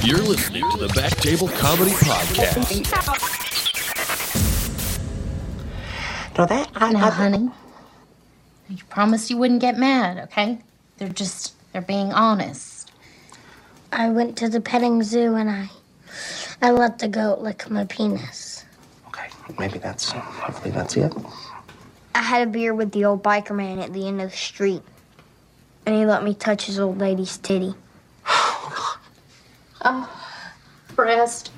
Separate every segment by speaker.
Speaker 1: You're listening to the Back Table Comedy Podcast.
Speaker 2: Now that
Speaker 3: No, honey. You promised you wouldn't get mad, okay? They're just they're being honest.
Speaker 4: I went to the petting zoo and I I let the goat lick my penis.
Speaker 2: okay, maybe that's hopefully that's it.
Speaker 4: I had a beer with the old biker man at the end of the street. And he let me touch his old lady's titty.
Speaker 3: Pressed.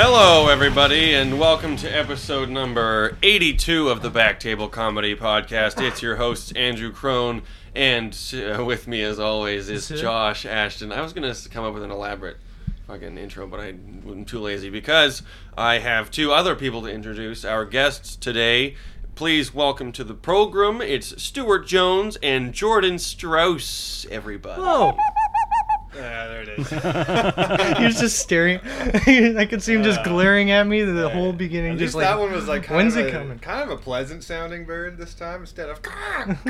Speaker 5: Hello, everybody, and welcome to episode number 82 of the Back Table Comedy Podcast. It's your hosts, Andrew Crone, and uh, with me, as always, is Josh Ashton. I was going to come up with an elaborate fucking intro, but I, am too lazy because I have two other people to introduce. Our guests today, please welcome to the program. It's Stuart Jones and Jordan Strauss, everybody.
Speaker 6: Oh,
Speaker 5: Ah, there it is.
Speaker 6: he was just staring. I could see him just glaring at me the whole beginning.
Speaker 7: At
Speaker 6: Just like
Speaker 7: least that one was like kind
Speaker 6: when's
Speaker 7: of
Speaker 6: it
Speaker 7: a,
Speaker 6: coming?
Speaker 7: Kind of a pleasant sounding bird this time instead of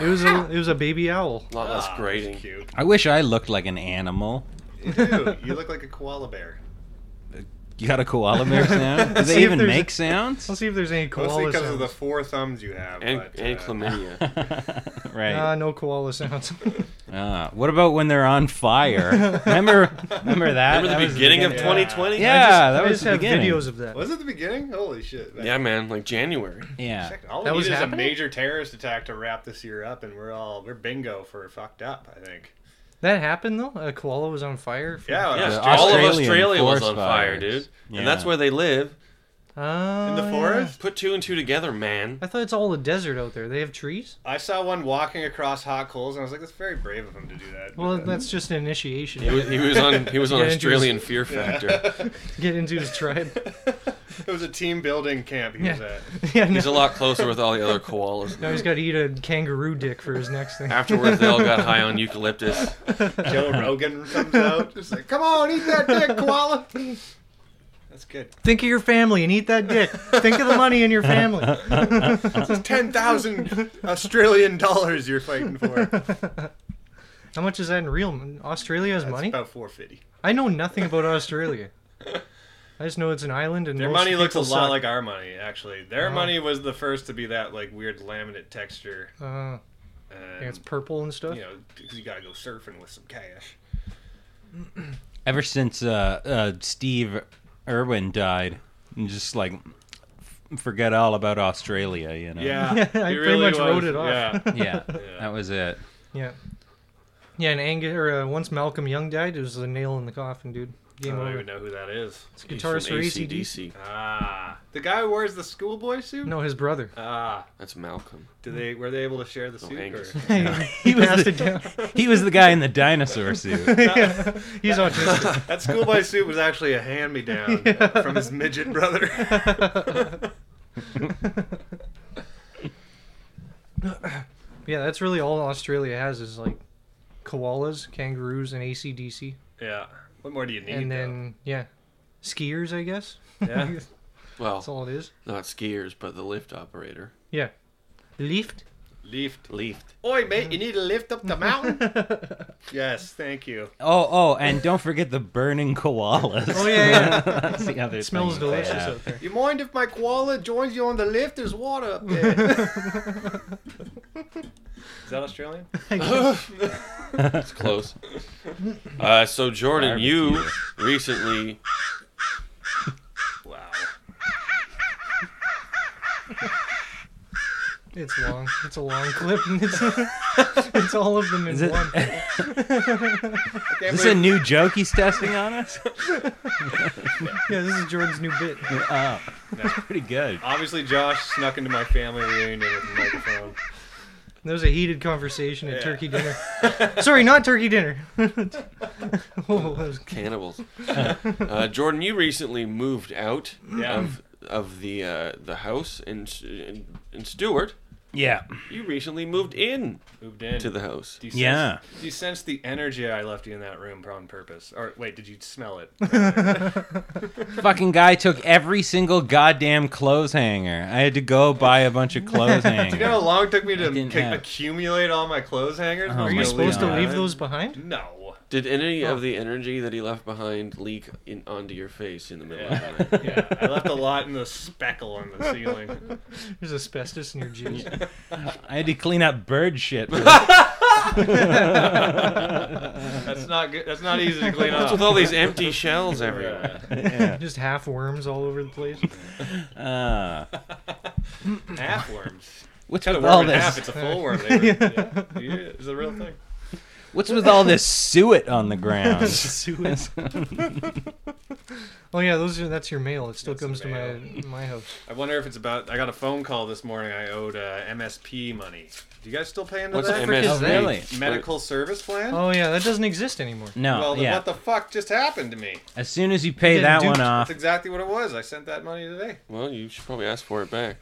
Speaker 6: it was a it was a baby owl.
Speaker 5: A lot less grating.
Speaker 7: cute.
Speaker 8: I wish I looked like an animal.
Speaker 7: You do. You look like a koala bear.
Speaker 8: You got a koala bear sound? Do
Speaker 6: See
Speaker 8: they
Speaker 6: if
Speaker 8: even
Speaker 6: there's
Speaker 8: make
Speaker 6: a-
Speaker 8: sounds?
Speaker 6: Let's see if there's any
Speaker 7: Mostly
Speaker 6: koala
Speaker 7: because of
Speaker 6: sounds.
Speaker 7: the four thumbs you have.
Speaker 5: And,
Speaker 7: but,
Speaker 5: and
Speaker 7: uh,
Speaker 5: chlamydia.
Speaker 6: Ah,
Speaker 8: right.
Speaker 6: no koala sounds.
Speaker 8: Uh, what about when they're on fire? remember, remember that?
Speaker 5: Remember
Speaker 8: That
Speaker 5: the
Speaker 8: was
Speaker 5: beginning of
Speaker 8: beginning.
Speaker 5: 2020?
Speaker 8: Yeah, that
Speaker 6: I
Speaker 8: was
Speaker 6: just
Speaker 8: the
Speaker 6: have
Speaker 8: beginning.
Speaker 6: videos of that.
Speaker 7: was it the beginning? Holy shit! That-
Speaker 5: Yeah, man, like January.
Speaker 8: Yeah.
Speaker 7: Heck, All we
Speaker 6: That was
Speaker 7: need is a
Speaker 6: happening?
Speaker 7: major terrorist attack to wrap this year up, and we're all we're bingo for fucked up. I think.
Speaker 6: That happened though. A koala was on fire. for-
Speaker 7: Yeah,
Speaker 5: Yeah,
Speaker 8: The
Speaker 5: all of
Speaker 8: Australian
Speaker 5: Australia was
Speaker 8: forest
Speaker 5: on
Speaker 8: fires.
Speaker 5: fire, dude. And that's
Speaker 8: Yeah.
Speaker 5: where they live.
Speaker 6: Oh,
Speaker 7: in the
Speaker 6: yeah.
Speaker 7: forest.
Speaker 5: Put two and two together, man.
Speaker 6: I thought it's all the desert out there. They have trees.
Speaker 7: I saw one walking across hot coals, and I was like, "That's very brave of him to do that."
Speaker 6: Well,
Speaker 7: But, uh,
Speaker 6: that's just an initiation.
Speaker 5: He was, he was on he was on
Speaker 6: Yeah, and
Speaker 5: Australian Fear Factor.
Speaker 6: Get into his tribe.
Speaker 7: it was a team building camp he was
Speaker 6: Yeah.
Speaker 7: at.
Speaker 6: yeah, no,
Speaker 5: He's a lot closer with all the other koalas.
Speaker 6: now he's got to eat a kangaroo dick for his next thing.
Speaker 5: Afterwards, they all got high on eucalyptus.
Speaker 7: Joe Rogan comes out, just like, "Come on, eat that dick, koala." That's good.
Speaker 6: Think of your family and eat that dick. Think of the money in your family.
Speaker 7: It's ten thousand Australian dollars you're fighting for. That's
Speaker 6: How much is that in real Australia has money?
Speaker 7: about four fifty.
Speaker 6: I know nothing about Australia. I just know it's an island and
Speaker 7: Their
Speaker 6: most
Speaker 7: money looks a lot
Speaker 6: people Uh-huh.
Speaker 7: like our money, actually. Their money was the first to be that like weird laminate texture,
Speaker 6: suck. Uh,
Speaker 7: and,
Speaker 6: yeah, it's purple and stuff.
Speaker 7: you know, 'cause you gotta go surfing with some cash.
Speaker 8: Ever since uh, uh, Steve Irwin died, and just like f- forget all about Australia, you know?
Speaker 7: Yeah,
Speaker 6: I
Speaker 7: it
Speaker 6: pretty much wrote it off.
Speaker 7: Yeah.
Speaker 8: Yeah, that was it.
Speaker 6: Yeah. Yeah, and Angus, or, uh, once Malcolm Young died, it was a nail in the coffin, dude.
Speaker 7: I
Speaker 6: Game
Speaker 7: don't
Speaker 6: over.
Speaker 7: even know who that is.
Speaker 5: He's
Speaker 6: Guitarist
Speaker 5: from
Speaker 6: for ACDC?
Speaker 5: AC/DC.
Speaker 7: Ah, the guy who wears the schoolboy suit.
Speaker 6: No, his brother.
Speaker 7: Ah,
Speaker 5: That's Malcolm.
Speaker 7: do they were they able to share the suit?
Speaker 5: Angus.
Speaker 7: or-
Speaker 6: he passed it down.
Speaker 8: He was the guy in the dinosaur suit.
Speaker 6: He's autistic.
Speaker 7: That schoolboy suit was actually a hand me down from his midget brother.
Speaker 6: yeah, that's really all Australia has is like koalas, kangaroos, and ACDC.
Speaker 7: yeah. What more do you need?
Speaker 6: And then, yeah, skiers, I guess.
Speaker 7: though? yeah.
Speaker 5: Well,
Speaker 6: That's all it is.
Speaker 5: not skiers, but the lift operator.
Speaker 6: Yeah. Lift.
Speaker 7: lift.
Speaker 5: Lift.
Speaker 7: Oi, mate, you need to lift up the mountain. yes, thank you.
Speaker 8: oh, oh, and don't forget the burning koalas.
Speaker 6: Oh, yeah, yeah.
Speaker 8: That's the other
Speaker 6: It smells
Speaker 8: thing they
Speaker 6: delicious
Speaker 8: have.
Speaker 6: out there.
Speaker 7: You mind if my koala joins you on the lift? There's water up there. Is that Australian?
Speaker 5: It's close. Uh, so Jordan, you recently
Speaker 7: Wow.
Speaker 6: It's long. It's a long clip. And it's, it's all of them in
Speaker 8: Is it-
Speaker 6: one.
Speaker 7: Can't
Speaker 8: Is this a
Speaker 7: believe-
Speaker 8: new joke he's testing on us?
Speaker 6: Yeah, this is Jordan's new bit.
Speaker 8: Oh, that's pretty good.
Speaker 7: Obviously, Josh snuck into my family reunion with a microphone.
Speaker 6: There was a heated conversation at
Speaker 7: Yeah.
Speaker 6: turkey dinner. Sorry, not turkey dinner. oh, that was
Speaker 5: Cannibals. uh, Jordan, you recently moved out
Speaker 7: Yeah.
Speaker 5: of of the uh, the house, and, S- and and Stuart,
Speaker 8: Yeah.
Speaker 5: you recently moved in
Speaker 7: Moved in.
Speaker 5: to the house.
Speaker 7: Do you
Speaker 8: Yeah.
Speaker 7: Sense, do you sense the energy I left you in that room on purpose? Or wait, did you smell it?
Speaker 8: Fucking guy took every single goddamn clothes hanger. I had to go buy a bunch of clothes
Speaker 7: You know how
Speaker 8: hangers.
Speaker 7: long it took me to
Speaker 8: didn't
Speaker 7: c-
Speaker 8: have-
Speaker 7: accumulate all my clothes hangers?
Speaker 8: Oh
Speaker 6: Are
Speaker 8: my
Speaker 6: Uh-huh. you supposed
Speaker 8: God.
Speaker 6: to leave those behind?
Speaker 7: No.
Speaker 5: Did any
Speaker 7: Oh.
Speaker 5: of the energy that he left behind leak in, onto your face in the middle of the night?
Speaker 7: Yeah, I left a lot in the speckle on the ceiling.
Speaker 6: There's asbestos in your juice.
Speaker 8: I had to clean up bird shit.
Speaker 7: That's not good. That's not easy to clean
Speaker 5: What's
Speaker 7: up.
Speaker 5: with all these empty shells eh? everywhere?
Speaker 7: Yeah.
Speaker 6: Just half worms all over the place.
Speaker 8: Uh,
Speaker 7: Half worms.
Speaker 8: what's
Speaker 7: Cut a
Speaker 8: with
Speaker 7: worm
Speaker 8: all
Speaker 7: in half.
Speaker 8: this?
Speaker 7: It's a full worm. They were- yeah. yeah, it's a real thing.
Speaker 8: What's with all this suet on the ground?
Speaker 6: Suez. oh yeah, those are that's your mail. It still comes to my my house.
Speaker 7: I wonder if it's about. I got a phone call this morning. I owed uh, MSP money. Do you guys still pay into
Speaker 5: What's
Speaker 7: that?
Speaker 5: MSP?
Speaker 8: Oh, really?
Speaker 7: Medical service plan.
Speaker 6: Oh yeah, that doesn't exist anymore.
Speaker 8: No,
Speaker 7: well, then
Speaker 8: yeah.
Speaker 7: what the fuck just happened to me?
Speaker 8: as soon as you pay
Speaker 6: Getting
Speaker 8: that one
Speaker 6: duped.
Speaker 8: off,
Speaker 7: That's exactly what it was. I sent that money today.
Speaker 5: Well, you should probably ask for it back.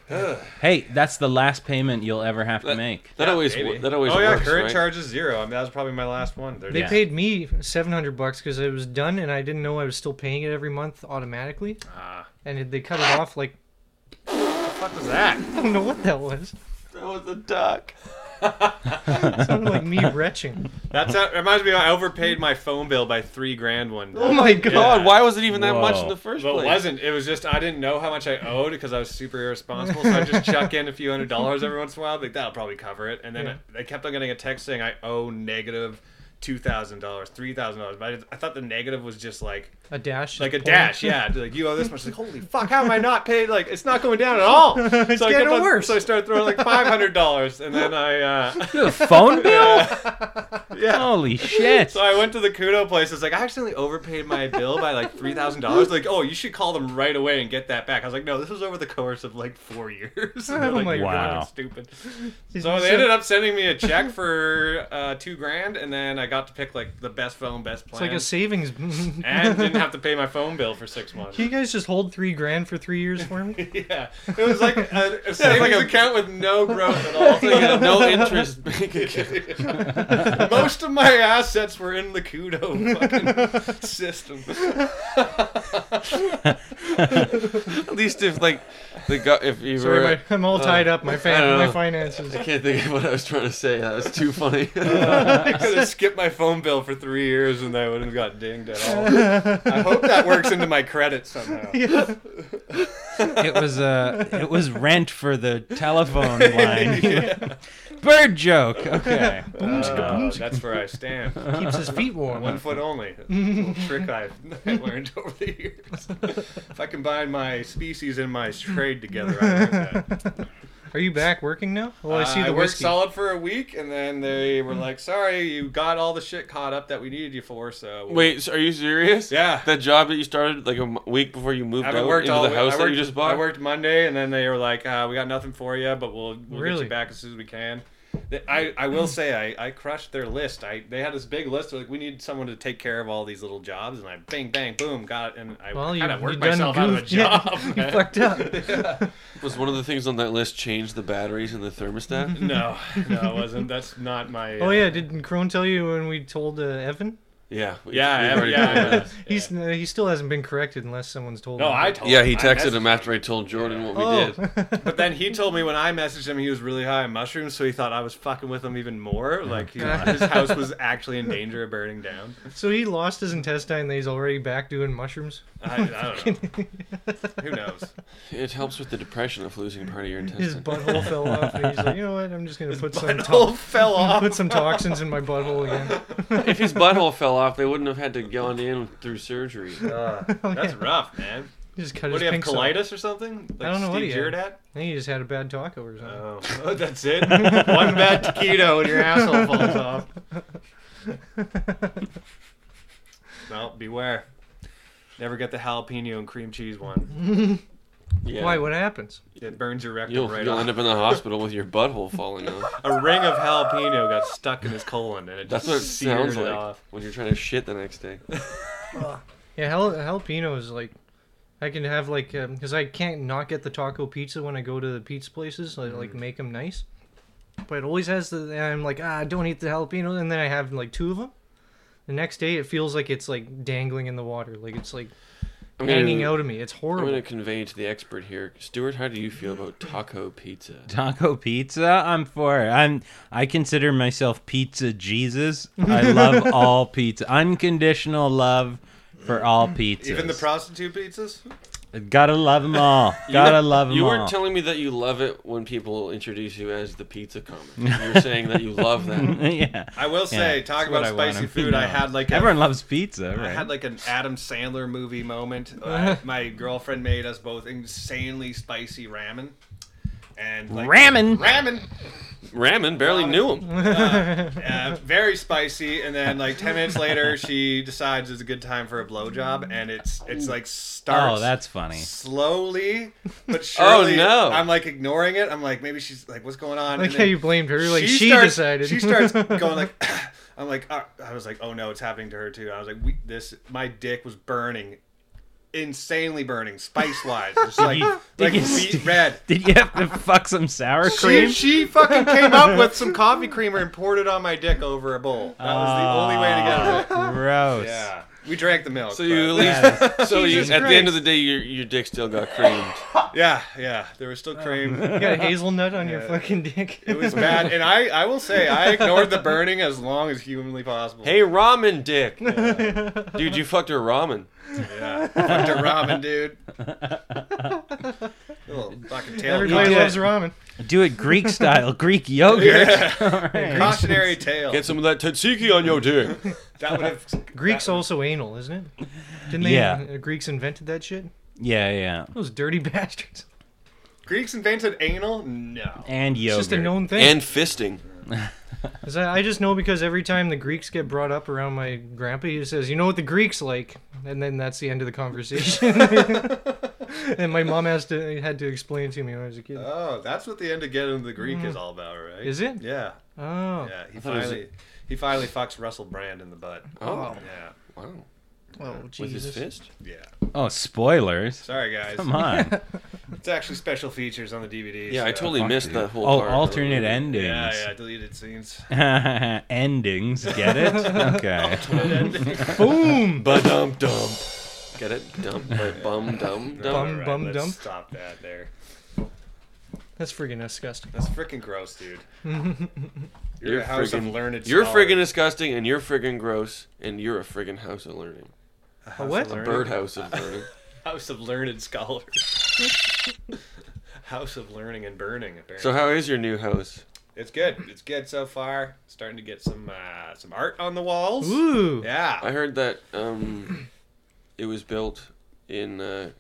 Speaker 8: hey, that's the last payment you'll ever have to make.
Speaker 5: That
Speaker 7: Yeah,
Speaker 5: always
Speaker 7: maybe.
Speaker 5: wo- that always
Speaker 7: Oh yeah,
Speaker 5: works,
Speaker 7: current
Speaker 5: right?
Speaker 7: charge is zero. I mean, that was probably my last one. They're
Speaker 6: They
Speaker 8: Yeah.
Speaker 6: paid me 700 bucks because it was done and I didn't know I was still paying it every month automatically.
Speaker 7: just- Ah,
Speaker 6: And it- they cut it off like,
Speaker 7: what was that?
Speaker 6: I don't know what that was.
Speaker 5: That was a duck.
Speaker 6: It sounded like me retching.
Speaker 7: That's how, it reminds me. I overpaid my phone bill by three grand one day.
Speaker 6: Oh my god.
Speaker 5: God, why was it even that much in
Speaker 8: Whoa.
Speaker 5: the first
Speaker 7: Well, it
Speaker 5: place?
Speaker 7: wasn't. It was just I didn't know how much I owed because I was super irresponsible. So I just chuck in a few hundred dollars every once in a while, like that'll probably cover it. And then
Speaker 6: Yeah.
Speaker 7: I, I kept on getting a text saying I owe negative two thousand dollars, three thousand dollars. But I, just- I thought the negative was just like
Speaker 6: A dash. is
Speaker 7: like a
Speaker 6: point.
Speaker 7: dash, yeah. Like you owe this much. Like holy fuck, how am I not paid? Like it's not going down at all. it's so I
Speaker 6: getting
Speaker 7: kept on-
Speaker 6: worse.
Speaker 7: So I started throwing like five hundred dollars, and then I uh,
Speaker 8: You have a phone bill?
Speaker 7: yeah.
Speaker 8: Holy shit!
Speaker 7: So I went to the Kudo place. It's like I accidentally overpaid my bill by like three thousand dollars. Like, oh, you should call them right away and get that back. I was like, no, this was over the course of like four years. And they're
Speaker 6: Oh
Speaker 7: like,
Speaker 6: my
Speaker 7: "You're
Speaker 8: God.
Speaker 7: fucking Stupid. So they ended up sending me a check for uh, two grand, and then I got to pick like the best phone, best
Speaker 6: It's
Speaker 7: plan,
Speaker 6: like a savings.
Speaker 7: and didn't have to pay my phone bill for six months.
Speaker 6: Can you guys just hold three grand for three years for me?
Speaker 7: yeah, it was like a, a savings account with no growth at all.
Speaker 5: You got a no interest bank account.
Speaker 7: Most of my assets were in the Kudo fucking system.
Speaker 5: At least if like the go- if you
Speaker 6: Sorry,
Speaker 5: were
Speaker 6: my, I'm
Speaker 7: Uh,
Speaker 6: all tied up. My
Speaker 5: I
Speaker 6: fa-
Speaker 5: don't
Speaker 6: my
Speaker 5: know.
Speaker 6: finances.
Speaker 5: I can't think of what I was trying to say. That was too funny.
Speaker 7: I could have skipped my phone bill for three years and I wouldn't have got dinged at all. I hope that works into my credit somehow.
Speaker 8: It was uh, it was rent for the telephone line. Bird joke. Okay.
Speaker 7: Uh, that's where I stand.
Speaker 6: Keeps his feet warm.
Speaker 7: One foot only. That's a little trick I've, i learned over the years. If I combine my species and my trade together, I learned that.
Speaker 6: Are you back working now? Well, I see
Speaker 7: Uh,
Speaker 6: the
Speaker 7: I worked
Speaker 6: whiskey.
Speaker 7: solid for a week, and then they were like, "Sorry, you got all the shit caught up that we needed you for." So
Speaker 5: Wait, so are you serious?
Speaker 7: Yeah.
Speaker 5: That job that you started like a m- week before you moved
Speaker 7: I
Speaker 5: out
Speaker 7: haven't worked
Speaker 5: into
Speaker 7: all
Speaker 5: the
Speaker 7: week.
Speaker 5: house
Speaker 7: I
Speaker 5: that
Speaker 7: worked,
Speaker 5: you just bought.
Speaker 7: I worked Monday, and then they were like, uh, "We got nothing for you, but we'll, we'll get
Speaker 6: Really?
Speaker 7: you back as soon as we can." They- I, I will say I, I crushed their list. I they had this big list. They're like, we need someone to take care of all these little jobs, and I bang bang boom got it, and I
Speaker 6: Well, you,
Speaker 7: kind of
Speaker 6: you
Speaker 7: worked
Speaker 6: done
Speaker 7: myself out of a
Speaker 6: goofed. Yeah,
Speaker 7: job.
Speaker 6: you fucked up.
Speaker 5: Was one of the things on that list change the batteries in the thermostat?
Speaker 7: no, no, it wasn't. That's not my.
Speaker 6: Oh yeah, didn't Crone tell you when we told uh, Evan?
Speaker 5: yeah. we- we've
Speaker 7: yeah, yeah,
Speaker 5: already
Speaker 7: yeah,
Speaker 5: covered
Speaker 7: yeah.
Speaker 5: that.
Speaker 6: He's uh, he still hasn't been corrected unless someone's told
Speaker 7: No,
Speaker 6: him.
Speaker 7: I told.
Speaker 5: Yeah, he
Speaker 7: I
Speaker 5: texted
Speaker 7: messaged
Speaker 5: him after I told Jordan what we
Speaker 6: Oh.
Speaker 5: did.
Speaker 7: But then he told me when I messaged him, he was really high on mushrooms, so he thought I was fucking with him even more. Like he- his house was actually in danger of burning down.
Speaker 6: So he lost his intestine. and He's already back doing mushrooms.
Speaker 7: I, I don't know. Who knows?
Speaker 5: It helps with the depression of losing part of your
Speaker 6: His
Speaker 5: intestine.
Speaker 6: butthole fell off, and he's like, you know what? I'm just gonna put some
Speaker 7: All
Speaker 6: to-
Speaker 7: fell off.
Speaker 6: put some Oh, toxins in my butthole again.
Speaker 5: if his butthole fell off, they wouldn't have had to go in through surgery.
Speaker 7: That's rough, man.
Speaker 6: He just cut his
Speaker 7: What do you have,
Speaker 6: pinks off.
Speaker 7: colitis or something? Like
Speaker 6: I don't know
Speaker 7: Steve
Speaker 6: what he had.
Speaker 7: Jared had?
Speaker 6: I think he just had a bad taco or something.
Speaker 7: Oh, oh, that's it. One bad taquito and your asshole falls off. Oh. Well, beware. Never get the jalapeno and cream cheese one.
Speaker 5: Yeah.
Speaker 6: Why? What happens?
Speaker 7: It burns your rectum
Speaker 5: You'll,
Speaker 7: right
Speaker 5: you'll
Speaker 7: off.
Speaker 5: end up in the hospital with your butthole falling off.
Speaker 7: A ring of jalapeno got stuck in his colon, and it
Speaker 5: That's
Speaker 7: just
Speaker 5: what it
Speaker 7: seared
Speaker 5: sounds like
Speaker 7: off.
Speaker 5: when you're trying to shit the next day.
Speaker 6: Yeah, jal- jalapeno is like, I can have like, because I can't not get the taco pizza when I go to the pizza places. I
Speaker 7: Mm.
Speaker 6: like make them nice, but it always has the. And I'm like, ah, don't eat the jalapeno, and then I have like two of them. The next day, it feels like it's like dangling in the water, like it's like
Speaker 5: I'm
Speaker 6: hanging
Speaker 5: gonna,
Speaker 6: out of me. It's
Speaker 5: I'm
Speaker 6: horrible.
Speaker 5: going to convey to the expert here, Stuart. How do you feel about taco pizza?
Speaker 8: Taco pizza, I'm for. it. I'm I consider myself pizza Jesus. I love all pizza. Unconditional love for all pizzas.
Speaker 7: Even the prostitute pizzas?
Speaker 8: Gotta love them all. Gotta love them
Speaker 5: You
Speaker 8: all.
Speaker 5: weren't telling me that you love it when people introduce you as the pizza comic. You're saying that you love that.
Speaker 8: yeah.
Speaker 7: I will say,
Speaker 8: Yeah,
Speaker 7: talk
Speaker 8: that's what
Speaker 7: about
Speaker 8: I want
Speaker 7: spicy
Speaker 8: to
Speaker 7: food. I
Speaker 8: know.
Speaker 7: had like a
Speaker 8: Everyone loves pizza,
Speaker 7: I
Speaker 8: right?
Speaker 7: had like an Adam Sandler movie moment. Uh, my girlfriend made us both insanely spicy ramen, and like,
Speaker 8: Ramen.
Speaker 7: ramen,
Speaker 5: Ramen barely knew him.
Speaker 7: uh, very spicy. And then like ten minutes later, she decides it's a good time for a blowjob, and it's it's like starts.
Speaker 8: Oh, that's funny. Oh,
Speaker 7: Slowly, but surely,
Speaker 5: no.
Speaker 7: I'm like ignoring it. I'm like, maybe she's like, what's going on?
Speaker 6: like
Speaker 7: And
Speaker 6: how
Speaker 7: then-
Speaker 6: you blamed her. Like she,
Speaker 7: starts-
Speaker 6: decided.
Speaker 7: She starts going like, I'm like, uh, I was like, oh no, it's happening to her too. I was like, we, this, my dick was burning, insanely burning, spice wise, just like
Speaker 8: you-
Speaker 7: like
Speaker 8: did you
Speaker 7: beet
Speaker 8: st-
Speaker 7: red.
Speaker 8: Did you have to fuck some sour
Speaker 7: She,
Speaker 8: cream?
Speaker 7: she fucking came up with some coffee creamer and poured it on my dick over a bowl. That was the only way to
Speaker 8: Ah.
Speaker 7: get it.
Speaker 8: Gross.
Speaker 7: Yeah, we drank the milk.
Speaker 5: So you at
Speaker 7: but-
Speaker 8: That
Speaker 5: least, so you,
Speaker 6: Jesus
Speaker 5: at the end
Speaker 6: Christ.
Speaker 5: of the day, your your dick still got creamed.
Speaker 7: yeah, yeah, there was still cream.
Speaker 6: you got a hazelnut on your
Speaker 7: Yeah.
Speaker 6: fucking dick.
Speaker 7: It was bad, and I, I will say, I ignored the burning as long as humanly possible.
Speaker 5: Hey, ramen dick, dude, you fucked her ramen.
Speaker 7: Yeah, fucked a ramen, dude. Little fucking tail.
Speaker 6: Everybody
Speaker 7: Yeah.
Speaker 6: loves ramen.
Speaker 8: Do it Greek style, Greek yogurt.
Speaker 7: Cautionary tale.
Speaker 5: Get some of that tzatziki on your dick.
Speaker 7: That would have.
Speaker 6: Greeks also anal, isn't it? Didn't they?
Speaker 8: Yeah.
Speaker 6: the Greeks invented that shit.
Speaker 8: Yeah, yeah.
Speaker 6: Those dirty bastards.
Speaker 7: Greeks invented anal? No.
Speaker 8: And
Speaker 6: It's
Speaker 8: yogurt.
Speaker 6: just a known thing.
Speaker 5: and fisting.
Speaker 6: 'Cause I, I just know because every time the Greeks get brought up around my grandpa, he says, "You know what the Greeks like," and then that's the end of the conversation. and my mom has to had to explain to me when I was a kid.
Speaker 7: Oh, that's what the end of Get Into the Greek is all about, right?
Speaker 6: Is it?
Speaker 7: Yeah.
Speaker 6: Oh,
Speaker 7: Yeah. He
Speaker 5: thought it was-
Speaker 7: finally, he finally fucks Russell Brand in the butt.
Speaker 5: Oh,
Speaker 7: Yeah.
Speaker 5: wow!
Speaker 6: oh,
Speaker 5: With his
Speaker 6: Jesus.
Speaker 5: fist.
Speaker 7: Yeah.
Speaker 8: oh, spoilers.
Speaker 7: Sorry, guys.
Speaker 8: Come on.
Speaker 7: It's actually special features on the DVD.
Speaker 5: Yeah, I
Speaker 7: so-
Speaker 5: totally missed that whole.
Speaker 8: Oh,
Speaker 5: part.
Speaker 8: alternate endings.
Speaker 7: Yeah, yeah. Deleted scenes.
Speaker 8: endings. Get it? Okay.
Speaker 6: Boom.
Speaker 5: Ba dum dum. Get it? Dump. Bum dum
Speaker 6: Bum.
Speaker 5: dum.
Speaker 6: bum
Speaker 7: let's
Speaker 6: dump.
Speaker 7: Stop that there.
Speaker 6: That's freaking disgusting.
Speaker 7: That's freaking gross, dude. You're,
Speaker 5: You're
Speaker 7: a house
Speaker 5: friggin-
Speaker 7: of learned.
Speaker 5: You're
Speaker 7: scholars.
Speaker 5: friggin' disgusting, and you're friggin' gross, and you're a friggin' house of learning.
Speaker 6: A what?
Speaker 7: learning.
Speaker 5: Birdhouse of learning.
Speaker 7: House of Learned Scholars. House of Learning and Burning, apparently.
Speaker 5: So how is your new house?
Speaker 7: it's good. It's good so far. Starting to get some uh, some art on the walls.
Speaker 6: Ooh.
Speaker 7: Yeah.
Speaker 5: I heard that um, it was built in uh,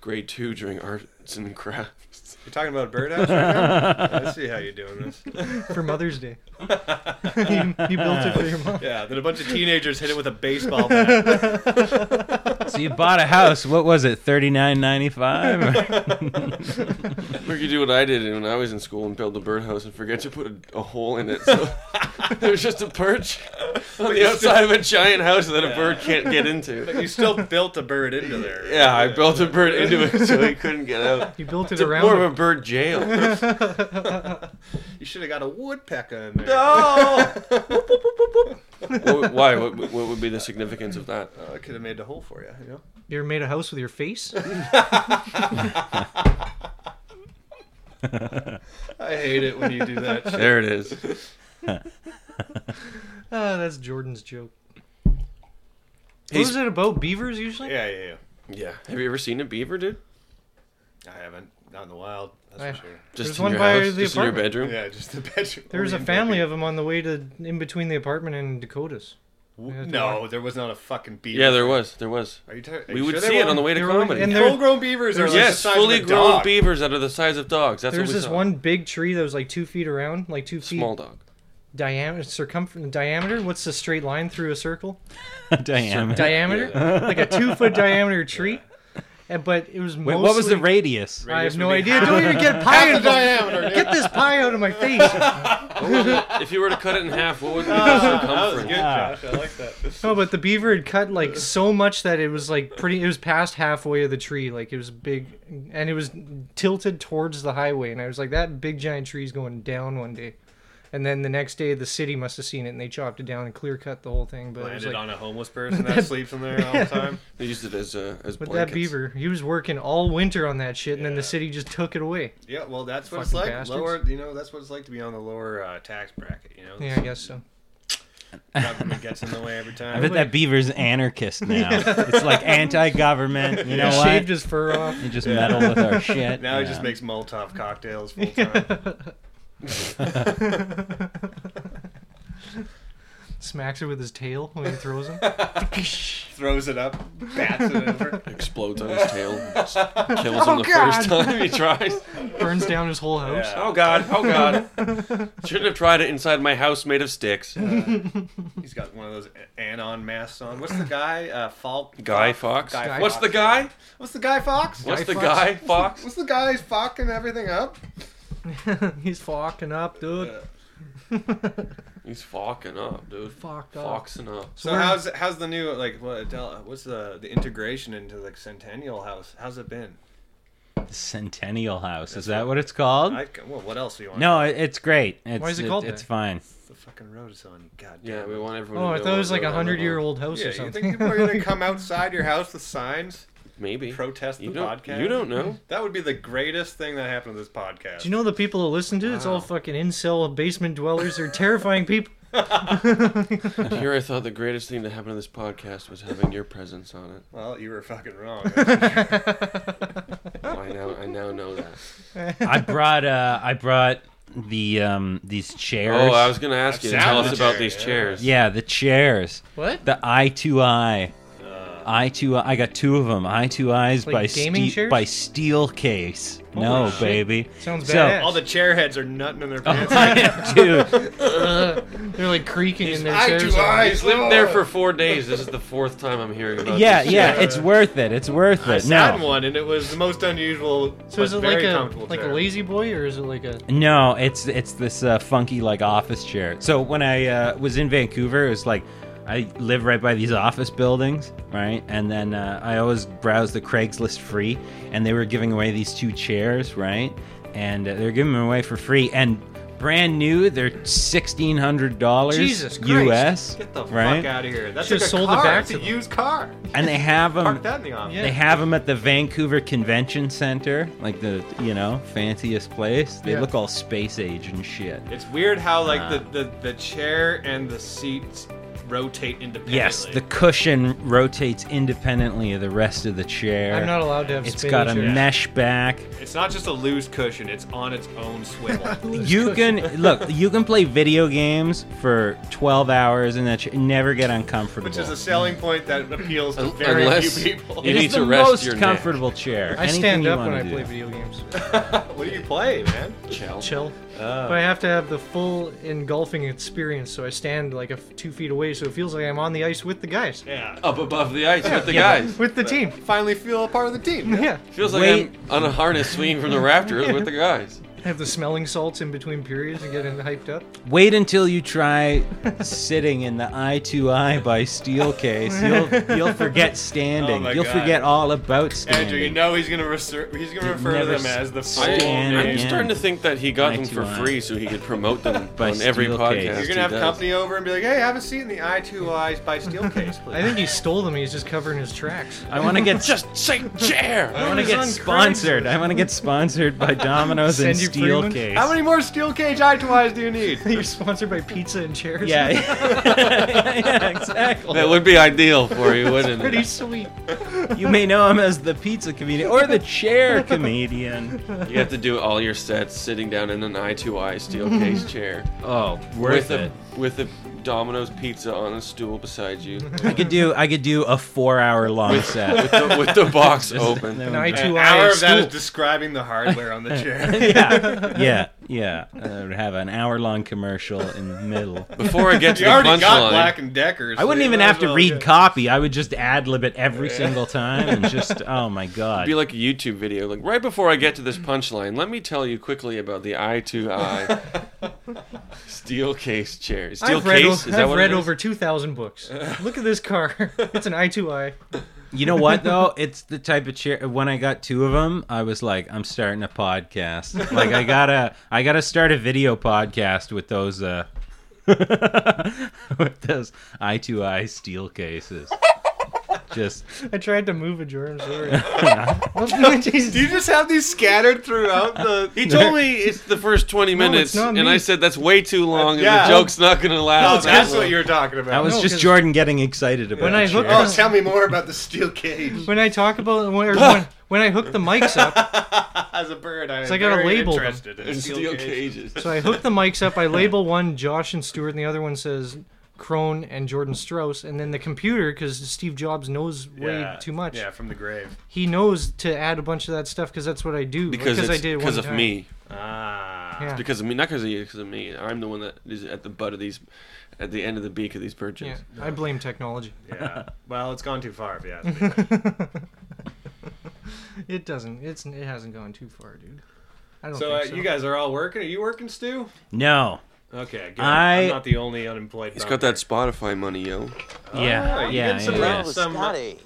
Speaker 5: grade two during arts and crafts.
Speaker 7: You're talking about a birdhouse right now? I see how you're doing this.
Speaker 6: For Mother's Day. you, you built it for your mom.
Speaker 7: Yeah, then a bunch of teenagers hit it with a baseball bat.
Speaker 8: so you bought a house. What was it? Thirty nine ninety five.
Speaker 5: We could do what I did when I was in school and build a birdhouse and forget to put a, a hole in it. So there's just a perch on the outside of a giant house that a bird can't get into.
Speaker 7: You still built a bird into there.
Speaker 5: Yeah, I built a bird into it so he couldn't get out.
Speaker 6: You built it
Speaker 5: It's a- more of
Speaker 6: around.
Speaker 5: a bird jail.
Speaker 7: You should have got a woodpecker in there.
Speaker 5: Wh- Why? What, what would be the significance of that?
Speaker 7: I could have made the hole for you, you know?
Speaker 6: You ever made a house with your face?
Speaker 7: I hate it when you do that shit.
Speaker 5: There it is.
Speaker 6: Ah, that's Jordan's joke. What
Speaker 5: He's-
Speaker 6: was it about? Beavers usually?
Speaker 7: Yeah, yeah, yeah.
Speaker 5: Yeah. Have you ever seen a beaver, dude?
Speaker 7: I havenn't. Not in the wild, that's
Speaker 6: I-
Speaker 7: for sure.
Speaker 5: Just
Speaker 6: There's
Speaker 5: in
Speaker 6: one
Speaker 5: your
Speaker 6: by
Speaker 5: house,
Speaker 6: the
Speaker 5: just in your
Speaker 6: apartment.
Speaker 5: bedroom.
Speaker 7: Yeah, just the bedroom.
Speaker 6: There was a family of them on the way to in between the apartment and Dakotas.
Speaker 7: W- No, there was not a fucking beaver.
Speaker 5: Yeah, there was. There was.
Speaker 7: Are you tar- are
Speaker 5: We
Speaker 7: you
Speaker 5: would
Speaker 7: sure there
Speaker 5: see it on
Speaker 7: weren't?
Speaker 5: the way to
Speaker 6: There were-
Speaker 5: comedy.
Speaker 6: and there-
Speaker 7: Full grown beavers are like
Speaker 5: yes,
Speaker 7: the size
Speaker 5: fully
Speaker 7: of a
Speaker 5: grown
Speaker 7: dog.
Speaker 5: beavers that are the size of dogs. That's
Speaker 6: There's
Speaker 5: what we
Speaker 6: this
Speaker 5: saw.
Speaker 6: one big tree that was like two feet around, like two feet
Speaker 5: small dog.
Speaker 6: diameter, circumference, diameter. What's the straight line through a circle?
Speaker 8: Diameter.
Speaker 6: Diameter, like a two foot diameter tree. And, but it was
Speaker 8: Wait,
Speaker 6: mostly.
Speaker 8: what was the radius?
Speaker 6: I have
Speaker 7: Radius
Speaker 6: no
Speaker 7: would be
Speaker 6: idea. Don't even get pie
Speaker 7: the
Speaker 6: out of
Speaker 7: diameter,
Speaker 6: Get this pie out of my face.
Speaker 5: if you were to cut it in half, what would be the
Speaker 7: That was good,
Speaker 5: circumference?
Speaker 7: Josh. I like that.
Speaker 6: No, but the beaver had cut
Speaker 7: Uh.
Speaker 6: like so much that it was like pretty. It was past halfway of the tree. Like it was big, and it was tilted towards the highway. And I was like, that big giant tree's going down one day. And then the next day, the city must have seen it, and they chopped it down and clear cut the whole thing. But it was
Speaker 7: Landed
Speaker 6: like,
Speaker 7: on a homeless person that sleeps in there all the time.
Speaker 5: They used it as uh, as
Speaker 6: but
Speaker 5: blankets.
Speaker 6: that beaver, he was working all winter on that shit, and then the city just took it away.
Speaker 7: Yeah, well, that's what it's
Speaker 6: Fucking
Speaker 7: like.
Speaker 6: bastards.
Speaker 7: Lower, you know, that's what it's like to be on the lower uh, tax bracket. You know,
Speaker 6: Yeah, I guess so.
Speaker 7: government gets in the way every
Speaker 8: I
Speaker 7: time.
Speaker 8: bet that beaver's anarchist now. It's like anti-government. You know
Speaker 6: he
Speaker 8: what?
Speaker 6: shaved his fur off.
Speaker 8: You just meddle with our shit.
Speaker 7: now he
Speaker 8: Yeah.
Speaker 7: just makes Molotov cocktails full time.
Speaker 6: Smacks her with his tail when he throws him.
Speaker 7: throws it up, bats it over.
Speaker 5: explodes on his tail, and just kills him the first time he tries.
Speaker 6: Burns down his whole house.
Speaker 7: Yeah.
Speaker 5: Oh god! Oh god! Shouldn't have tried it inside my house made of sticks.
Speaker 7: He's got one of those a- anon masks on. What's the guy? Uh, Falk.
Speaker 5: Guy Fox.
Speaker 7: Guy
Speaker 5: What's
Speaker 7: Fox.
Speaker 5: the guy?
Speaker 7: What's the guy Fox?
Speaker 5: What's the
Speaker 6: Fox?
Speaker 5: guy Fox?
Speaker 7: What's the guy who's fucking everything up?
Speaker 6: He's fucking up, dude.
Speaker 5: He's fucking up, dude.
Speaker 6: Fucked up.
Speaker 5: Foxing up.
Speaker 7: So how's how's the new like what Adele, what's the the integration into like Centennial House? How's it been?
Speaker 8: Centennial House. Is that what it's called?
Speaker 7: I well, what else do you want?
Speaker 8: No, it- it's great. It's,
Speaker 6: is it called
Speaker 8: It's
Speaker 6: that?
Speaker 8: fine.
Speaker 7: the fucking road is on you. God damn.
Speaker 5: Yeah, we want everyone.
Speaker 6: Oh,
Speaker 5: to
Speaker 6: I
Speaker 5: know
Speaker 6: thought it was
Speaker 5: what
Speaker 6: like a
Speaker 5: we're
Speaker 6: hundred year
Speaker 5: about.
Speaker 6: old house
Speaker 7: Yeah,
Speaker 6: or
Speaker 7: you
Speaker 6: something.
Speaker 7: think people are gonna come outside your house with signs?
Speaker 5: Maybe
Speaker 7: Protest the
Speaker 5: you don't,
Speaker 7: podcast.
Speaker 5: You don't know.
Speaker 7: That would be the greatest thing that happened to this podcast.
Speaker 6: Do you know the people that listen to it? It's all fucking incel basement dwellers. They're terrifying people.
Speaker 5: Here, I thought the greatest thing to happen to this podcast was having your presence on it.
Speaker 7: Well, you were fucking wrong.
Speaker 5: I now, I now know that.
Speaker 8: I brought. Uh, I brought the um these chairs.
Speaker 5: Oh, I was gonna ask you to tell us
Speaker 7: Sound
Speaker 5: about
Speaker 7: chair,
Speaker 5: these
Speaker 7: yeah.
Speaker 5: chairs.
Speaker 8: Yeah, the chairs.
Speaker 6: What?
Speaker 8: The eye to eye.
Speaker 5: Uh,
Speaker 8: Eye to eye. I got two of them. Eye to eyes
Speaker 6: Like
Speaker 8: by
Speaker 6: gaming
Speaker 8: Ste-
Speaker 6: chairs?
Speaker 8: by Steel Case. no,
Speaker 6: shit.
Speaker 8: baby.
Speaker 6: Sounds
Speaker 8: So-
Speaker 6: badass.
Speaker 7: All the chair heads are nutting in their
Speaker 6: Oh.
Speaker 7: pants.
Speaker 8: Dude,
Speaker 6: They're like creaking in their
Speaker 7: I
Speaker 6: chairs.
Speaker 7: do eyes.
Speaker 5: Lived there for four days. This is the fourth time I'm hearing about.
Speaker 8: yeah,
Speaker 5: this
Speaker 8: yeah,
Speaker 5: chair.
Speaker 8: it's worth it. It's worth it.
Speaker 7: Sad
Speaker 8: No,
Speaker 7: one, and it was the most unusual.
Speaker 6: So is
Speaker 7: but
Speaker 6: it
Speaker 7: very
Speaker 6: like a
Speaker 7: comfortable
Speaker 6: like a
Speaker 7: chair.
Speaker 6: lazy boy or is it like a?
Speaker 8: no, it's it's this uh, funky like office chair. So when I uh, was in Vancouver, it was like I live right by these office buildings, right? And then uh, I always browse the Craigslist free, and they were giving away these two chairs, right? And uh, they're giving them away for free, and brand new, they're sixteen hundred dollars
Speaker 6: Jesus Christ.
Speaker 8: U.S.
Speaker 7: Get the
Speaker 8: right?
Speaker 7: fuck out of here. That's
Speaker 6: Should've
Speaker 7: like a
Speaker 6: sold it
Speaker 7: car.
Speaker 6: back
Speaker 7: It's
Speaker 6: to
Speaker 7: a
Speaker 6: them.
Speaker 7: used car.
Speaker 8: And they have them.
Speaker 7: Park that in the office.
Speaker 8: They have them at the Vancouver Convention Center, like the you know fanciest place. They
Speaker 6: Yeah.
Speaker 8: look all space age and shit.
Speaker 7: It's weird how like the, the the chair and the seats rotate independently.
Speaker 8: Yes, the cushion rotates independently of the rest of the chair.
Speaker 6: I'm not allowed to have.
Speaker 8: It's
Speaker 6: spinny
Speaker 8: got a
Speaker 6: chairs.
Speaker 8: mesh back.
Speaker 7: it's not just a loose cushion; it's on its own swivel.
Speaker 8: You can look. You can play video games for 12 hours and that ch- never get uncomfortable.
Speaker 7: which is a selling point that appeals to
Speaker 5: Un-
Speaker 7: very
Speaker 5: unless
Speaker 7: few people.
Speaker 5: you
Speaker 8: It is
Speaker 5: need
Speaker 8: the
Speaker 5: to rest
Speaker 8: most
Speaker 5: your neck.
Speaker 8: comfortable chair.
Speaker 6: I
Speaker 8: Anything
Speaker 6: stand
Speaker 8: you
Speaker 6: up when
Speaker 8: wanna
Speaker 6: I
Speaker 8: do.
Speaker 6: play video games.
Speaker 7: what do you play, man?
Speaker 5: Chill.
Speaker 6: Chill.
Speaker 7: Uh.
Speaker 6: but I have to have the full engulfing experience, so I stand like a f- two feet away, so it feels like I'm on the ice with the guys,
Speaker 7: Yeah,
Speaker 5: Up above the ice with the guys.
Speaker 6: with the team.
Speaker 7: finally feel a part of the team.
Speaker 6: Yeah.
Speaker 5: Feels like
Speaker 8: Wait.
Speaker 5: I'm on a harness swinging from the rafters with the guys.
Speaker 6: Have the smelling salts in between periods and get hyped up.
Speaker 8: Wait until you try sitting in the eye to eye by Steelcase. You'll you'll forget
Speaker 7: Oh
Speaker 8: standing.
Speaker 7: my
Speaker 8: you'll
Speaker 7: God.
Speaker 8: forget all about standing.
Speaker 7: Andrew, you know he's gonna reser- he's gonna
Speaker 8: You've
Speaker 7: refer to
Speaker 8: never
Speaker 7: them as the
Speaker 8: s-
Speaker 7: full
Speaker 5: I,
Speaker 8: Stand
Speaker 5: I'm
Speaker 7: name.
Speaker 8: again.
Speaker 5: starting to think that he got them
Speaker 8: Night
Speaker 5: for
Speaker 8: to eye.
Speaker 5: free so he could promote them
Speaker 8: By
Speaker 5: on every
Speaker 8: Steel Case.
Speaker 5: podcast.
Speaker 7: You're
Speaker 5: he
Speaker 7: gonna have
Speaker 5: does.
Speaker 7: company over and be like, "Hey, have a seat in the I Two Eyes by Steelcase, please."
Speaker 6: I think he stole them. He's just covering his tracks.
Speaker 8: I want to get
Speaker 5: Just say chair.
Speaker 8: I want to
Speaker 6: It
Speaker 8: get
Speaker 6: was on
Speaker 8: sponsored. I want to get sponsored by Domino's and
Speaker 6: Send you free
Speaker 8: Steel
Speaker 6: ones?
Speaker 8: Case.
Speaker 7: How many more steel cage eye to eyes do you need?
Speaker 6: You're sponsored by pizza and chairs.
Speaker 8: Yeah, yeah, yeah, exactly.
Speaker 5: That would be ideal for you, wouldn't
Speaker 6: Pretty
Speaker 5: it?
Speaker 6: sweet.
Speaker 8: You may know him as the pizza comedian or the chair comedian.
Speaker 5: You have to do all your sets sitting down in an I2I steel case chair
Speaker 8: Oh, worth
Speaker 5: with
Speaker 8: it.
Speaker 5: a with a Domino's pizza on a stool beside you
Speaker 8: I could do I could do a four hour long set.
Speaker 5: with the, with the box open.
Speaker 8: That
Speaker 6: An
Speaker 8: would
Speaker 6: I
Speaker 8: be-
Speaker 6: too
Speaker 7: An hour
Speaker 6: I
Speaker 7: of that is
Speaker 6: school.
Speaker 7: describing the hardware on the chair.
Speaker 8: yeah, yeah, yeah. I would have an hour long commercial in the middle.
Speaker 5: Before I get to
Speaker 7: You
Speaker 5: the
Speaker 7: already got
Speaker 5: punchline,
Speaker 7: Black and Decker.
Speaker 8: I wouldn't even have to read copy. I would just ad lib it every single time and just oh my god.
Speaker 5: be like a YouTube video. Like right before I get to this punchline, let me tell you quickly about the eye to eye steel case chair. Steel
Speaker 6: I've read,
Speaker 5: case?
Speaker 6: o-
Speaker 5: is that
Speaker 6: I've
Speaker 5: what
Speaker 6: read
Speaker 5: it is?
Speaker 6: over 2,000 books. Look at this car. It's an I2I.
Speaker 8: You know what though? It's the type of chair. When I got two of them, I was like, I'm starting a podcast. Like I gotta, I gotta start a video podcast with those, uh, with those eye to eye steel cases. Just
Speaker 6: I tried to move a Jordan. Sorry. Well, Jesus.
Speaker 7: Do you just have these scattered throughout the?
Speaker 5: He told me it's the first 20 minutes,
Speaker 6: not
Speaker 5: and
Speaker 6: me.
Speaker 5: I said that's way too long,
Speaker 7: Yeah.
Speaker 5: and the joke's not going to
Speaker 7: Oh,
Speaker 5: last.
Speaker 7: that's what you were talking
Speaker 8: that
Speaker 7: about.
Speaker 8: was
Speaker 6: No,
Speaker 8: just
Speaker 6: 'cause-
Speaker 8: Jordan getting excited about.
Speaker 6: When
Speaker 8: the
Speaker 6: I hooked
Speaker 8: chair.
Speaker 7: Oh, tell me more about the steel cage.
Speaker 6: when I talk about when, or when, when I hook the mics up,
Speaker 7: As a bird, I am
Speaker 6: I gotta
Speaker 7: very
Speaker 6: label them.
Speaker 7: interested in
Speaker 5: And
Speaker 7: steel,
Speaker 5: steel
Speaker 7: cage.
Speaker 5: cages.
Speaker 6: so I hook the mics up. I label one Josh and Stewart, and the other one says Crone and Jordan Strauss. And then the computer, because Steve Jobs knows way
Speaker 7: Yeah,
Speaker 6: too much,
Speaker 7: Yeah, from the grave.
Speaker 6: he knows to add a bunch of that stuff because that's what I do.
Speaker 5: because
Speaker 6: I
Speaker 5: it's-
Speaker 6: did it
Speaker 5: because
Speaker 6: one
Speaker 5: of
Speaker 6: time.
Speaker 5: me.
Speaker 7: Ah.
Speaker 6: Yeah.
Speaker 5: Because of me, not because of you, because of me. I'm the one that is at the butt of these, at the end of the beak of these perches.
Speaker 6: Yeah, I blame technology.
Speaker 7: Yeah. Well, it's gone too far. Yeah.
Speaker 6: It doesn't. It's it hasn't gone too far, dude. I don't
Speaker 7: so, uh,
Speaker 6: think so.
Speaker 7: you guys are all working. Are you working, Stu?
Speaker 8: no,
Speaker 7: Okay. Good.
Speaker 8: I-
Speaker 7: am not the only unemployed.
Speaker 5: He's got that Spotify money, yo.
Speaker 6: Oh,
Speaker 8: yeah, yeah,
Speaker 7: some
Speaker 8: yeah.
Speaker 7: rock.
Speaker 9: Well,
Speaker 7: some-
Speaker 5: uh,
Speaker 9: Scotty,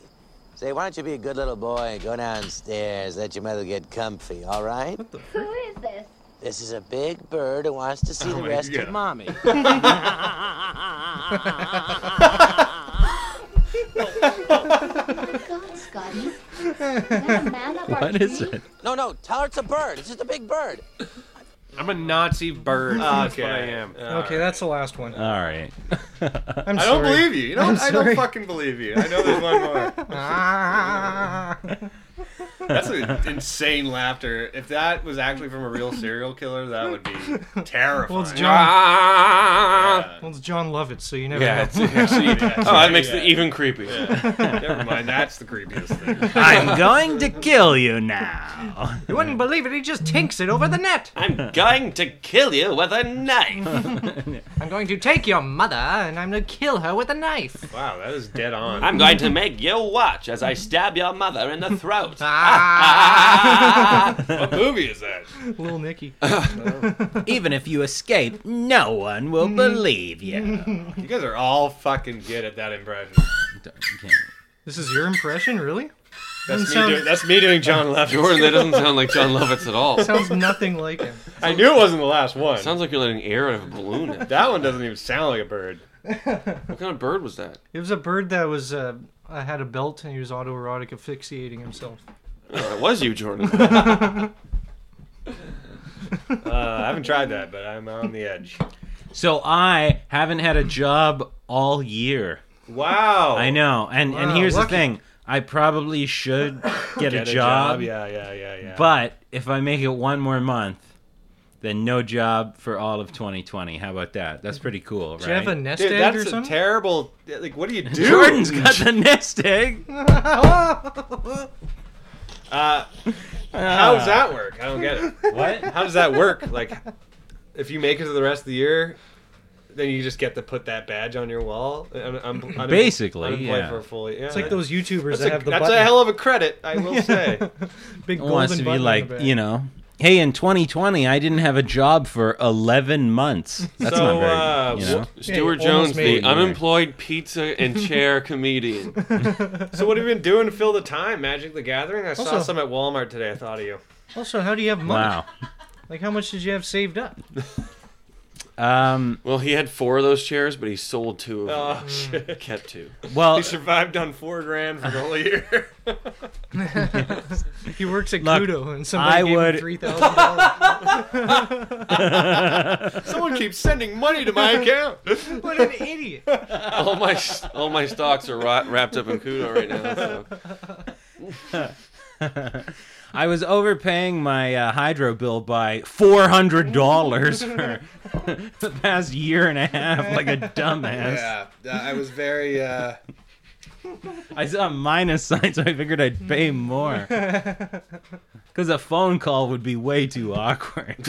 Speaker 9: say, why don't you be a good little boy and go downstairs, let your mother get comfy, all right?
Speaker 4: Who is this?
Speaker 9: This is a big bird who wants to
Speaker 5: Oh
Speaker 9: see the
Speaker 7: my
Speaker 9: rest
Speaker 7: God.
Speaker 9: of mommy.
Speaker 4: God, Scotty. Is that a man up
Speaker 8: What is it?
Speaker 9: no, no, tell her it's a bird. It's just a big bird.
Speaker 5: I'm a Nazi bird.
Speaker 7: Ah, okay. Uh, I am.
Speaker 6: okay, that's the last one.
Speaker 8: All right.
Speaker 6: I'm
Speaker 7: I
Speaker 6: sorry.
Speaker 7: don't believe you. You know, what? I don't
Speaker 6: sorry.
Speaker 7: fucking believe you. I know there's one more.
Speaker 6: Ah.
Speaker 7: That's an insane laughter. If that was actually from a real serial killer, that would be terrifying.
Speaker 6: Well, it's John.
Speaker 7: Yeah.
Speaker 6: Well, it's John Lovett, so you never
Speaker 5: Yeah,
Speaker 6: know.
Speaker 5: it's actually. oh, that makes
Speaker 7: Yeah.
Speaker 5: it even creepy.
Speaker 7: Never mind. That's the creepiest thing.
Speaker 8: I'm going to kill you now.
Speaker 6: You wouldn't believe it. He just tinks it over the net.
Speaker 5: I'm going to kill you with a knife.
Speaker 6: I'm going to take your mother and I'm going to kill her with a knife.
Speaker 7: Wow, that is dead on.
Speaker 5: I'm going to make you watch as I stab your mother in the throat.
Speaker 7: what movie is that?
Speaker 6: Ah. Little Nicky.
Speaker 8: Even if you escape, no one
Speaker 6: Mm.
Speaker 8: will believe you.
Speaker 7: You guys are all fucking good at that impression.
Speaker 6: This is your impression, really?
Speaker 7: That's me,
Speaker 6: sound-
Speaker 7: doing, that's me doing John Left.
Speaker 5: Jordan, that doesn't sound like John Lovitz at all.
Speaker 6: Sounds nothing like him.
Speaker 7: I knew it wasn't the last one.
Speaker 5: Sounds like you're letting air out of a balloon. What
Speaker 7: that one doesn't even sound like a bird.
Speaker 5: kind of bird was that?
Speaker 6: It was a bird that was uh, uh, had a belt and he was autoerotic asphyxiating himself.
Speaker 5: Uh, it was you, Jordan.
Speaker 7: Uh, I haven't tried that, but I'm on the edge.
Speaker 8: So I haven't had a job all year.
Speaker 7: Wow.
Speaker 8: I know. And and
Speaker 6: Wow,
Speaker 8: here's
Speaker 6: lucky.
Speaker 8: the thing. I probably should get, a,
Speaker 7: Get
Speaker 8: job,
Speaker 7: Yeah, yeah, yeah, yeah.
Speaker 8: but if I make it one more month, then no job for all of 2020. How about that? That's pretty cool, right?
Speaker 6: Do you have a nest
Speaker 7: Dude,
Speaker 6: egg or
Speaker 7: that's a
Speaker 6: something?
Speaker 7: terrible. Like, what do you do?
Speaker 8: Jordan's got the nest egg.
Speaker 7: How does that work? I don't get it.
Speaker 8: What?
Speaker 7: How does that work? Like, if you make it to the rest of the year, then you just get to put that badge on your wall. I'm, I'm, I'm
Speaker 8: Basically,
Speaker 7: unemployed
Speaker 8: yeah.
Speaker 7: for a full year.
Speaker 6: it's like those YouTubers that
Speaker 7: That's, a,
Speaker 6: have the
Speaker 7: that's
Speaker 6: button,
Speaker 7: a hell of a credit, I will say.
Speaker 6: big golden
Speaker 8: wants to be
Speaker 6: button
Speaker 8: like,
Speaker 6: on the back.
Speaker 8: you know, hey, in 2020, I didn't have a job for 11 months. That's not
Speaker 7: So,
Speaker 8: very.
Speaker 7: uh,
Speaker 8: you know?
Speaker 5: Stuart Jones,
Speaker 6: almost made
Speaker 5: the
Speaker 8: it.
Speaker 5: unemployed pizza and chair comedian.
Speaker 7: so what have you been doing to fill the time? Magic the Gathering. I saw
Speaker 6: Also-
Speaker 7: some at Walmart today. I thought of you.
Speaker 6: Also, how do you have money?
Speaker 8: Wow.
Speaker 6: Like, how much did you have saved up?
Speaker 8: Um,
Speaker 5: Well, he had four of those chairs, but he sold two of them.
Speaker 7: Oh shit!
Speaker 5: Kept two.
Speaker 8: well,
Speaker 7: He survived on four grand for the whole year.
Speaker 6: He works at
Speaker 8: Look,
Speaker 6: Kudo, and
Speaker 8: I
Speaker 6: somebody gave
Speaker 8: would-
Speaker 6: him three thousand dollars.
Speaker 7: Someone keeps sending money to my account.
Speaker 6: What an idiot!
Speaker 5: All my all my stocks are ri- wrapped up in Kudo right now. So.
Speaker 8: I was overpaying my uh, hydro bill by four hundred dollars for the past year and a half, like a dumbass.
Speaker 7: Yeah, uh, I was very. Uh,
Speaker 8: I saw a minus sign, so I figured I'd pay more. Because a phone call would be way too awkward.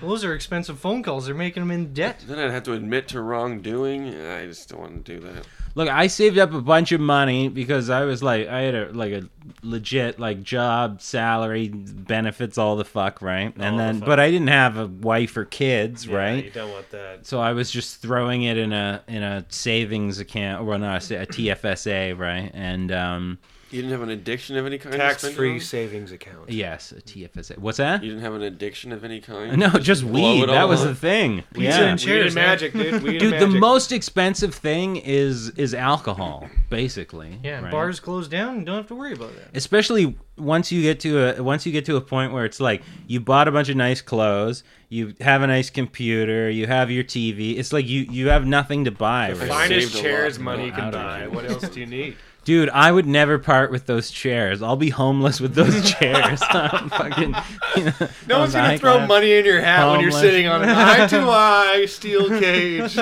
Speaker 6: Those are expensive phone calls. They're making them in debt.
Speaker 5: Then I'd have to admit to wrongdoing. I just don't want to do that.
Speaker 8: Look, I saved up a bunch of money because I was like, I had a like a legit like job, salary, benefits, all the fuck, right? And
Speaker 7: All the
Speaker 8: then,
Speaker 7: fuck.
Speaker 8: but I didn't have a wife or kids,
Speaker 7: yeah,
Speaker 8: right?
Speaker 7: You don't want that.
Speaker 8: so I was just throwing it in a in a savings account, well, not a, sa- a TFSA, right? And um,
Speaker 5: You didn't have an addiction of any kind? to
Speaker 7: Tax
Speaker 5: spend
Speaker 7: free
Speaker 5: it
Speaker 7: savings account.
Speaker 8: yes, a TFSA. What's that?
Speaker 5: on? You didn't have an addiction of any kind?
Speaker 8: No, just
Speaker 5: blow
Speaker 8: weed.
Speaker 5: it
Speaker 8: That
Speaker 5: all
Speaker 8: was
Speaker 5: up.
Speaker 8: the thing.
Speaker 6: Pizza
Speaker 8: yeah.
Speaker 6: and Cheers,
Speaker 7: Weed
Speaker 6: man.
Speaker 7: and magic, dude. Weed
Speaker 8: Dude,
Speaker 7: and
Speaker 8: the
Speaker 7: magic.
Speaker 8: most expensive thing is is alcohol, basically.
Speaker 6: Yeah, and
Speaker 8: right?
Speaker 6: bars close down. You don't have to worry about that.
Speaker 8: Especially once you get to a once you get to a point where it's like you bought a bunch of nice clothes, you have a nice computer, you have your TV. It's like you you have nothing to buy.
Speaker 5: The
Speaker 8: Right?
Speaker 7: finest
Speaker 5: saved a
Speaker 7: chairs
Speaker 5: lot.
Speaker 7: money
Speaker 8: Out
Speaker 7: can
Speaker 8: of
Speaker 7: buy.
Speaker 8: here.
Speaker 7: What else do you need?
Speaker 8: Dude, I would never part with those chairs. I'll be homeless with those chairs. I'm fucking, you know,
Speaker 7: No one's gonna
Speaker 8: I'm
Speaker 7: throw
Speaker 8: not-
Speaker 7: money in your hat when you're
Speaker 8: Homeless.
Speaker 7: sitting on an eye to eye steel cage.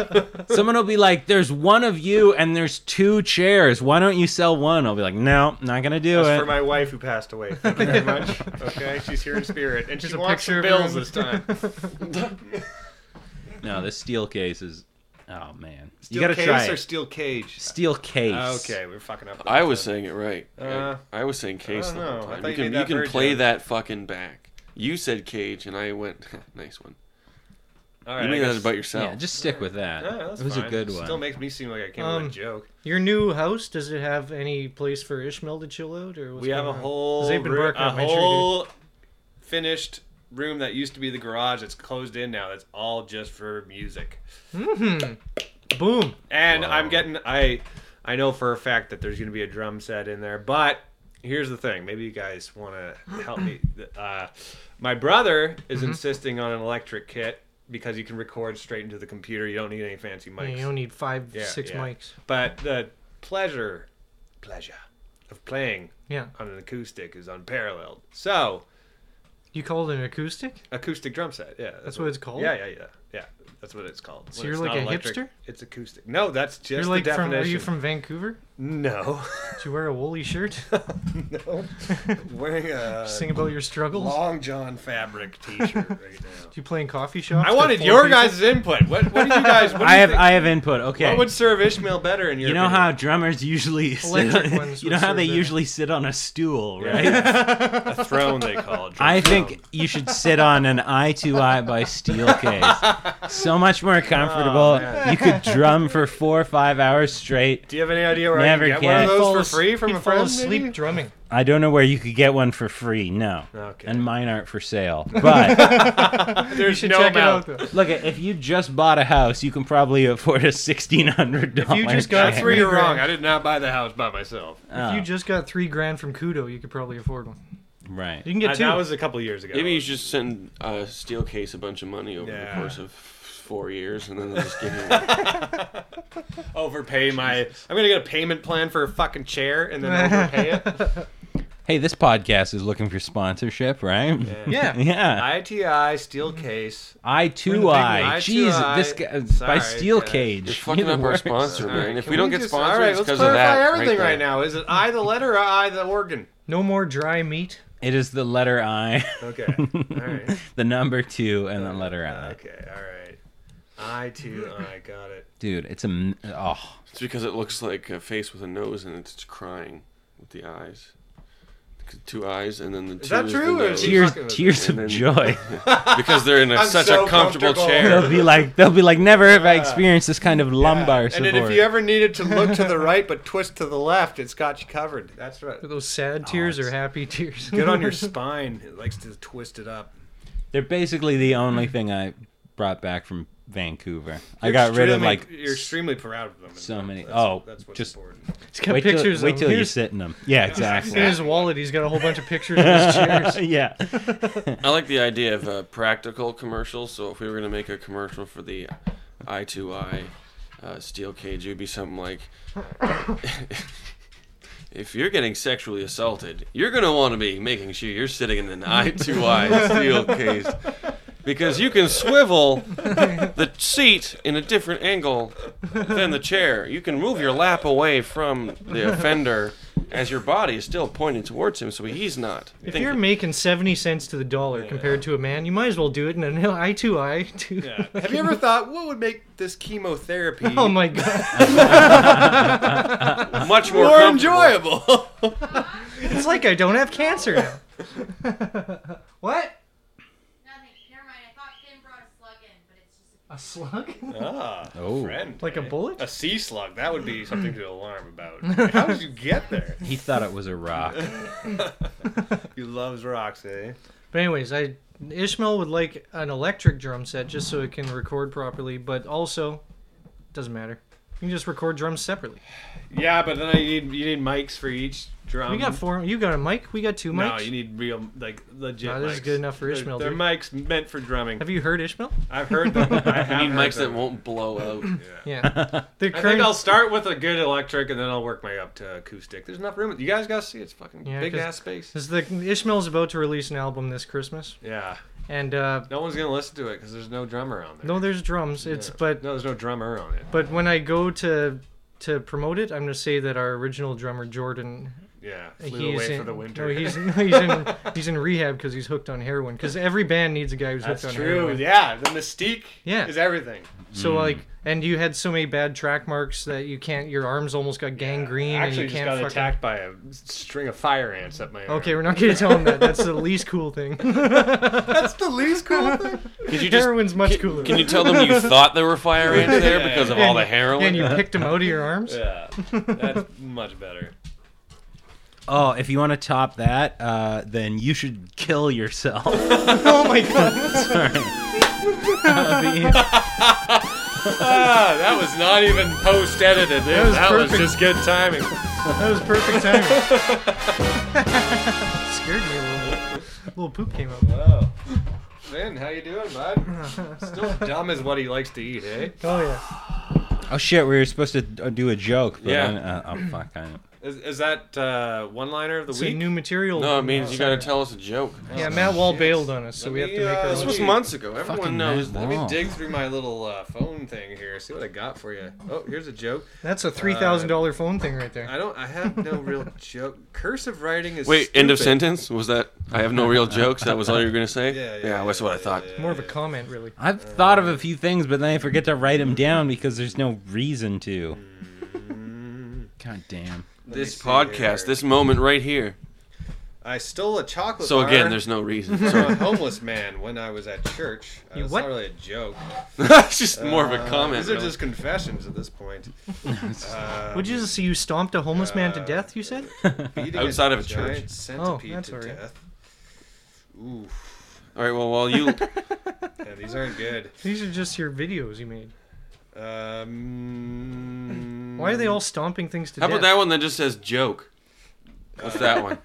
Speaker 8: Someone will be like, "There's one of you and there's two chairs. Why don't you sell one?" I'll be like, "No, not gonna do
Speaker 7: That's
Speaker 8: it."
Speaker 7: for my wife who passed away. Thank you very much. Okay, she's here in spirit, and she
Speaker 6: Just a
Speaker 7: wants
Speaker 6: picture
Speaker 7: some
Speaker 6: of
Speaker 7: bills
Speaker 6: her.
Speaker 7: this time.
Speaker 8: No, this steel case is. Oh man,
Speaker 7: Steel
Speaker 8: you gotta
Speaker 7: case
Speaker 8: try
Speaker 7: or
Speaker 8: it.
Speaker 7: steel cage.
Speaker 8: steel case.
Speaker 7: Okay, we're fucking up.
Speaker 5: I was saying it right.
Speaker 7: Uh,
Speaker 5: I, I was saying case
Speaker 7: I
Speaker 5: the
Speaker 7: don't
Speaker 5: whole
Speaker 7: know. I
Speaker 5: time.
Speaker 7: thought
Speaker 5: You
Speaker 7: you
Speaker 5: can, you
Speaker 7: made that
Speaker 5: can
Speaker 7: bird
Speaker 5: play
Speaker 7: joke.
Speaker 5: that fucking back. You said cage, and I went, nice one.
Speaker 7: All right,
Speaker 5: you
Speaker 7: I
Speaker 5: made
Speaker 7: guess-
Speaker 5: that about yourself.
Speaker 8: Yeah, just stick with that.
Speaker 7: Yeah, that's
Speaker 8: it was a
Speaker 7: fine.
Speaker 8: good one.
Speaker 7: Still makes me seem like I came
Speaker 6: Um,
Speaker 7: with a joke.
Speaker 6: Your new house, does it have any place for Ishmael to chill out? Or what's
Speaker 7: We have
Speaker 6: going on? 'Cause
Speaker 7: a whole
Speaker 6: They've been
Speaker 7: roo-
Speaker 6: working
Speaker 7: a
Speaker 6: on my tree, dude.
Speaker 7: whole finished room that used to be the garage that's closed in now. That's all just for music.
Speaker 6: Boom.
Speaker 7: And I'm getting I I know for a fact that there's going to be a drum set in there, but here's the thing. Maybe you guys want to help me. Uh, my brother is
Speaker 6: Mm-hmm.
Speaker 7: insisting on an electric kit because you can record straight into the computer. You don't need any fancy
Speaker 6: Yeah,
Speaker 7: mics.
Speaker 6: you don't need five,
Speaker 7: Yeah,
Speaker 6: six
Speaker 7: yeah.
Speaker 6: mics.
Speaker 7: But the pleasure pleasure of playing
Speaker 6: Yeah.
Speaker 7: on an acoustic is unparalleled. So,
Speaker 6: You call it an acoustic?
Speaker 7: acoustic drum set. Yeah,
Speaker 6: That's what it's called?
Speaker 7: Yeah, yeah, yeah, yeah. That's what it's called.
Speaker 6: So
Speaker 7: When
Speaker 6: you're
Speaker 7: it's
Speaker 6: like
Speaker 7: not
Speaker 6: a
Speaker 7: electric,
Speaker 6: hipster?
Speaker 7: It's acoustic. No, that's just
Speaker 6: You're like
Speaker 7: the
Speaker 6: from,
Speaker 7: definition.
Speaker 6: are you from Vancouver?
Speaker 7: No,
Speaker 6: Do you wear a woolly shirt?
Speaker 7: Uh, no. Wearing a
Speaker 6: Sing about your struggles?
Speaker 7: long john fabric T-shirt right now.
Speaker 6: Do you play in coffee shops?
Speaker 7: I
Speaker 6: with
Speaker 7: wanted
Speaker 6: four
Speaker 7: your
Speaker 6: people?
Speaker 7: guys' input. What, what do you guys? What do
Speaker 8: I
Speaker 7: you
Speaker 8: have
Speaker 7: think-
Speaker 8: I have input. Okay.
Speaker 7: What would serve Ishmael better in your?
Speaker 8: you know
Speaker 7: opinion?
Speaker 8: how drummers usually sit
Speaker 6: Electric
Speaker 8: on,
Speaker 6: ones
Speaker 8: you
Speaker 6: would
Speaker 8: know how
Speaker 6: serve
Speaker 8: they
Speaker 6: better.
Speaker 8: usually sit on a stool, right?
Speaker 7: a throne they call. it.
Speaker 8: I think you should sit on an eye to eye by steel case. So much more comfortable. you could drum for four or five hours straight.
Speaker 7: Do you have any idea where I
Speaker 8: Never
Speaker 7: can get one
Speaker 8: can.
Speaker 7: of
Speaker 6: Fall
Speaker 7: those
Speaker 6: as-
Speaker 7: for free from
Speaker 6: he'd
Speaker 7: a friend?
Speaker 6: Fall asleep
Speaker 7: maybe?
Speaker 6: drumming.
Speaker 8: I don't know where you could get one for free. No.
Speaker 7: Okay.
Speaker 8: And mine aren't for sale. But
Speaker 7: There's
Speaker 6: You should
Speaker 7: no
Speaker 6: check
Speaker 7: amount.
Speaker 6: it out, though.
Speaker 8: Look, if you just bought a house, you can probably afford a sixteen hundred dollars.
Speaker 6: If you just got
Speaker 7: That's where
Speaker 6: three-
Speaker 7: you're wrong. I did not buy the house by myself.
Speaker 8: Oh.
Speaker 6: If you just got three grand from Kudo, you could probably afford one.
Speaker 8: right.
Speaker 6: You can get
Speaker 7: Uh,
Speaker 6: two.
Speaker 7: that was a couple years ago.
Speaker 5: Maybe you should send uh, Steelcase a bunch of money over
Speaker 7: Yeah.
Speaker 5: the course of four years, and then they'll just give you one.
Speaker 7: overpay my. I'm gonna get a payment plan for a fucking chair and then overpay it.
Speaker 8: Hey, this podcast is looking for sponsorship, right? Yeah.
Speaker 6: yeah.
Speaker 7: ITI steel case.
Speaker 8: I two I.
Speaker 7: I
Speaker 8: Jeez,
Speaker 7: 2I.
Speaker 8: this guy by
Speaker 7: Sorry,
Speaker 8: steel
Speaker 7: guys.
Speaker 8: cage.
Speaker 5: You're fucking
Speaker 8: You're
Speaker 5: up
Speaker 8: the
Speaker 5: our
Speaker 8: worst.
Speaker 5: sponsor, man. If we
Speaker 7: Can
Speaker 5: don't
Speaker 7: we
Speaker 5: get
Speaker 7: just-
Speaker 5: sponsored,
Speaker 7: all right,
Speaker 5: it's
Speaker 7: let's
Speaker 5: because
Speaker 7: clarify
Speaker 5: of that.
Speaker 7: everything
Speaker 5: there.
Speaker 7: right, now. Is it I the letter or I the organ?
Speaker 6: No more dry meat.
Speaker 8: It is the letter I,
Speaker 7: Okay. all right.
Speaker 8: the number two, and the letter I.
Speaker 7: Okay. All right. I too. I got it.
Speaker 8: Dude, it's a m- oh.
Speaker 5: It's because it looks like a face with a nose and it's crying with the eyes. Two eyes and then the two
Speaker 7: Is that
Speaker 5: is
Speaker 7: true,
Speaker 5: the
Speaker 7: or
Speaker 5: nose.
Speaker 7: is he-
Speaker 8: Tears,
Speaker 7: fucking with
Speaker 8: tears
Speaker 5: me.
Speaker 8: of joy.
Speaker 5: because they're in a,
Speaker 7: I'm
Speaker 5: such
Speaker 7: so
Speaker 5: a comfortable,
Speaker 7: comfortable.
Speaker 5: chair.
Speaker 8: they'll be like, they'll be like, never have I experienced this kind of lumbar
Speaker 7: and
Speaker 8: support.
Speaker 7: then if you ever needed to look to the right but twist to the left, it's got you covered. That's right.
Speaker 6: Those sad
Speaker 8: Oh,
Speaker 6: tears or happy tears?
Speaker 7: Good on your spine. It likes to twist it up.
Speaker 8: They're basically the only thing I brought back from Vancouver. I got rid of
Speaker 7: Extremely-
Speaker 8: like
Speaker 7: You're extremely proud of them.
Speaker 8: so many-
Speaker 7: That's,
Speaker 8: oh,
Speaker 7: that's what's
Speaker 8: just-
Speaker 7: important.
Speaker 6: He's got
Speaker 8: wait
Speaker 6: pictures
Speaker 8: till, wait
Speaker 6: of
Speaker 8: till
Speaker 6: him.
Speaker 8: you
Speaker 6: Here's-
Speaker 8: sit in them. Yeah, exactly.
Speaker 6: In his wallet, he's got a whole bunch of pictures of his chairs.
Speaker 8: yeah.
Speaker 5: I like the idea of a practical commercial. So if we were going to make a commercial for the I2I uh, steel cage, it would be something like if you're getting sexually assaulted, you're going to want to be making sure you're sitting in an eye to eye steel case because you can swivel the seat in a different angle than the chair. You can move your lap away from the offender as your body is still pointed towards him, so he's not.
Speaker 6: If
Speaker 5: thinking.
Speaker 6: you're making 70 cents to the dollar compared to a man, you might as well do it in an eye to eye. to-
Speaker 7: Yeah. Have you ever thought what would make this chemotherapy
Speaker 6: Oh my god.
Speaker 5: much more,
Speaker 7: more
Speaker 5: comfortable.
Speaker 7: enjoyable?
Speaker 6: It's like I don't have cancer now. what? A slug?
Speaker 8: Oh,
Speaker 7: Ah, Friend, eh?
Speaker 6: Like a bullet?
Speaker 7: a sea slug. That would be something to alarm about. How did you get there?
Speaker 8: he thought it was a rock.
Speaker 7: He loves rocks, eh?
Speaker 6: But anyways, I Ishmael would like an electric drum set just so it can record properly, but also doesn't matter. You can just record drums separately.
Speaker 7: Yeah, but then I need you need mics for each drum.
Speaker 6: We got four. You got a mic. We got two mics.
Speaker 7: Um, No, you need real like legit.
Speaker 6: No,
Speaker 7: mics.
Speaker 6: this is good enough for
Speaker 7: They're-
Speaker 6: Ishmael,
Speaker 7: They're,
Speaker 6: dude.
Speaker 7: mics meant for drumming.
Speaker 6: Have you heard Ishmael?
Speaker 7: I've heard them. I
Speaker 5: You
Speaker 7: have
Speaker 5: need
Speaker 7: heard
Speaker 5: mics that
Speaker 7: them.
Speaker 5: won't blow out.
Speaker 6: Yeah. The
Speaker 7: I
Speaker 6: current-
Speaker 7: think I'll start with a good electric and then I'll work my up to acoustic. There's enough room. You guys gotta see it's fucking
Speaker 6: Yeah,
Speaker 7: big
Speaker 6: 'cause-
Speaker 7: ass space.
Speaker 6: Is the Ishmael's about to release an album this Christmas,
Speaker 7: Yeah,
Speaker 6: and uh,
Speaker 7: no one's gonna listen to it because there's no drummer on there.
Speaker 6: no, there's drums. It's but
Speaker 7: No, there's no drummer on it.
Speaker 6: but when I go to to promote it, I'm gonna say that our original drummer Jordan
Speaker 7: Yeah, flew
Speaker 6: he's
Speaker 7: away
Speaker 6: in,
Speaker 7: for the winter.
Speaker 6: No, he's no, he's in he's in rehab because he's hooked on heroin. Because every band needs a guy who's
Speaker 7: That's
Speaker 6: hooked on
Speaker 7: true.
Speaker 6: heroin.
Speaker 7: Yeah, the mystique.
Speaker 6: Yeah.
Speaker 7: is everything.
Speaker 6: So like, and you had so many bad track marks that you can't. Your arms almost got gangrene,
Speaker 7: I
Speaker 6: and
Speaker 7: actually
Speaker 6: you
Speaker 7: just
Speaker 6: can't
Speaker 7: got
Speaker 6: fucking.
Speaker 7: attacked by a string of fire ants up my arm.
Speaker 6: Okay, we're not gonna tell him that. That's the least cool thing.
Speaker 7: that's the least cool thing.
Speaker 5: Did you just
Speaker 6: Heroin's much cooler.
Speaker 5: Can you tell them you thought there were fire ants there because of all the heroin?
Speaker 6: and you picked him out of your arms.
Speaker 7: Yeah, that's much better.
Speaker 8: Oh, if you want to top that, uh, then you should kill yourself. oh my god! Sorry.
Speaker 7: Ah, that was not even post edited. That, was,
Speaker 6: was perfect.
Speaker 7: just good timing.
Speaker 6: That was perfect timing. Scared me a little bit. A little poop came out.
Speaker 7: Wow. Finn, how you doing, bud? Still dumb is what he likes to eat, eh?
Speaker 6: Oh yeah.
Speaker 8: oh shit! We were supposed to d- do a joke, but
Speaker 5: Yeah.
Speaker 8: then, uh, oh fuck! I don't.
Speaker 7: Is, is that uh, one liner of the
Speaker 6: It's a
Speaker 7: week?
Speaker 6: new material.
Speaker 5: no, it means you got to tell us a joke.
Speaker 6: Yeah, Matt Wall bailed on us, so we have to
Speaker 7: me,
Speaker 6: make
Speaker 7: uh,
Speaker 6: our
Speaker 7: this
Speaker 5: This
Speaker 6: own.
Speaker 5: was months ago. Everyone
Speaker 8: Fucking
Speaker 5: knows
Speaker 8: Matt
Speaker 5: that.
Speaker 7: Let me
Speaker 8: Oh.
Speaker 7: dig through my little uh, phone thing here. See what I got for you. Oh, here's a joke.
Speaker 6: That's a three thousand dollar phone thing right there.
Speaker 7: I don't. I have no real joke. Cursive writing is.
Speaker 5: Wait, end of
Speaker 7: stupid.
Speaker 5: sentence? Was that I have no real jokes? That was all you were going to say?
Speaker 7: Yeah, yeah,
Speaker 5: that's what I thought.
Speaker 6: More of a comment, really.
Speaker 8: I've thought of a few things, but then I forget to write them down because there's no reason to. God damn.
Speaker 5: This
Speaker 7: Let me see
Speaker 5: podcast,
Speaker 7: here.
Speaker 5: this moment right here.
Speaker 7: I stole a chocolate.
Speaker 5: So
Speaker 7: bar
Speaker 5: again, there's no reason.
Speaker 7: from
Speaker 5: So
Speaker 7: a homeless man when I was at church. Uh,
Speaker 6: You
Speaker 7: it's
Speaker 6: what?
Speaker 7: not really a joke.
Speaker 5: it's just more of a
Speaker 7: Uh,
Speaker 5: comment.
Speaker 7: These are
Speaker 5: really.
Speaker 7: just confessions at this point. Uh,
Speaker 6: Would you just see you stomped a homeless man to
Speaker 7: uh,
Speaker 6: death? You said.
Speaker 7: beating
Speaker 5: Outside
Speaker 7: a
Speaker 5: of a church.
Speaker 7: giant Centipede
Speaker 6: Oh, that's
Speaker 7: to
Speaker 6: alright.
Speaker 7: death. Ooh,
Speaker 5: All right, well, while you
Speaker 7: yeah, these aren't good.
Speaker 6: These are just your videos you made.
Speaker 7: Um,
Speaker 6: Why are
Speaker 8: Mm.
Speaker 6: they all stomping things to
Speaker 5: How
Speaker 6: death?
Speaker 5: about that one that just says joke? What's that one?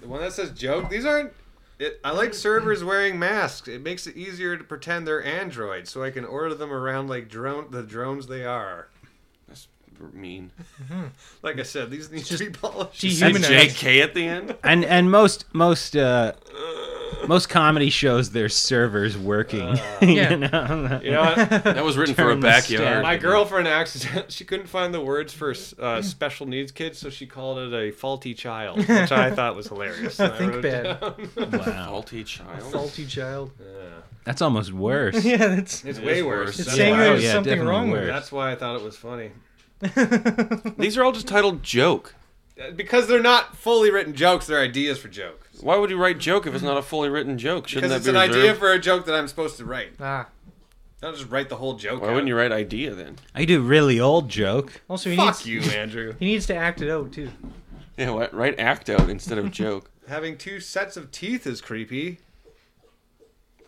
Speaker 7: The one that says joke. These aren't. It, I like servers wearing masks. It makes it easier to pretend they're androids, so I can order them around like drone the drones they are.
Speaker 5: That's mean.
Speaker 7: Like I said, these need to be polished.
Speaker 5: And
Speaker 6: Dehumanized.
Speaker 5: JK at the end?
Speaker 8: And and most most uh, most comedy shows their servers working.
Speaker 6: Yeah.
Speaker 8: you know?
Speaker 7: You know what?
Speaker 5: That was written for a
Speaker 8: Turn the
Speaker 5: backyard.
Speaker 8: stab.
Speaker 7: My girlfriend accident. She couldn't find the words for uh, special needs kids, so she called it a faulty child, which I thought was hilarious. and I
Speaker 6: Think
Speaker 7: wrote
Speaker 6: bad.
Speaker 7: it down.
Speaker 8: Wow,
Speaker 5: Faulty child.
Speaker 6: Faulty child.
Speaker 8: that's almost worse.
Speaker 6: Yeah, that's.
Speaker 7: It's
Speaker 5: It
Speaker 7: way
Speaker 5: is
Speaker 7: worse.
Speaker 5: worse.
Speaker 6: It's
Speaker 7: That's
Speaker 6: saying
Speaker 7: why-
Speaker 8: Oh,
Speaker 6: there's
Speaker 8: yeah,
Speaker 6: something
Speaker 8: definitely
Speaker 6: wrong with
Speaker 8: worse.
Speaker 6: it.
Speaker 7: That's why I thought it was funny.
Speaker 5: These are all just titled joke.
Speaker 7: Uh, Because they're not fully written jokes, they're ideas for jokes.
Speaker 5: Why would you write joke if it's not a fully written joke? Shouldn't
Speaker 7: Because
Speaker 5: that
Speaker 7: it's
Speaker 5: be
Speaker 7: an
Speaker 5: reserved?
Speaker 7: idea for a joke that I'm supposed to write.
Speaker 6: Ah.
Speaker 7: Not just write the whole joke.
Speaker 5: Why wouldn't you write idea then?
Speaker 8: I do a really old joke.
Speaker 6: Also, he
Speaker 7: Fuck
Speaker 6: needs
Speaker 7: you, Andrew.
Speaker 6: he needs to act it out too.
Speaker 5: Yeah, why, write act out instead of joke.
Speaker 7: Having two sets of teeth is creepy.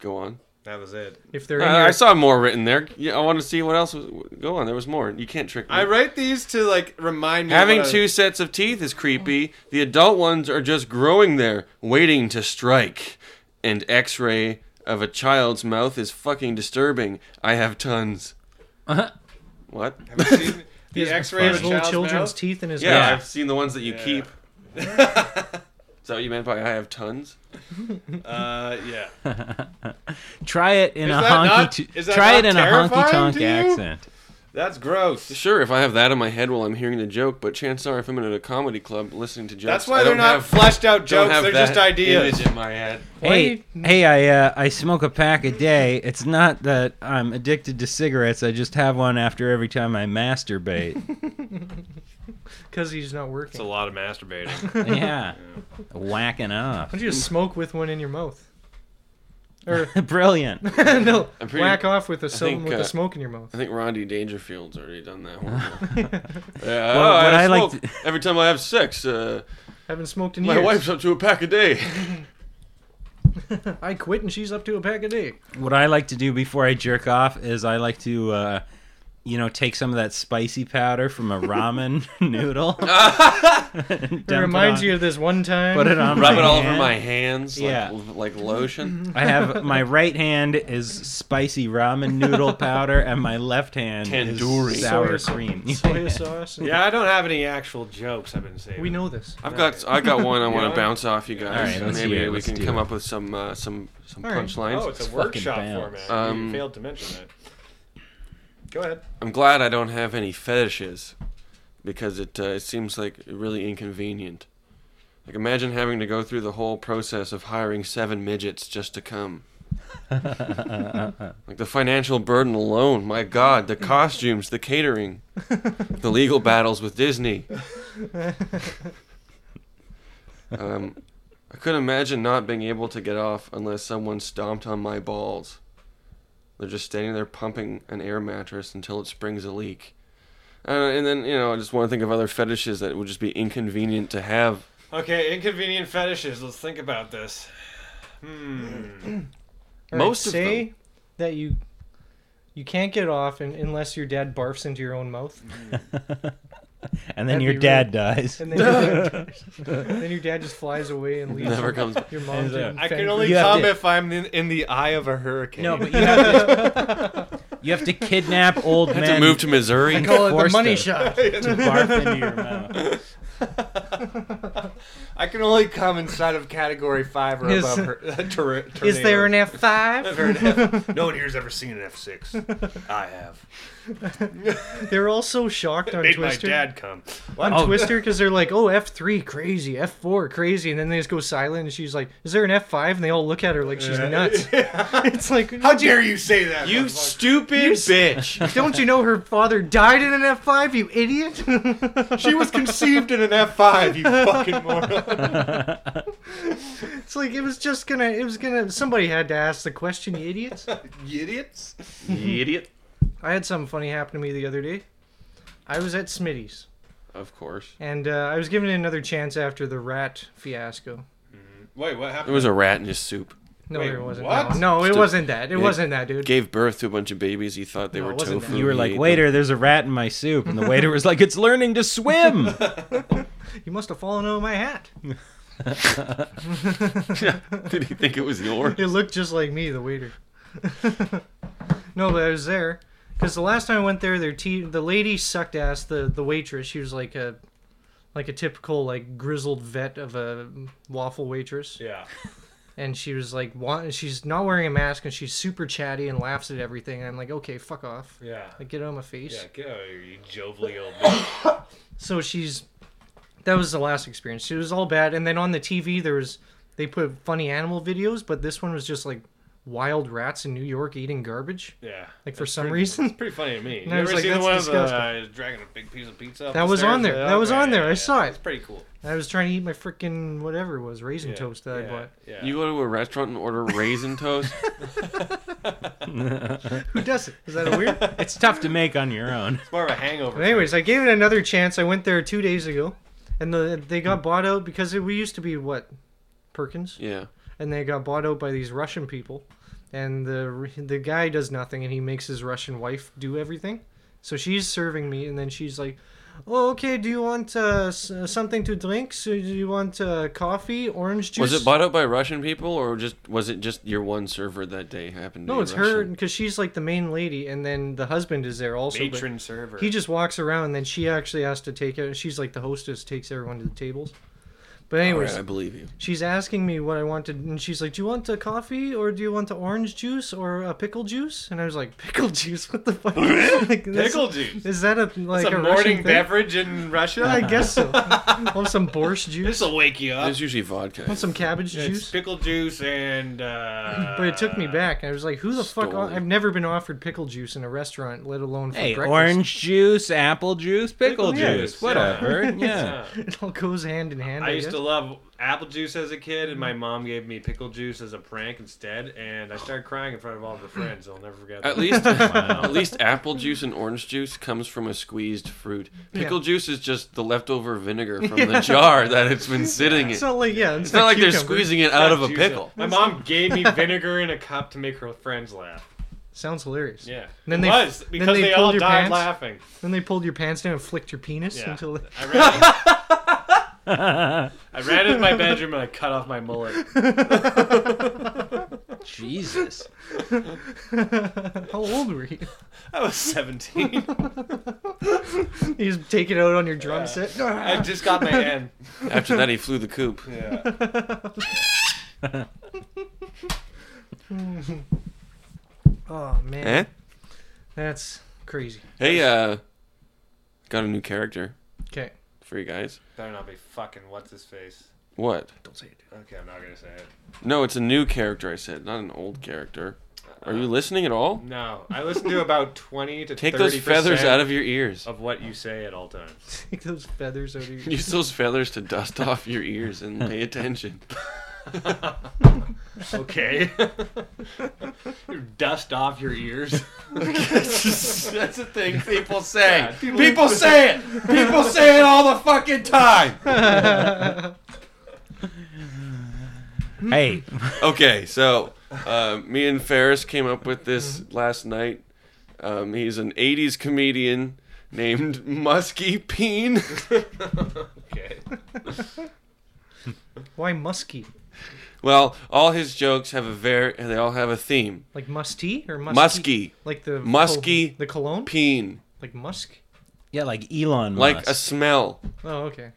Speaker 5: Go on.
Speaker 7: That was it.
Speaker 6: If they're in
Speaker 5: Uh, I,
Speaker 6: your,
Speaker 5: I saw more written there. Yeah, I want to see what else was. Go on. There was more. You can't trick me.
Speaker 7: I write these to like remind me.
Speaker 5: Having
Speaker 7: what I-
Speaker 5: two sets of teeth is creepy. The adult ones are just growing there, waiting to strike. And x ray of a child's mouth is fucking disturbing. I have tons. What?
Speaker 7: Uh-huh. Have you seen, The
Speaker 6: He has
Speaker 7: X-ray of a
Speaker 6: little
Speaker 7: child's
Speaker 6: children's
Speaker 7: mouth?
Speaker 6: teeth in his
Speaker 5: Yeah,
Speaker 6: mouth.
Speaker 5: I've seen the ones that you
Speaker 7: Yeah.
Speaker 5: keep. Is that what you meant by I have tons?
Speaker 7: Uh, yeah.
Speaker 8: Try it in
Speaker 7: Is
Speaker 8: a
Speaker 7: that
Speaker 8: honky.
Speaker 7: not-
Speaker 8: t-
Speaker 7: is that
Speaker 8: try it
Speaker 7: not
Speaker 8: in a honky
Speaker 7: terrifying
Speaker 8: tonk
Speaker 7: to you?
Speaker 8: accent.
Speaker 7: That's gross.
Speaker 5: Sure, if I have that in my head while I'm hearing the joke, but chances are if I'm in a comedy club listening to jokes,
Speaker 7: That's
Speaker 5: I
Speaker 7: why
Speaker 5: don't
Speaker 7: they're not
Speaker 5: have,
Speaker 7: fleshed out
Speaker 5: don't
Speaker 7: jokes.
Speaker 5: have
Speaker 7: They're
Speaker 5: that
Speaker 7: just ideas.
Speaker 5: image in my head.
Speaker 8: Hey,
Speaker 6: do you-
Speaker 8: hey, I uh, I smoke a pack a day. It's not that I'm addicted to cigarettes. I just have one after every time I masturbate.
Speaker 6: because he's not
Speaker 7: It's a
Speaker 6: working.
Speaker 7: lot of masturbating.
Speaker 8: yeah, whacking off.
Speaker 6: Why don't you just smoke with one in your mouth? Or
Speaker 8: Brilliant.
Speaker 6: no,
Speaker 5: I'm pretty-
Speaker 6: whack off with a some
Speaker 5: think,
Speaker 6: with
Speaker 5: uh,
Speaker 6: a smoke in your mouth.
Speaker 5: I think Rodney Dangerfield's already done that one. yeah,
Speaker 8: Well,
Speaker 5: oh,
Speaker 8: what
Speaker 5: I,
Speaker 8: I like
Speaker 5: smoke every time I have sex. Uh,
Speaker 6: Haven't smoked in
Speaker 5: my
Speaker 6: years.
Speaker 5: wife's up to a pack a day.
Speaker 6: I quit and she's up to a pack a day.
Speaker 8: What I like to do before I jerk off is I like to, uh, you know, take some of that spicy powder from a ramen noodle.
Speaker 6: It reminds you of this one time.
Speaker 8: Put it on.
Speaker 5: Rub
Speaker 8: my
Speaker 5: it all over
Speaker 8: hand.
Speaker 5: my hands, like,
Speaker 8: Yeah.
Speaker 5: like lotion.
Speaker 8: I have my right hand is spicy ramen noodle powder, and my left hand
Speaker 5: Tandoori.
Speaker 8: is sour
Speaker 6: Soya-
Speaker 8: cream.
Speaker 6: soy sauce. and-
Speaker 7: yeah, I don't have any actual jokes I've been saying.
Speaker 6: we know this.
Speaker 5: I've got I got one I want to bounce off you guys.
Speaker 8: Alright, let's
Speaker 5: Maybe
Speaker 8: hear it.
Speaker 5: we
Speaker 8: Let's
Speaker 5: can
Speaker 8: do
Speaker 5: come
Speaker 8: it.
Speaker 5: up with some uh, some some
Speaker 6: Alright.
Speaker 5: punchlines.
Speaker 7: Oh, it's a
Speaker 8: fucking
Speaker 7: workshop
Speaker 8: bounce.
Speaker 7: format.
Speaker 5: Um,
Speaker 7: you failed to mention that. Go ahead.
Speaker 5: I'm glad I don't have any fetishes because it uh, it seems like really inconvenient. Like imagine having to go through the whole process of hiring seven midgets just to come. like the financial burden alone, my god, the costumes, the catering, the legal battles with Disney. um, I couldn't imagine not being able to get off unless someone stomped on my balls. They're just standing there pumping an air mattress until it springs a leak. Uh, and then, you know, I just want to think of other fetishes that would just be inconvenient to have.
Speaker 7: Okay, inconvenient fetishes. Let's think about this. Hmm.
Speaker 6: All right,
Speaker 5: Most of
Speaker 6: say
Speaker 5: them.
Speaker 6: that you you can't get off un unless your dad barfs into your own mouth,
Speaker 8: and then
Speaker 6: That'd
Speaker 8: your
Speaker 6: be
Speaker 8: dad dies.
Speaker 6: and then your dad, then your dad just flies away and leaves.
Speaker 5: Never
Speaker 6: your-
Speaker 5: comes.
Speaker 6: Your mom.
Speaker 8: uh,
Speaker 7: I can only
Speaker 8: You have
Speaker 7: come
Speaker 8: to-
Speaker 7: if I'm in, in the eye of a hurricane.
Speaker 8: No, but you have to, you have to kidnap old men.
Speaker 5: I had to move to Missouri.
Speaker 8: and
Speaker 6: call it the
Speaker 8: force them
Speaker 6: money shot.
Speaker 8: to barf into your mouth.
Speaker 7: I can only come inside of Category Five or
Speaker 6: Is-
Speaker 7: above. Her, tor-
Speaker 6: Is there an
Speaker 7: tornadoes.
Speaker 6: F five?
Speaker 7: There an F? No one here's ever seen an F six. I have.
Speaker 6: They're all so shocked on
Speaker 7: Made
Speaker 6: Twister.
Speaker 7: my dad come.
Speaker 6: On Twister, because they're like, "Oh, F three, crazy. F four, crazy," and then they just go silent. And she's like, "Is there an F 5 And they all look at her like she's nuts. It's like,
Speaker 7: How dare you say that?
Speaker 5: You
Speaker 7: motherfucker?
Speaker 5: stupid bitch.
Speaker 6: don't you know her father died in an F five? You idiot!
Speaker 7: she was conceived in an F five. You fucking moron.
Speaker 6: it's like it was just gonna. It was gonna. Somebody had to ask the question, you idiots.
Speaker 7: You idiots.
Speaker 5: you idiot.
Speaker 6: I had something funny happen to me the other day. I was at Smitty's,
Speaker 5: Of course.
Speaker 6: and uh, I was given another chance after the rat fiasco.
Speaker 7: Wait, what
Speaker 5: There
Speaker 7: happened?
Speaker 5: was a rat in his soup.
Speaker 6: No,
Speaker 7: Wait,
Speaker 6: there wasn't.
Speaker 7: what?
Speaker 6: No, no, it
Speaker 5: Just a-
Speaker 6: wasn't that. It
Speaker 5: it
Speaker 6: wasn't that, dude.
Speaker 5: Gave birth to a bunch of babies. He thought they
Speaker 6: No,
Speaker 5: were
Speaker 6: it wasn't
Speaker 5: tofu.
Speaker 6: that.
Speaker 8: You were
Speaker 5: He
Speaker 8: like,
Speaker 5: ate
Speaker 8: waiter, there's a rat in my soup. And the waiter was like, it's learning to swim.
Speaker 6: You must have fallen over my hat.
Speaker 5: them. Did he think it was yours?
Speaker 6: It looked just like me, the waiter. no, but I was there because the last time I went there, their tea, the lady sucked ass. the The waitress, she was like a like a typical like grizzled vet of a waffle waitress,
Speaker 7: Yeah.
Speaker 6: and she was like, want, she's not wearing a mask and she's super chatty and laughs at everything. And I'm like, okay, fuck off,
Speaker 7: Yeah.
Speaker 6: like get out of my face.
Speaker 7: Yeah, get out of here, you jovially old man.
Speaker 6: So she's that was the last experience. It was all bad, and then on the TV there was they put funny animal videos, but this one was just like wild rats in New York eating garbage.
Speaker 7: Yeah.
Speaker 6: Like for some reason.
Speaker 7: It's pretty funny to me. You
Speaker 6: I was
Speaker 7: ever
Speaker 6: like,
Speaker 7: seen the
Speaker 6: that's
Speaker 7: one of the,
Speaker 6: disgusting.
Speaker 7: uh, dragging a big piece of pizza? Up
Speaker 6: That
Speaker 7: the
Speaker 6: was
Speaker 7: stairs?
Speaker 6: on there.
Speaker 7: Yeah,
Speaker 6: That was
Speaker 7: okay,
Speaker 6: on there.
Speaker 7: yeah,
Speaker 6: I
Speaker 7: yeah.
Speaker 6: saw it.
Speaker 7: It's pretty cool.
Speaker 6: I was trying to eat my freaking whatever it was, raisin toast that I
Speaker 7: Yeah,
Speaker 6: bought.
Speaker 7: yeah.
Speaker 5: You go to a restaurant and order raisin toast?
Speaker 6: Who does it? Is that a weird? but
Speaker 8: it's tough to make on your own.
Speaker 7: It's more of a hangover.
Speaker 6: anyways, I gave it another chance. I went there two days ago, and the they got bought out because it, we used to be what Perkins,
Speaker 5: yeah.
Speaker 6: and they got bought out by these Russian people, and the the guy does nothing, and he makes his Russian wife do everything. So she's serving me, and then she's like, "Oh, okay. Do you want uh, s- something to drink? So do you want uh, coffee, orange
Speaker 5: Was
Speaker 6: juice?"
Speaker 5: it bought up by Russian people, or just was it just your one server that day happened? to
Speaker 6: No,
Speaker 5: be
Speaker 6: it's her
Speaker 5: Russian?
Speaker 6: because she's like the main lady, and then the husband is there also. but
Speaker 7: Matron server.
Speaker 6: He just walks around, and then she actually has to take it. She's like the hostess, takes everyone to the tables. But
Speaker 5: All
Speaker 6: anyways,
Speaker 5: right, I believe you.
Speaker 6: she's asking me what I wanted, and she's like, "Do you want a coffee, or do you want the orange juice, or a pickle juice?" And I was like, "Pickle juice? What the fuck? like, that's-
Speaker 7: Pickle juice?
Speaker 6: Is that a like
Speaker 7: it's a,
Speaker 6: Russian
Speaker 7: morning
Speaker 6: thing?
Speaker 7: beverage in Russia.
Speaker 6: I guess so. Want some borscht juice?
Speaker 7: this will wake you up.
Speaker 5: It's usually vodka.
Speaker 6: Want some cabbage
Speaker 7: It's
Speaker 6: juice?
Speaker 7: pickle juice and. Uh,
Speaker 6: But it took me back. I was like, "Who the fuck?
Speaker 5: Stolen.
Speaker 6: I've never been offered pickle juice in a restaurant, let alone for
Speaker 8: Hey,
Speaker 6: breakfast.
Speaker 8: orange juice, apple juice, pickle,
Speaker 7: Pickle
Speaker 8: juice,
Speaker 7: juice,
Speaker 8: whatever. Yeah.
Speaker 6: It all goes hand in hand. I,
Speaker 7: I used
Speaker 6: guess. Mm-hmm.
Speaker 7: to love apple juice as a kid, and my mom gave me pickle juice as a prank instead, and I started crying in front of all the friends. I'll never forget.
Speaker 5: At
Speaker 7: that.
Speaker 5: least, at least apple juice and orange juice comes from a squeezed fruit. Pickle
Speaker 6: Yeah.
Speaker 5: juice is just the leftover vinegar from the jar that it's been sitting in.
Speaker 6: It's not like yeah, it's,
Speaker 5: It's not like they're
Speaker 6: cucumber.
Speaker 5: squeezing it out of a
Speaker 7: Juice
Speaker 5: pickle.
Speaker 7: My mom gave me vinegar in a cup to make her friends laugh.
Speaker 6: Sounds hilarious.
Speaker 7: Yeah,
Speaker 6: And then
Speaker 7: it
Speaker 6: they
Speaker 7: was
Speaker 6: then
Speaker 7: because
Speaker 6: they
Speaker 7: they, all
Speaker 6: pulled your
Speaker 7: died
Speaker 6: pants?
Speaker 7: laughing.
Speaker 6: Then they pulled your pants down and flicked your penis
Speaker 7: Yeah.
Speaker 6: until.
Speaker 7: I ran, I ran into my bedroom and I cut off my mullet.
Speaker 8: Jesus.
Speaker 6: How old were you?
Speaker 7: I was 17.
Speaker 6: You just take it out on your drum set. Ah.
Speaker 7: I just got my N.
Speaker 5: After that, he flew the coop.
Speaker 7: Yeah.
Speaker 6: Oh man,
Speaker 5: Eh?
Speaker 6: that's crazy.
Speaker 5: Hey, uh, got a new character
Speaker 6: Okay,
Speaker 5: for you guys.
Speaker 7: Better not be fucking what's his face.
Speaker 5: What?
Speaker 6: don't say it.
Speaker 7: Okay, I'm not gonna say it.
Speaker 5: No, it's a new character. I said, not an old character. Are you listening at all?
Speaker 7: No, I listen to about 20 to
Speaker 5: Take
Speaker 7: 30
Speaker 5: those feathers out of your ears.
Speaker 7: of what you say at all times.
Speaker 6: Take those feathers out of your.
Speaker 5: Use those feathers to dust off your ears and pay attention.
Speaker 7: Okay. Dust off your ears.
Speaker 5: That's the thing people say.
Speaker 7: Yeah,
Speaker 5: people, say it. People say it all the fucking time.
Speaker 8: Hey,
Speaker 5: Okay, so uh, me and Ferris came up with this last night. Um, he's an '80s comedian named Muskie Peen.
Speaker 7: Okay.
Speaker 6: Why musky?
Speaker 5: well, all his jokes have a very, and they all have a theme.
Speaker 6: Like musty or musky?
Speaker 5: Musky.
Speaker 6: Like the
Speaker 5: Musky.
Speaker 6: col- the cologne.
Speaker 5: Peen,
Speaker 6: like musk.
Speaker 8: yeah, like Elon
Speaker 5: like
Speaker 8: Musk.
Speaker 5: a smell.
Speaker 6: Oh okay.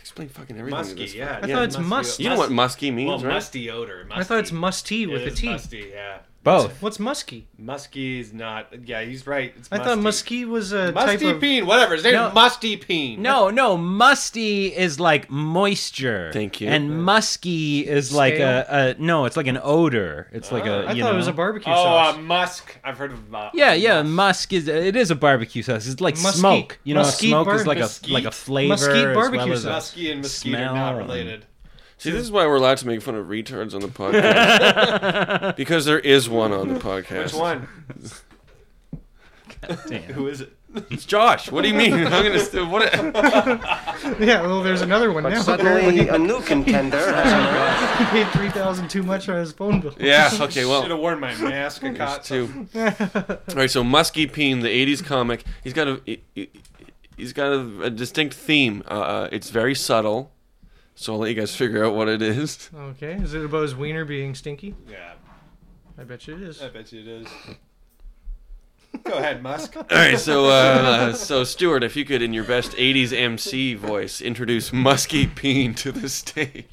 Speaker 5: Explain fucking everything. to
Speaker 7: Musky,
Speaker 5: this
Speaker 7: yeah.
Speaker 5: fucking-
Speaker 6: I thought it's must.
Speaker 5: You know what musky means,
Speaker 7: Well,
Speaker 5: right?
Speaker 7: musty odor. Musty.
Speaker 6: I thought it's musty
Speaker 7: It
Speaker 6: with a
Speaker 7: is
Speaker 6: T.
Speaker 7: Musty, yeah.
Speaker 8: both.
Speaker 6: What's musky?
Speaker 7: Musky is not. Yeah, he's right. It's
Speaker 6: I
Speaker 7: musty.
Speaker 6: thought musky was a
Speaker 7: Musty
Speaker 6: type of.
Speaker 7: Peen, whatever. His name's
Speaker 8: No.
Speaker 7: Musty Peen.
Speaker 8: No, no, musty is like moisture.
Speaker 5: Thank you.
Speaker 8: And musky is like a, a no, it's like an odor. It's like a
Speaker 6: Uh, I thought
Speaker 8: you
Speaker 6: it
Speaker 8: know.
Speaker 6: was a barbecue
Speaker 7: Oh,
Speaker 6: sauce.
Speaker 7: uh, Musk. I've heard of Musk.
Speaker 8: Yeah, yeah, musk is it is a barbecue sauce. It's like
Speaker 6: Musky-
Speaker 8: smoke. You know,
Speaker 6: musky
Speaker 8: smoke
Speaker 6: bar-
Speaker 8: is like a
Speaker 6: mesquite-
Speaker 8: like a flavor
Speaker 6: mesquite
Speaker 8: as
Speaker 6: barbecue
Speaker 8: well as a-
Speaker 6: sauce.
Speaker 7: Musky and mesquite are
Speaker 8: Smell
Speaker 7: not
Speaker 8: and-
Speaker 7: related.
Speaker 5: See, this is why we're allowed to make fun of retards on the podcast. because there is one on the podcast.
Speaker 7: Which one?
Speaker 8: Damn.
Speaker 7: Who is it?
Speaker 5: It's Josh. What do you mean? I'm gonna still what?
Speaker 6: Yeah, well, there's another one now.
Speaker 2: Suddenly, a new contender has emerged.
Speaker 6: He paid three thousand too much on his phone bill.
Speaker 5: yeah. Ah, Okay.
Speaker 7: Should
Speaker 5: Well,
Speaker 7: have worn my mask. I caught some.
Speaker 5: two. All right. So Muskie Peen, the '80s comic, he's got a he- he- he's got a, a distinct theme. Uh, Uh, it's very subtle. So I'll let you guys figure out what it is.
Speaker 6: Okay, is it about his wiener being stinky?
Speaker 7: Yeah,
Speaker 6: I bet you it is.
Speaker 7: I bet you it is. Go ahead, Musk.
Speaker 5: All right, so uh, so Stuart, if you could, in your best '80s MC voice, introduce Muskie Peen to the stage.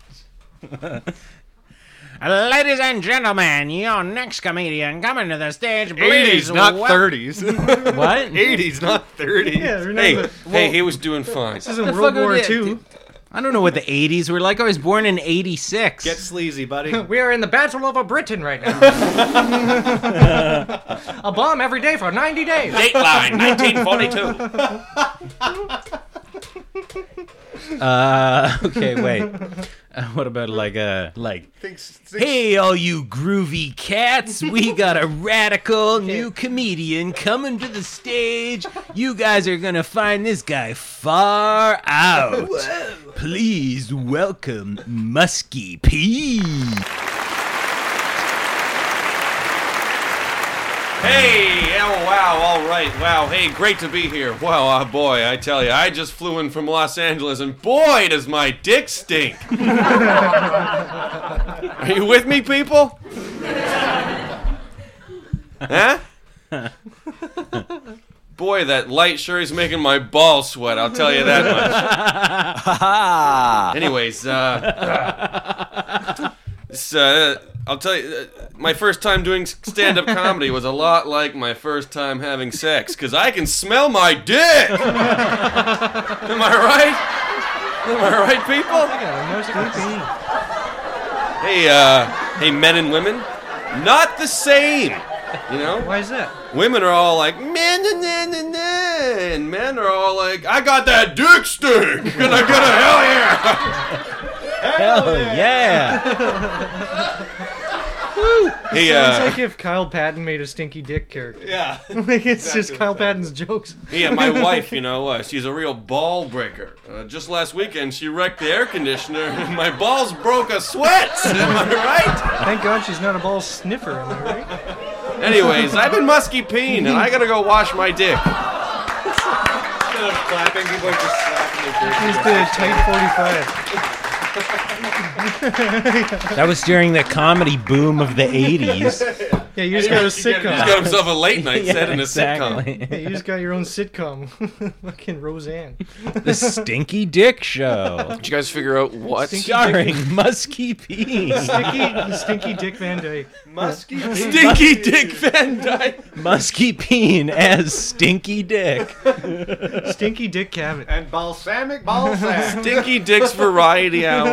Speaker 8: Ladies and gentlemen, your next comedian coming to the stage, please. wel-
Speaker 7: 30s.
Speaker 8: What?
Speaker 7: 80s, not 30s.
Speaker 6: Yeah, remember
Speaker 5: Hey,
Speaker 6: the-
Speaker 5: hey, he was doing fine.
Speaker 6: this isn't
Speaker 8: the fuck
Speaker 6: World War
Speaker 8: are they-
Speaker 6: II.
Speaker 8: I don't know what the 80s were like. I was born in 86.
Speaker 7: Get sleazy, buddy.
Speaker 6: We are in the battle over Britain right now. a bomb every day for ninety days.
Speaker 5: Dateline, 1942.
Speaker 8: Uh, okay, wait. Uh, what about like uh like Hey all you groovy cats, we got a radical new comedian coming to the stage. You guys are going to find this guy far out. Please welcome Muskie P.
Speaker 5: Hey, oh wow, all right, wow, hey, great to be here. Wow, ah, boy, I tell you, I just flew in from Los Angeles, and boy, does my dick stink. Are you with me, people? Huh? Boy, that light sure is making my balls sweat. I'll tell you that much. Anyways, uh, this, uh, I'll tell you, uh, my first time doing stand-up comedy was a lot like my first time having sex, cause I can smell my dick. Am I right? Am I right, people? Hey, uh, hey, men and women, not the same. You know,
Speaker 6: Why is that?
Speaker 5: women are all like man, na, na, na, na," and men are all like, I got that dick stick. Can I get a hell yeah?
Speaker 8: Hell yeah!
Speaker 5: Hey,
Speaker 6: It's
Speaker 5: uh,
Speaker 6: like if Kyle Patton made a stinky dick character.
Speaker 5: yeah,
Speaker 6: Like it's just
Speaker 5: Exactly
Speaker 6: Kyle
Speaker 5: the same.
Speaker 6: Patton's jokes.
Speaker 5: yeah. My wife, you know, uh, she's a real ball breaker. Uh, just last weekend, she wrecked the air conditioner, and my balls broke a sweat. Am I right?
Speaker 6: Thank God she's not a ball sniffer, am I right?
Speaker 5: Anyways, I've been musky peeing and I gotta go wash my dick.
Speaker 7: Instead of clapping, people are just slapping their jerky.
Speaker 6: Just did a tight 45.
Speaker 8: That was during the comedy boom of the '80s.
Speaker 6: Yeah, you just got a
Speaker 5: He's
Speaker 6: sitcom.
Speaker 5: got himself a late night set in a sitcom.
Speaker 6: Yeah, you just got your own sitcom. Fucking Roseanne.
Speaker 8: The Stinky Dick Show,
Speaker 10: Did you guys figure out what?
Speaker 8: starring Muskie P.
Speaker 6: Stinky, Stinky Dick Van Dyke.
Speaker 7: Musky
Speaker 5: Stinky Dick Van Dyke.
Speaker 8: Muskie Peen as Stinky Dick.
Speaker 6: Stinky Dick Cavett.
Speaker 7: and balsamic balsam.
Speaker 5: Stinky Dick's Variety Hour.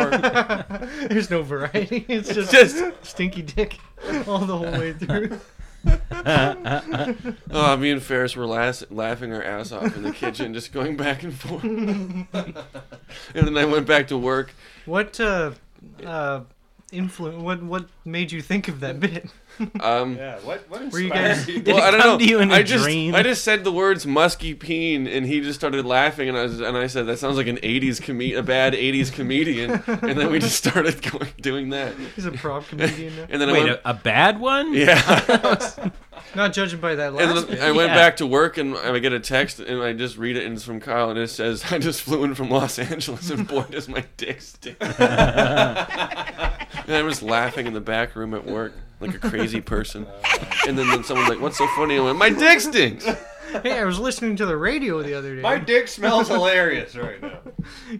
Speaker 6: There's no variety. It's just,
Speaker 5: Just
Speaker 6: Stinky Dick all the whole way through.
Speaker 5: oh, me and Ferris were las- laughing our ass off in the kitchen, just going back and forth. and then I went back to work.
Speaker 6: What uh, uh, influ What what made you think of that bit?
Speaker 5: Um,
Speaker 7: yeah, what, what
Speaker 6: Were you
Speaker 7: inspired
Speaker 6: guys-
Speaker 7: you?
Speaker 8: Did
Speaker 5: well,
Speaker 8: it
Speaker 5: I don't
Speaker 8: come
Speaker 5: know.
Speaker 8: to you in a
Speaker 5: I just
Speaker 8: dream?
Speaker 5: I just said the words musky peen, and he just started laughing, and I was, and I said that sounds like an '80s comed a bad '80s comedian, and then we just started going, doing that.
Speaker 6: He's a prop comedian now.
Speaker 5: And then I
Speaker 8: Wait, uh,
Speaker 5: went,
Speaker 8: a, a bad one?
Speaker 5: yeah.
Speaker 6: Not judging by that
Speaker 5: And
Speaker 6: last
Speaker 5: then
Speaker 6: bit.
Speaker 5: I went
Speaker 8: Yeah.
Speaker 5: back to work and I get a text and I just read it and it's from Kyle and it says, I just flew in from Los Angeles and boy does my dick stink. and I was laughing in the back room at work like a crazy person. And then, then someone's like, What's so funny? I went, My dick stinks.
Speaker 6: Hey, I was listening to the radio the other day.
Speaker 7: My dick smells hilarious right now.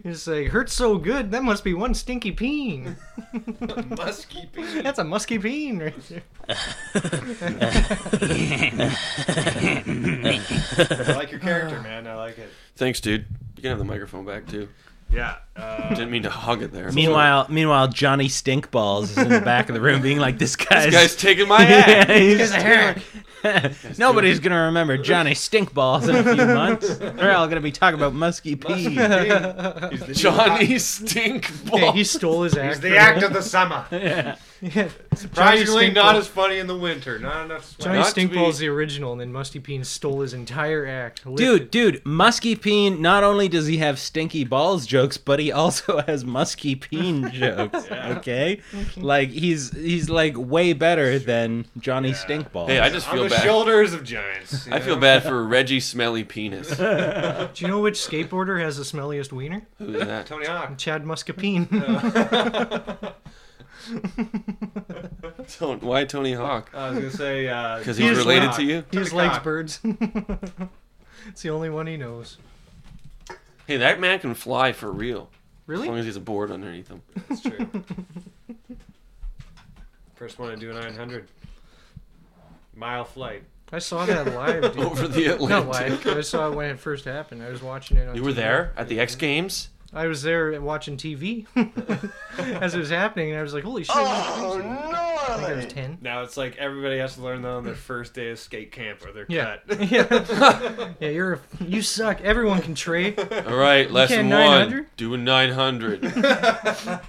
Speaker 6: It's like hurts so good. That must be one stinky peen.
Speaker 7: Musky peen.
Speaker 6: That's a musky peen right there.
Speaker 7: I like your character, man. I like it.
Speaker 5: Thanks, dude. You can have the microphone back too.
Speaker 7: Yeah. Uh,
Speaker 5: Didn't mean to hog it there.
Speaker 8: Meanwhile, meanwhile, Johnny Stinkballs is in the back of the room, being like, "This guy's,
Speaker 5: this guy's taking my ass.
Speaker 8: yeah, he's Nobody's gonna remember Johnny Stinkballs in a few months. They're all gonna be talking about Muskie P.
Speaker 7: he's the,
Speaker 5: Johnny Stinkball.
Speaker 6: Yeah, he stole his act.
Speaker 7: he's
Speaker 6: from
Speaker 7: the
Speaker 6: him.
Speaker 7: act of the summer.
Speaker 6: Yeah. Johnny
Speaker 7: Surprisingly, not
Speaker 6: Stinkball.
Speaker 7: as funny in the winter. Not enough sweat.
Speaker 6: Johnny
Speaker 5: Not to
Speaker 6: Stinkball's
Speaker 5: be-
Speaker 6: the original, and then Musty Peen stole his entire act.
Speaker 8: Dude, dude, Muskie Peen. Not only does he have stinky balls jokes, but he also has Muskie Peen jokes. Okay, like he's he's like way better than Johnny Stinkballs.
Speaker 5: Hey, I just
Speaker 7: on
Speaker 5: feel
Speaker 7: the
Speaker 5: bad.
Speaker 7: shoulders of giants. you
Speaker 5: I feel
Speaker 7: know?
Speaker 5: bad for Reggie Smelly Penis. Who
Speaker 6: do you know which skateboarder has the smelliest wiener?
Speaker 5: is that?
Speaker 7: Tony Hawk.
Speaker 6: Chad Muscapine.
Speaker 5: Ton- Why Tony Hawk?
Speaker 7: I was gonna say uh,
Speaker 5: Because he's related to you?
Speaker 6: He just
Speaker 7: Tony
Speaker 6: likes
Speaker 7: Cock.
Speaker 6: birds. it's the only one he knows.
Speaker 5: Hey, that man can fly for real. As long
Speaker 6: Really?
Speaker 5: as he's a board underneath him.
Speaker 7: That's true. First one to do a 900 mile flight.
Speaker 6: I saw that live, dude.
Speaker 5: Over the
Speaker 6: Not
Speaker 5: Atlantic.
Speaker 6: live. I saw it when it first happened. I was watching it on
Speaker 5: You were
Speaker 6: TV.
Speaker 5: there at the X Games?
Speaker 6: I was there watching TV as it was happening, and I was like, holy shit. Oh, no! I think I was 10.
Speaker 7: Now it's like everybody has to learn that on their first day of skate camp or they're
Speaker 6: Yeah.
Speaker 7: cut.
Speaker 6: yeah, yeah, you're a, you suck. Everyone can trade.
Speaker 5: All right, lesson one.
Speaker 6: 900?
Speaker 5: Do a 900. uh,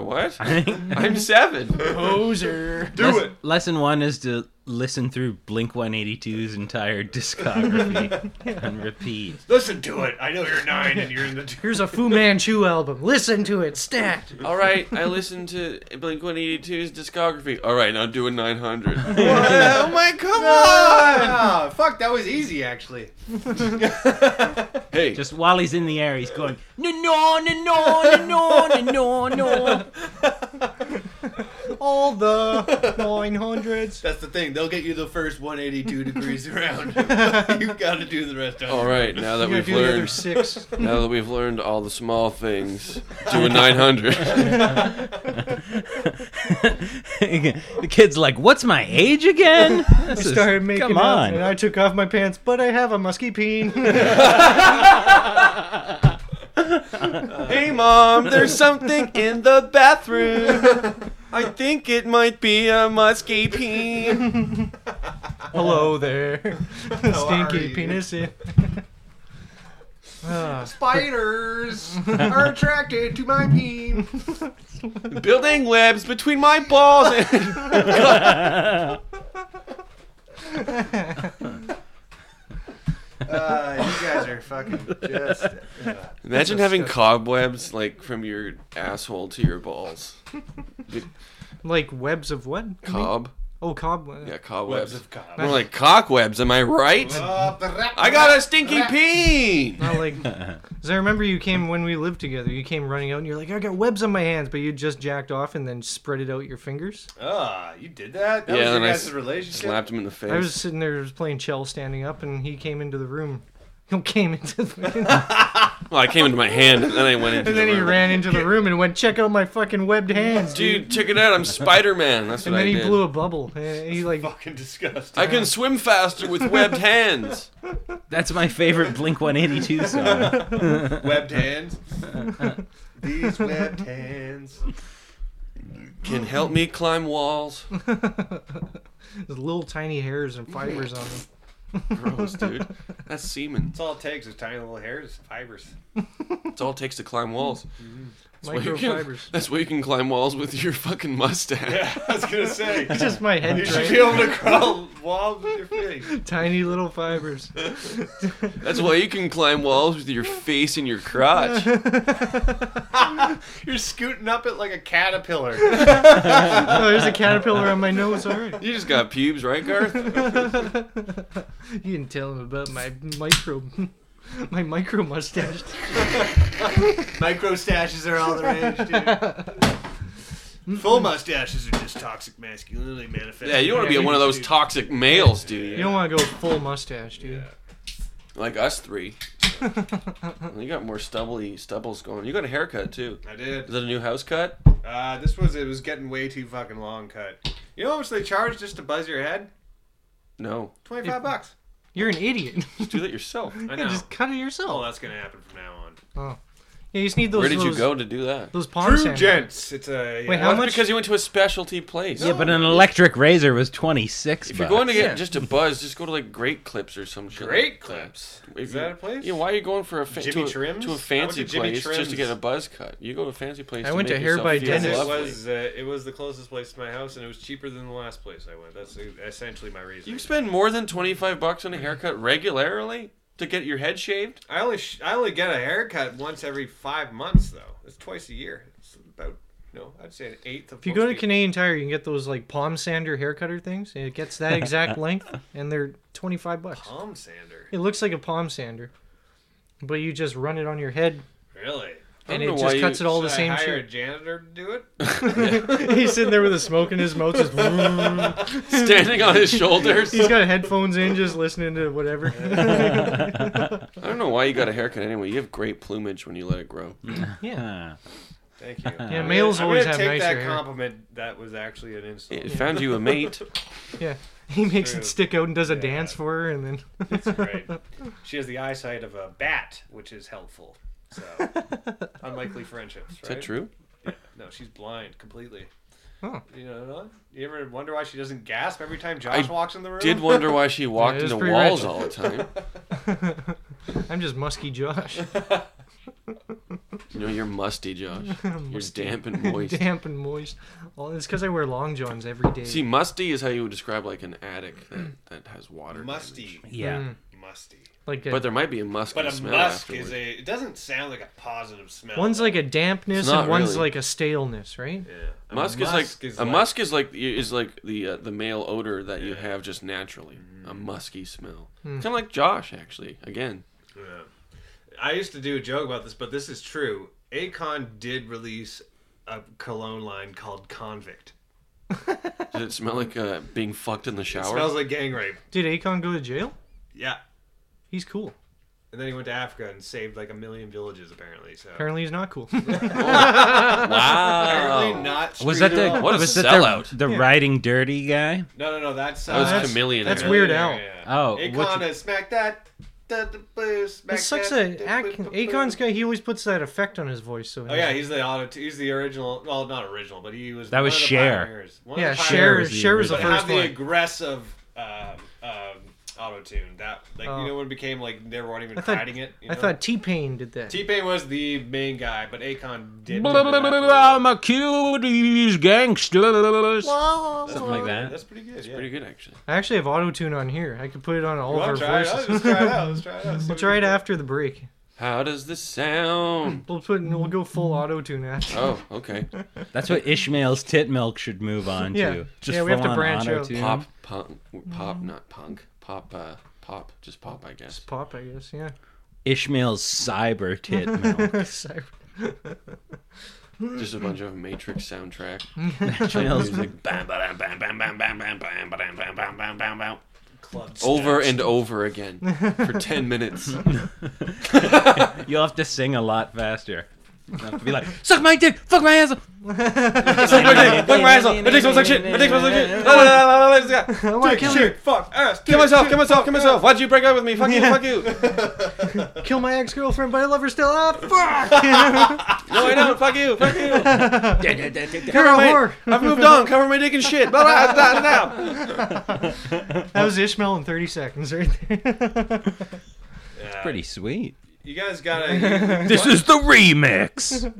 Speaker 5: what? I'm seven.
Speaker 6: Poser.
Speaker 7: Do it.
Speaker 8: Lesson one is to listen through Blink 182's entire discography and repeat.
Speaker 7: Listen to it. I know you're nine and you're in the.
Speaker 6: Here's a Fu Manchu album. Listen to it, stat.
Speaker 5: All right, I listened to Blink 182's discography. All right, now do a 900.
Speaker 7: oh my, come on! Ah, fuck, that was easy actually.
Speaker 5: Hey,
Speaker 8: Just while he's in the air, he's going no no no no no no no no.
Speaker 6: All the 900s.
Speaker 7: That's the thing. They'll get you the first 182 degrees around. You've got to do the rest of
Speaker 5: all right, now that
Speaker 6: You're gonna
Speaker 5: we've
Speaker 6: do the other
Speaker 5: learned,
Speaker 6: six.
Speaker 5: now that we've learned all the small things, do a 900.
Speaker 8: the kid's like, "What's my age again?"
Speaker 6: I
Speaker 8: This is-
Speaker 6: started making
Speaker 8: Come
Speaker 6: out,
Speaker 8: on.
Speaker 6: and I took off my pants, but I have a musky peen.
Speaker 5: hey, mom, there's something in the bathroom. I think it might be a musky peen.
Speaker 6: Hello there,
Speaker 7: are
Speaker 6: stinky
Speaker 7: you?
Speaker 6: penis. Yeah. Ah,
Speaker 7: Spiders are attracted to my peen.
Speaker 5: Building webs between my balls and.
Speaker 7: Uh, you guys are fucking just. uh,
Speaker 5: Imagine having cobwebs like from your asshole to your balls.
Speaker 6: like webs of what?
Speaker 5: Cob?
Speaker 6: Oh, cobwebs.
Speaker 5: Yeah, cobwebs.
Speaker 7: of cob.
Speaker 5: More like cockwebs, am I right?
Speaker 7: Uh,
Speaker 5: I
Speaker 7: I
Speaker 5: got a stinky peen!
Speaker 6: uh, Not like, because I remember you came when we lived together. You came running out and you're like, I got webs on my hands, but you just jacked off and then spread it out your fingers.
Speaker 7: Ah, you did that. That
Speaker 5: Yeah,
Speaker 7: was your
Speaker 5: then I
Speaker 7: guys'
Speaker 5: s-
Speaker 7: relationship.
Speaker 5: Slapped him in the face.
Speaker 6: I was sitting there just playing chell, standing up, and he came into the room. He came into the room,
Speaker 5: Well, I came into my hand and then I went into
Speaker 6: and
Speaker 5: the
Speaker 6: then he
Speaker 5: room.
Speaker 6: ran into the room and went, "Check out my fucking webbed hands."
Speaker 5: Dude, check it out. I'm Spider Man. That's what
Speaker 6: And then
Speaker 5: I
Speaker 6: he
Speaker 5: did.
Speaker 6: blew a bubble. and He like
Speaker 7: fucking disgusting.
Speaker 5: I can swim faster with webbed hands.
Speaker 8: That's my favorite Blink 182 song.
Speaker 7: webbed hands. These webbed hands.
Speaker 5: Can help me climb walls.
Speaker 6: There's little tiny hairs and fibers on them.
Speaker 5: Gross, dude. That's semen.
Speaker 7: That's all it takes is tiny little hairs, fibers.
Speaker 5: That's all it takes to climb walls. That's why you can-
Speaker 6: Microfibers.
Speaker 5: That's why you can climb walls with your fucking mustache.
Speaker 7: I was gonna say.
Speaker 6: Just my head
Speaker 7: You should
Speaker 6: drain.
Speaker 7: be able to crawl walls with your face.
Speaker 6: Tiny little fibers.
Speaker 5: That's why you can climb walls with your face and your crotch.
Speaker 7: You're scooting up it like a caterpillar.
Speaker 6: Oh, there's a caterpillar on my nose already.
Speaker 5: You just got pubes, right, Garth?
Speaker 6: You didn't tell him about my micro, my micro mustache.
Speaker 7: Micro stashes are all the rage, dude. Full mustaches are just toxic masculinity manifest.
Speaker 5: Yeah, you don't want to be one of those toxic males, do
Speaker 6: You
Speaker 5: you?
Speaker 6: don't want to go full mustache, dude.
Speaker 5: Like us three. You got more stubbly stubbles going. You got a haircut too.
Speaker 7: I
Speaker 5: Is
Speaker 7: did.
Speaker 5: that a new house cut?
Speaker 7: Uh, this was it was getting way too fucking long cut. You know how much they charge just to buzz your head?
Speaker 5: No.
Speaker 7: Twenty five bucks.
Speaker 6: You're an idiot.
Speaker 5: Just do that yourself.
Speaker 7: I
Speaker 6: Yeah,
Speaker 7: know.
Speaker 6: Just cut it
Speaker 7: Oh,
Speaker 6: yourself. Oh.
Speaker 7: that's gonna happen from now on.
Speaker 6: Yeah, you just need those.
Speaker 5: Where did you
Speaker 6: those-
Speaker 5: go to do that?
Speaker 6: Those palm
Speaker 7: True
Speaker 6: sandals.
Speaker 7: gents. It's a
Speaker 6: Wait,
Speaker 7: yeah.
Speaker 6: how
Speaker 5: That's
Speaker 6: much?
Speaker 5: because you went to a specialty place.
Speaker 8: yeah, but an electric razor was 26.
Speaker 5: If you're
Speaker 8: bucks.
Speaker 5: going to get
Speaker 6: Yeah.
Speaker 5: just a buzz, just go to like Great Clips or some shit.
Speaker 7: Great
Speaker 5: like that.
Speaker 7: Clips?
Speaker 5: If
Speaker 7: Is
Speaker 5: you-
Speaker 7: that a place?
Speaker 5: Yeah, why are you going for a fa- to,
Speaker 7: Jimmy
Speaker 5: a,
Speaker 7: Trim's?
Speaker 5: to
Speaker 7: I
Speaker 5: a
Speaker 7: went
Speaker 5: fancy
Speaker 7: to Jimmy
Speaker 5: place just to
Speaker 7: Trim's.
Speaker 5: get a buzz cut? You go to a fancy place.
Speaker 6: I
Speaker 5: to
Speaker 6: went to
Speaker 5: make
Speaker 6: Hair
Speaker 5: yourself
Speaker 6: by
Speaker 5: feel
Speaker 7: Yes,
Speaker 6: Dennis.
Speaker 7: it
Speaker 5: lovely.
Speaker 7: was. Uh, it was the closest place to my house, and it was cheaper than the last place I went. That's e, essentially my reason.
Speaker 5: You spend more than twenty five bucks on a haircut regularly to get your head shaved.
Speaker 7: I only sh- I only get a haircut once every five months though. It's twice a year. It's about no, I'd say an eighth of.
Speaker 6: If you
Speaker 7: most
Speaker 6: go to
Speaker 7: people.
Speaker 6: Canadian Tire, you can get those like palm sander hair cutter things. and It gets that exact length, and they're twenty five bucks.
Speaker 7: palm sander,
Speaker 6: It looks like a palm sander, but you just run it on your head,
Speaker 7: really?
Speaker 5: I don't
Speaker 6: and
Speaker 5: know
Speaker 6: it
Speaker 5: why
Speaker 6: just
Speaker 5: you-
Speaker 6: cuts it all the
Speaker 7: Should
Speaker 6: same
Speaker 7: I hire
Speaker 6: shape.
Speaker 7: a janitor to do it.
Speaker 6: He's sitting there with a smoke in his mouth, just
Speaker 5: Standing on his shoulders.
Speaker 6: he's got headphones in, just listening to whatever.
Speaker 5: I don't know why you got a haircut anyway. You have great plumage when you let it grow.
Speaker 8: Ah.
Speaker 6: yeah,
Speaker 7: Thank you.
Speaker 6: yeah. Males
Speaker 7: I'm
Speaker 6: always have
Speaker 7: gonna take
Speaker 6: nicer
Speaker 7: that
Speaker 6: hair.
Speaker 7: compliment. That was actually an insult.
Speaker 5: It found you a mate.
Speaker 6: Yeah, he makes
Speaker 7: True.
Speaker 6: it stick out and does a
Speaker 7: Yeah.
Speaker 6: dance for her, and then
Speaker 7: It's great. She has the eyesight of a bat, which is helpful. So unlikely friendships,
Speaker 5: Is
Speaker 7: right?
Speaker 5: that true?
Speaker 7: No, she's blind completely.
Speaker 6: Huh.
Speaker 7: You know, you ever wonder why she doesn't gasp every time Josh
Speaker 5: I
Speaker 7: walks in the room?
Speaker 5: Did wonder why she walked
Speaker 6: it was
Speaker 5: into
Speaker 6: pretty
Speaker 5: walls
Speaker 6: wretched.
Speaker 5: all the time.
Speaker 6: I'm just musky Josh.
Speaker 5: You know, you're musty, Josh. You're damp and moist.
Speaker 6: damp and moist. Well, it's because I wear long johns every day.
Speaker 5: See, musty is how you would describe like an attic that, that has water.
Speaker 7: Musty.
Speaker 8: Yeah.
Speaker 6: Hmm.
Speaker 7: Musty.
Speaker 6: like uh, a,
Speaker 5: But there might be a musky
Speaker 7: But a
Speaker 5: smell
Speaker 7: musk
Speaker 5: afterwards.
Speaker 7: is a. It doesn't sound like a positive smell.
Speaker 6: one's like a dampness
Speaker 5: It's
Speaker 6: and
Speaker 5: not
Speaker 6: one's
Speaker 5: really.
Speaker 6: like a staleness, right?
Speaker 7: Yeah. A
Speaker 5: Musk, is like a musk is like is like the uh, the male odor that you
Speaker 7: Yeah. Mm.
Speaker 5: have just naturally a musky smell, kind of like Josh actually. Again,
Speaker 7: I used to do a joke about this, but this is true. Akon did release a cologne line called Convict.
Speaker 5: does it smell like uh, being fucked in the
Speaker 7: It
Speaker 5: shower?
Speaker 7: smells like gang rape.
Speaker 6: Did Akon go to jail?
Speaker 7: Yeah.
Speaker 6: He's cool.
Speaker 7: And then he went to Africa and saved like a million villages, apparently. So
Speaker 6: Apparently, he's not cool.
Speaker 5: wow, Oh.
Speaker 7: Apparently not.
Speaker 8: Was that the
Speaker 7: screwed up.
Speaker 5: What a
Speaker 8: was that
Speaker 5: sellout.
Speaker 8: the, the riding dirty guy?
Speaker 7: No, no, no. That's uh,
Speaker 5: that was
Speaker 6: that's-
Speaker 5: chameleon.
Speaker 6: that's
Speaker 5: hair.
Speaker 6: Weird
Speaker 7: yeah,
Speaker 6: Al.
Speaker 7: yeah, yeah.
Speaker 8: Oh,
Speaker 7: Akon
Speaker 8: what you-
Speaker 7: has smacked that. Da, da, boo, smack
Speaker 6: That sucks
Speaker 7: that,
Speaker 6: that
Speaker 7: da,
Speaker 6: Ak-
Speaker 7: boo, boo,
Speaker 6: Akon's
Speaker 7: boo.
Speaker 6: guy, he always puts that effect on his voice. So
Speaker 7: Oh yeah, he's the auto. He's the original. Well, not original, but he was.
Speaker 8: That
Speaker 7: one
Speaker 8: was
Speaker 7: of the
Speaker 8: Cher.
Speaker 7: pioneers. One of
Speaker 6: yeah,
Speaker 7: the
Speaker 6: Cher,
Speaker 8: was
Speaker 6: is-
Speaker 8: the
Speaker 6: Cher was the
Speaker 7: but
Speaker 6: first
Speaker 7: have the
Speaker 6: one.
Speaker 7: aggressive um, um, auto tune. That like
Speaker 6: Oh.
Speaker 7: you know when it became like they weren't even
Speaker 6: I thought-
Speaker 7: hiding it. You
Speaker 6: I
Speaker 7: know?
Speaker 6: thought T Pain did that.
Speaker 7: T Pain was the main guy, but Akon did.
Speaker 8: Blah, blah, blah, blah, I'm a kill these gangsters.
Speaker 4: Whoa.
Speaker 8: Something like that.
Speaker 7: That's pretty good. yeah.
Speaker 5: Pretty good actually.
Speaker 6: I actually have auto tune on here. I could put it on all
Speaker 7: You
Speaker 6: of our
Speaker 7: wanna try
Speaker 6: voices.
Speaker 7: it out? Let's try it out. Let's try it out. See
Speaker 6: we'll
Speaker 7: what
Speaker 6: try
Speaker 7: we
Speaker 6: it
Speaker 7: can do.
Speaker 6: after the break.
Speaker 5: How does this sound?
Speaker 6: We'll put we'll go full auto tune after.
Speaker 5: Oh, okay.
Speaker 8: That's what Ishmael's tit milk should move on
Speaker 6: Yeah.
Speaker 8: to. Just
Speaker 6: Yeah, we have to
Speaker 8: full-on
Speaker 6: branch out.
Speaker 8: auto-tune.
Speaker 5: Pop, punk, pop, not punk. Pop, uh, pop, just pop, I guess.
Speaker 6: Just pop, I guess. Yeah.
Speaker 8: Ishmael's cyber tit milk.
Speaker 6: Cyber-
Speaker 5: Just a bunch of Matrix soundtrack.
Speaker 6: Hmm?
Speaker 8: Ishmael's
Speaker 5: Music. Bam, ba-dam, bam, bam, bam, bam, bam, bam, ba-dam, bam, bam, bam, bam, bam.
Speaker 7: Club
Speaker 5: Over and over again for 10 minutes.
Speaker 8: You'll have to sing a lot faster. You'll have to be like, suck my dick, fuck my asshole. suck my dick, fuck my asshole. My dick smells like shit. My dick smells like shit.
Speaker 7: La, la, la, la, la, la, la.
Speaker 6: I want to kill her.
Speaker 7: Fuck ass.
Speaker 5: Kill myself, kill myself, kill myself. Why'd you break up with me? Fuck you, fuck you.
Speaker 6: Kill my ex girlfriend, but I love her still. Ah,
Speaker 5: No, I don't. Fuck you, fuck you.
Speaker 6: fuck! You're a whore.
Speaker 5: I've moved on. Cover my dick and shit. Blah, blah, blah, blah.
Speaker 6: That was Ishmael in 30 seconds right there.
Speaker 8: Pretty sweet.
Speaker 7: You guys gotta.
Speaker 8: This is the remix.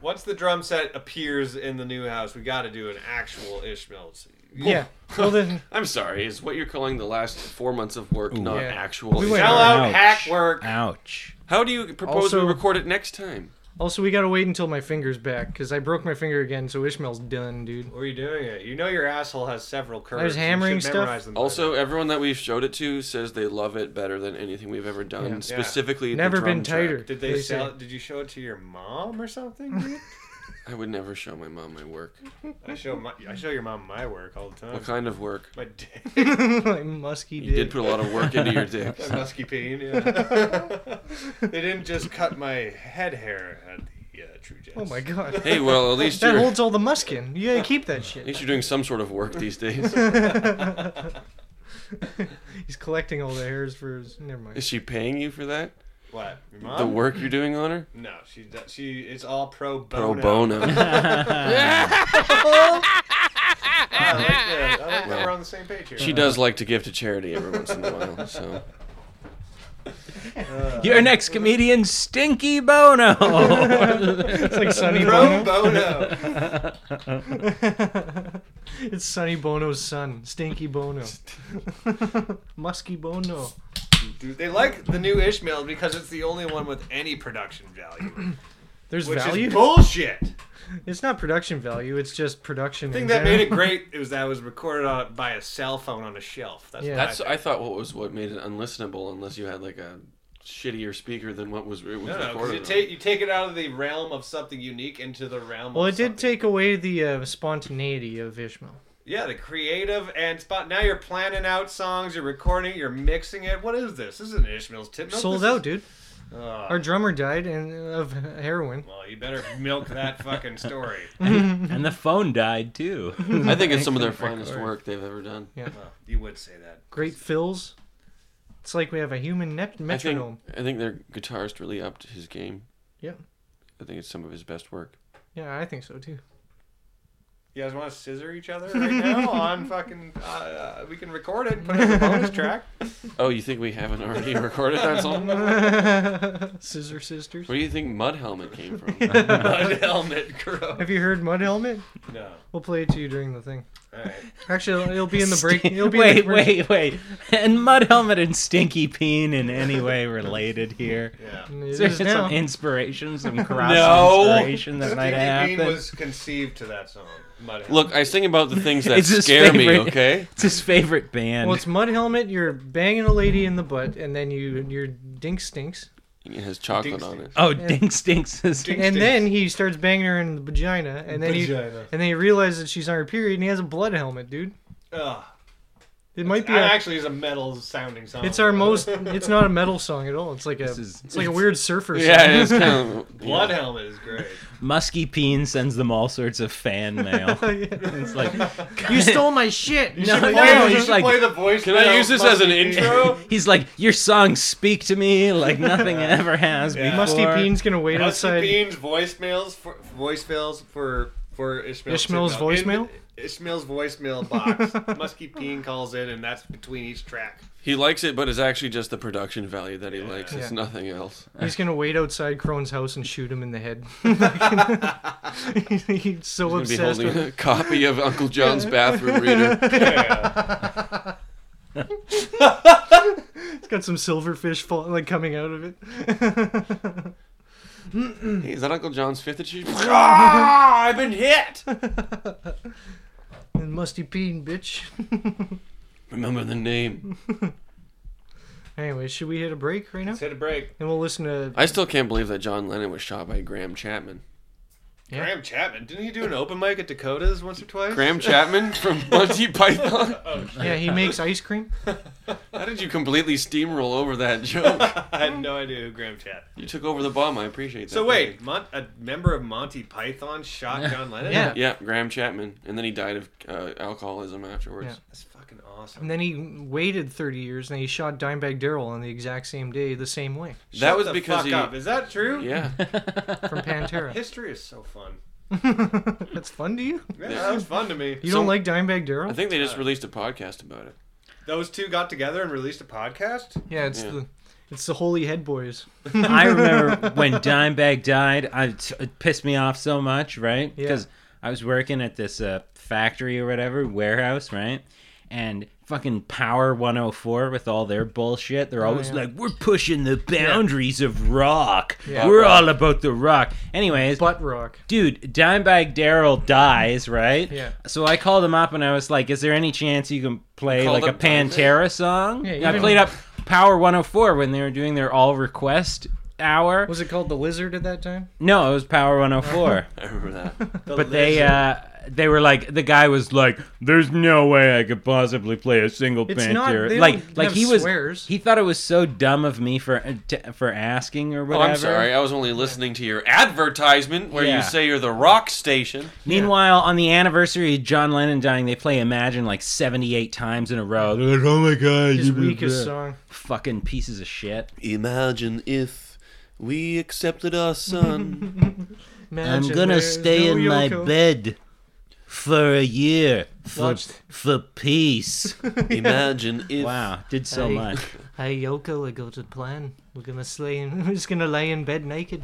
Speaker 7: Once the drum set appears in the new house, we gotta do an actual Ishmael's.
Speaker 6: yeah. Well, then,
Speaker 5: I'm sorry. Is what you're calling the last four months of work not
Speaker 6: Yeah.
Speaker 5: actual?
Speaker 6: We went-
Speaker 7: Sell out
Speaker 8: Ouch.
Speaker 7: hack work.
Speaker 8: Ouch.
Speaker 5: How do you propose
Speaker 6: Also-
Speaker 5: we record it next time?
Speaker 6: also, we gotta wait until my finger's back, because I broke my finger again, so Ishmael's done, dude.
Speaker 7: What are you doing it? You know your asshole has several curves.
Speaker 6: There's
Speaker 7: You should
Speaker 6: hammering stuff.
Speaker 7: memorize them by
Speaker 5: Also,
Speaker 7: now.
Speaker 5: everyone that we've showed it to says they love it better than anything we've ever done. Specifically, the
Speaker 6: Never
Speaker 5: drum
Speaker 6: been
Speaker 5: track.
Speaker 6: tighter.
Speaker 7: did they,
Speaker 6: They
Speaker 7: sell?
Speaker 6: say-
Speaker 7: it? Did you show it to your mom or something? dude?
Speaker 5: I would never show my mom my work.
Speaker 7: I show my, I show your mom my work all the time.
Speaker 5: What kind of work?
Speaker 7: My dick,
Speaker 6: my musky
Speaker 5: You did
Speaker 6: dick.
Speaker 5: put a lot of work into your dick.
Speaker 7: my musky pain. Yeah. they didn't just cut my head hair at the uh, True Jazz.
Speaker 6: Oh my god.
Speaker 5: Hey, well, at least
Speaker 6: that
Speaker 5: you're
Speaker 6: holds all the musk in. You gotta keep that
Speaker 5: at
Speaker 6: shit.
Speaker 5: least you're doing some sort of work these days.
Speaker 6: He's collecting all the hairs for his. Never
Speaker 5: Is
Speaker 6: mind.
Speaker 5: she paying you for that?
Speaker 7: What? Your mom?
Speaker 5: The work you're doing on her?
Speaker 7: No, she do- she. It's all pro
Speaker 5: Pro
Speaker 7: bono.
Speaker 5: bono.
Speaker 7: Oh, I like that. I like that we're on the same page here.
Speaker 5: She does like to give to charity every once in a while, so
Speaker 8: Your next comedian, Stinky Bono.
Speaker 6: It's like Sonny
Speaker 7: pro
Speaker 6: Bono.
Speaker 7: bono.
Speaker 6: it's Sonny Bono's son, Stinky Bono. Musky Bono.
Speaker 7: Dude, they like the new Ishmael because it's the only one with any production value,
Speaker 6: There's
Speaker 7: which
Speaker 6: value.
Speaker 7: is bullshit. The
Speaker 6: it's not production value. It's just production.
Speaker 7: thing
Speaker 6: in
Speaker 7: that made it
Speaker 6: general.
Speaker 7: great was that it was recorded on, by a cell phone on a shelf. That's
Speaker 6: Yeah.
Speaker 7: what I
Speaker 5: that's
Speaker 7: think.
Speaker 5: I thought what was what made it unlistenable unless you had like a shittier speaker than what was it was
Speaker 7: no, no, 'cause
Speaker 5: recorded.
Speaker 7: you
Speaker 5: on.
Speaker 7: take you take it out of the realm of something unique into the realm.
Speaker 6: Well,
Speaker 7: of
Speaker 6: it did
Speaker 7: something-
Speaker 6: take away the uh, spontaneity of Ishmael.
Speaker 7: Yeah, the creative and spot. Now you're planning out songs, you're recording, you're mixing it. What is this? This is an Ishmael's tip. milk.
Speaker 6: Sold
Speaker 7: This is-
Speaker 6: out, dude.
Speaker 7: Ugh.
Speaker 6: Our drummer died and of heroin.
Speaker 7: Well, you better milk that fucking story.
Speaker 8: and the phone died too.
Speaker 5: I think it's some of their finest work they've ever done.
Speaker 7: Well, you would say that.
Speaker 6: Great fills. It's like we have a human net-
Speaker 5: I think
Speaker 6: metronome.
Speaker 5: I think their guitarist really upped his game.
Speaker 6: Yeah.
Speaker 5: I think it's some of his best work.
Speaker 6: Yeah, I think so too.
Speaker 7: You guys want to scissor each other right now on fucking? Uh, uh, we can record it, put it as a bonus track.
Speaker 5: Oh, you think we haven't already recorded that song? Where
Speaker 6: Scissor Sisters.
Speaker 5: do you think Mud Helmet came from?
Speaker 7: Mud helmet grow.
Speaker 6: Have you heard Mud Helmet?
Speaker 7: No.
Speaker 6: We'll play it to you during the thing.
Speaker 7: All right.
Speaker 6: Actually, it'll- it'll be in the break. It'll be in the
Speaker 8: wait,
Speaker 6: break.
Speaker 8: wait, wait. And Mud Helmet and Stinky Peen in any way related here?
Speaker 7: Yeah.
Speaker 8: Is
Speaker 6: It
Speaker 8: there
Speaker 6: is now.
Speaker 8: some inspiration, some cross
Speaker 5: No.
Speaker 8: inspiration that might
Speaker 7: Stinky Bean
Speaker 8: happen?
Speaker 7: was conceived to that song. Mud Helmet.
Speaker 5: Look, I sing about the things that
Speaker 8: It's his
Speaker 5: scare me,
Speaker 8: favorite.
Speaker 5: okay?
Speaker 8: It's his favorite band.
Speaker 6: Well, it's Mud Helmet. You're banging a lady in the butt, and then you your dink stinks,
Speaker 5: It has chocolate on it.
Speaker 8: oh, Dink Stinks is.
Speaker 7: Dink
Speaker 6: and
Speaker 7: stinks.
Speaker 6: then he starts banging her in the vagina, and then
Speaker 7: Vagina.
Speaker 6: you and then you realize that she's on her period, and he has a blood helmet, dude.
Speaker 7: Ugh.
Speaker 6: It might be.
Speaker 7: That
Speaker 6: a-
Speaker 7: actually is a metal sounding song.
Speaker 6: it's our most. It's not a metal song at all. It's like a.
Speaker 8: is-
Speaker 6: it's like a weird surfer. song.
Speaker 5: Yeah, it's kind of.
Speaker 7: Blood Helmet is great.
Speaker 8: Musky Peen sends them all sorts of fan mail. It's like,
Speaker 6: You stole my shit.
Speaker 8: no, no,
Speaker 7: Play- you
Speaker 8: he's
Speaker 7: should
Speaker 8: like,
Speaker 7: play the voice.
Speaker 5: Can I
Speaker 7: mail
Speaker 5: use this
Speaker 7: Mud
Speaker 5: as an
Speaker 7: Helmet. Oh.
Speaker 5: intro?
Speaker 8: he's like, your songs speak to me like nothing ever has
Speaker 7: Yeah.
Speaker 8: before.
Speaker 6: Musty Bean's gonna wait
Speaker 7: Musty
Speaker 6: outside.
Speaker 7: Bean's voicemails for voicemails for for Ishmael.
Speaker 6: Ishmael's
Speaker 7: Sidwell.
Speaker 6: voicemail?
Speaker 7: In- Ishmael's voicemail box. Musky Bean calls in, and that's between each track.
Speaker 5: He likes it, but it's actually just the production value that he likes. It's
Speaker 6: Yeah.
Speaker 5: nothing else.
Speaker 6: He's gonna wait outside Crone's house and shoot him in the head. He's so
Speaker 5: He's gonna
Speaker 6: obsessed
Speaker 5: be
Speaker 6: with
Speaker 5: holding a copy of Uncle John's bathroom reader.
Speaker 6: It's got some silverfish fall, like coming out of it.
Speaker 5: Hey, is that Uncle John's fifth achievement? Ah, I've been hit.
Speaker 6: And musty peen, bitch.
Speaker 5: Remember the name.
Speaker 6: anyway, should we hit a break right now?
Speaker 7: Let's hit a break.
Speaker 6: And we'll listen to.
Speaker 5: I still can't believe that John Lennon was shot by Graham Chapman.
Speaker 6: Yeah.
Speaker 7: Graham Chapman didn't he do an open mic at Dakota's once or twice?
Speaker 5: Graham Chapman from Monty Python.
Speaker 6: Yeah, he makes ice cream.
Speaker 5: How did you completely steamroll over that joke?
Speaker 7: I had no idea who Graham Chapman.
Speaker 5: You took over the bomb. I appreciate that.
Speaker 7: So wait, Mon- a member of Monty Python shot John Lennon.
Speaker 6: Yeah.
Speaker 5: Yeah, Graham Chapman, and then he died of uh, alcoholism afterwards.
Speaker 6: Yeah.
Speaker 7: that's fucking awesome.
Speaker 6: And then he waited 30 years and he shot Dimebag Daryl on the exact same day, the same way,
Speaker 5: That
Speaker 7: Shut
Speaker 5: was
Speaker 7: the
Speaker 5: because
Speaker 7: fuck
Speaker 5: he.
Speaker 7: up. Is that true?
Speaker 5: Yeah,
Speaker 6: from Pantera.
Speaker 7: History is so fun.
Speaker 6: That's fun to you?
Speaker 7: Yeah, that was fun to me.
Speaker 6: You
Speaker 5: So-
Speaker 6: don't like
Speaker 5: I
Speaker 6: Dimebag Daryl?
Speaker 5: think they just released a podcast about it.
Speaker 7: Those two got together and released a podcast.
Speaker 6: Yeah, it's
Speaker 5: Yeah.
Speaker 6: the. It's the Holy Head Boys.
Speaker 8: I remember when Dimebag died, I, it pissed me off so much, right?
Speaker 6: Yeah.
Speaker 8: Because I was working at this uh, factory or whatever, warehouse, right? And fucking Power 104 with all their bullshit. They're always
Speaker 6: Oh, yeah.
Speaker 8: like, we're pushing the boundaries of rock.
Speaker 6: Yeah.
Speaker 8: We're all about the rock. Anyways,
Speaker 6: Butt Rock.
Speaker 8: dude, Dimebag Daryl dies, right?
Speaker 6: Yeah.
Speaker 8: So I called him up and I was like, "Is there any chance you can play
Speaker 5: Called
Speaker 8: like a
Speaker 5: up Dimebag?
Speaker 8: Pantera song?"
Speaker 6: Yeah,
Speaker 8: And I
Speaker 6: even-
Speaker 8: played up Power 104 when they were doing their all request hour.
Speaker 6: Was it called the Lizard at that time?
Speaker 8: no, it was Power 104.
Speaker 5: I remember that.
Speaker 8: but they uh they were like the guy was like, "There's no way I could possibly play a single
Speaker 6: It's
Speaker 8: Pantera."
Speaker 6: not- they
Speaker 8: like
Speaker 6: don't
Speaker 8: like
Speaker 6: have
Speaker 8: he was
Speaker 6: swears.
Speaker 8: he thought it was so dumb of me for to, for asking or
Speaker 5: oh,
Speaker 8: whatever.
Speaker 5: I'm sorry. I was only listening to your advertisement where
Speaker 8: Yeah.
Speaker 5: you say you're the rock station.
Speaker 8: Meanwhile, on the anniversary of John Lennon dying, they play Imagine like 78 times in a row. They're like, oh my god,
Speaker 6: His
Speaker 8: you did
Speaker 6: weakest
Speaker 8: that."
Speaker 6: song.
Speaker 8: Fucking pieces of shit.
Speaker 5: Imagine if we accepted our son.
Speaker 6: Imagine
Speaker 8: I'm gonna
Speaker 6: there's
Speaker 8: stay
Speaker 6: no
Speaker 8: in my
Speaker 6: Yoko.
Speaker 8: bed for a year for,
Speaker 6: Watch-
Speaker 8: for peace.
Speaker 5: Imagine if.
Speaker 8: wow, did so
Speaker 6: Hey.
Speaker 8: much.
Speaker 6: Hey Yoko, I got a plan. We're gonna slay in, we're just gonna lay in bed naked.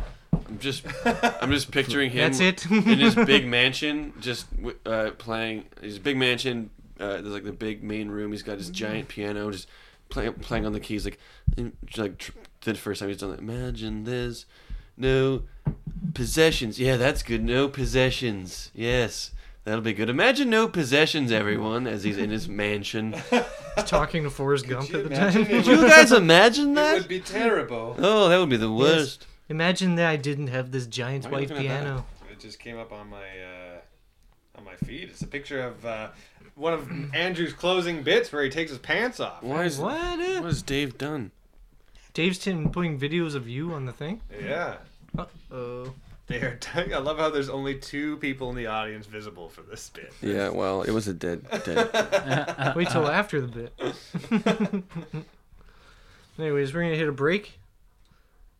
Speaker 5: I'm just, I'm just picturing him.
Speaker 6: That's it.
Speaker 5: in his big mansion, just w- uh, playing his big mansion. Uh, there's like the big main room. He's got his
Speaker 6: Mm-hmm.
Speaker 5: giant piano, just playing playing on the keys. Like, and, like tr- the first time he's done that. Imagine there's no possessions. Yeah, that's good. No possessions. Yes, that'll be good. Imagine no possessions, everyone, as he's in his mansion.
Speaker 6: talking to Forrest Gump
Speaker 7: Can
Speaker 6: at
Speaker 7: you
Speaker 6: the
Speaker 7: imagine
Speaker 6: time.
Speaker 7: it
Speaker 5: Could you guys imagine
Speaker 7: It would
Speaker 5: that?
Speaker 7: be terrible.
Speaker 5: Oh, that would be the worst.
Speaker 6: Imagine that I didn't have this giant
Speaker 5: Why are you
Speaker 6: white
Speaker 5: looking at
Speaker 6: piano.
Speaker 7: It just came up on my uh, on my feed. It's a picture of uh, one of Andrew's closing bits where he takes his pants off.
Speaker 5: Why is what?
Speaker 6: What?
Speaker 5: What has Dave done?
Speaker 6: Dave's been putting videos of you on the thing.
Speaker 7: Yeah.
Speaker 6: Uh oh.
Speaker 7: They are. I love how there's only two people in the audience visible for this bit.
Speaker 5: Yeah, well, it was a dead, dead
Speaker 6: Wait till after the bit. Anyways, we're gonna hit a break.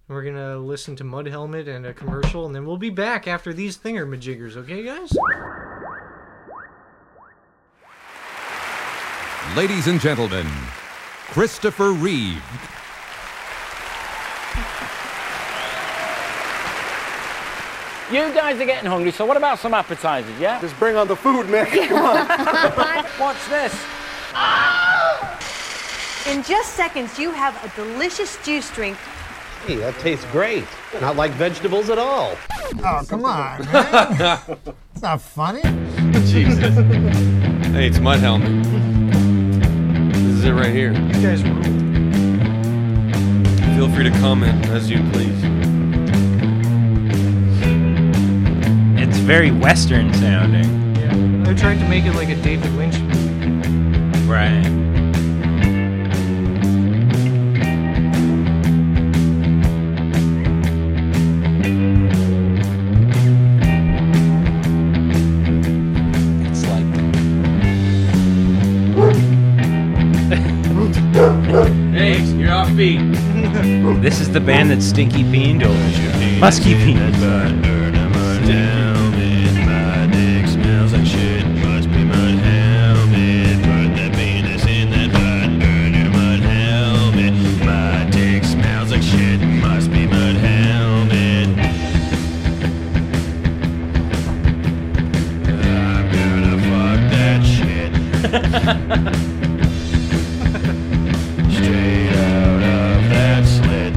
Speaker 6: We're gonna listen to Mud Helmet and a commercial, and then we'll be back after these thinger majiggers, okay, guys?
Speaker 10: Ladies and gentlemen, Christopher Reeve.
Speaker 11: You guys are getting hungry, so what about some appetizers, yeah? Just bring on the food, man. What's this?
Speaker 12: In just seconds, you have a delicious juice drink.
Speaker 13: Hey, that tastes great. Not like vegetables at all.
Speaker 14: Oh, come on, man. it's not funny.
Speaker 5: Jesus. Hey, it's Mud Helmet. This is it right here. You guys Feel free to comment as you please.
Speaker 8: It's very Western sounding.
Speaker 6: They're trying to make it like a David Lynch movie.
Speaker 8: Right. It's like.
Speaker 5: Hey, you're off beat.
Speaker 8: This is the band that Stinky Bean told us. Musky Bean.
Speaker 1: Straight out of that slit.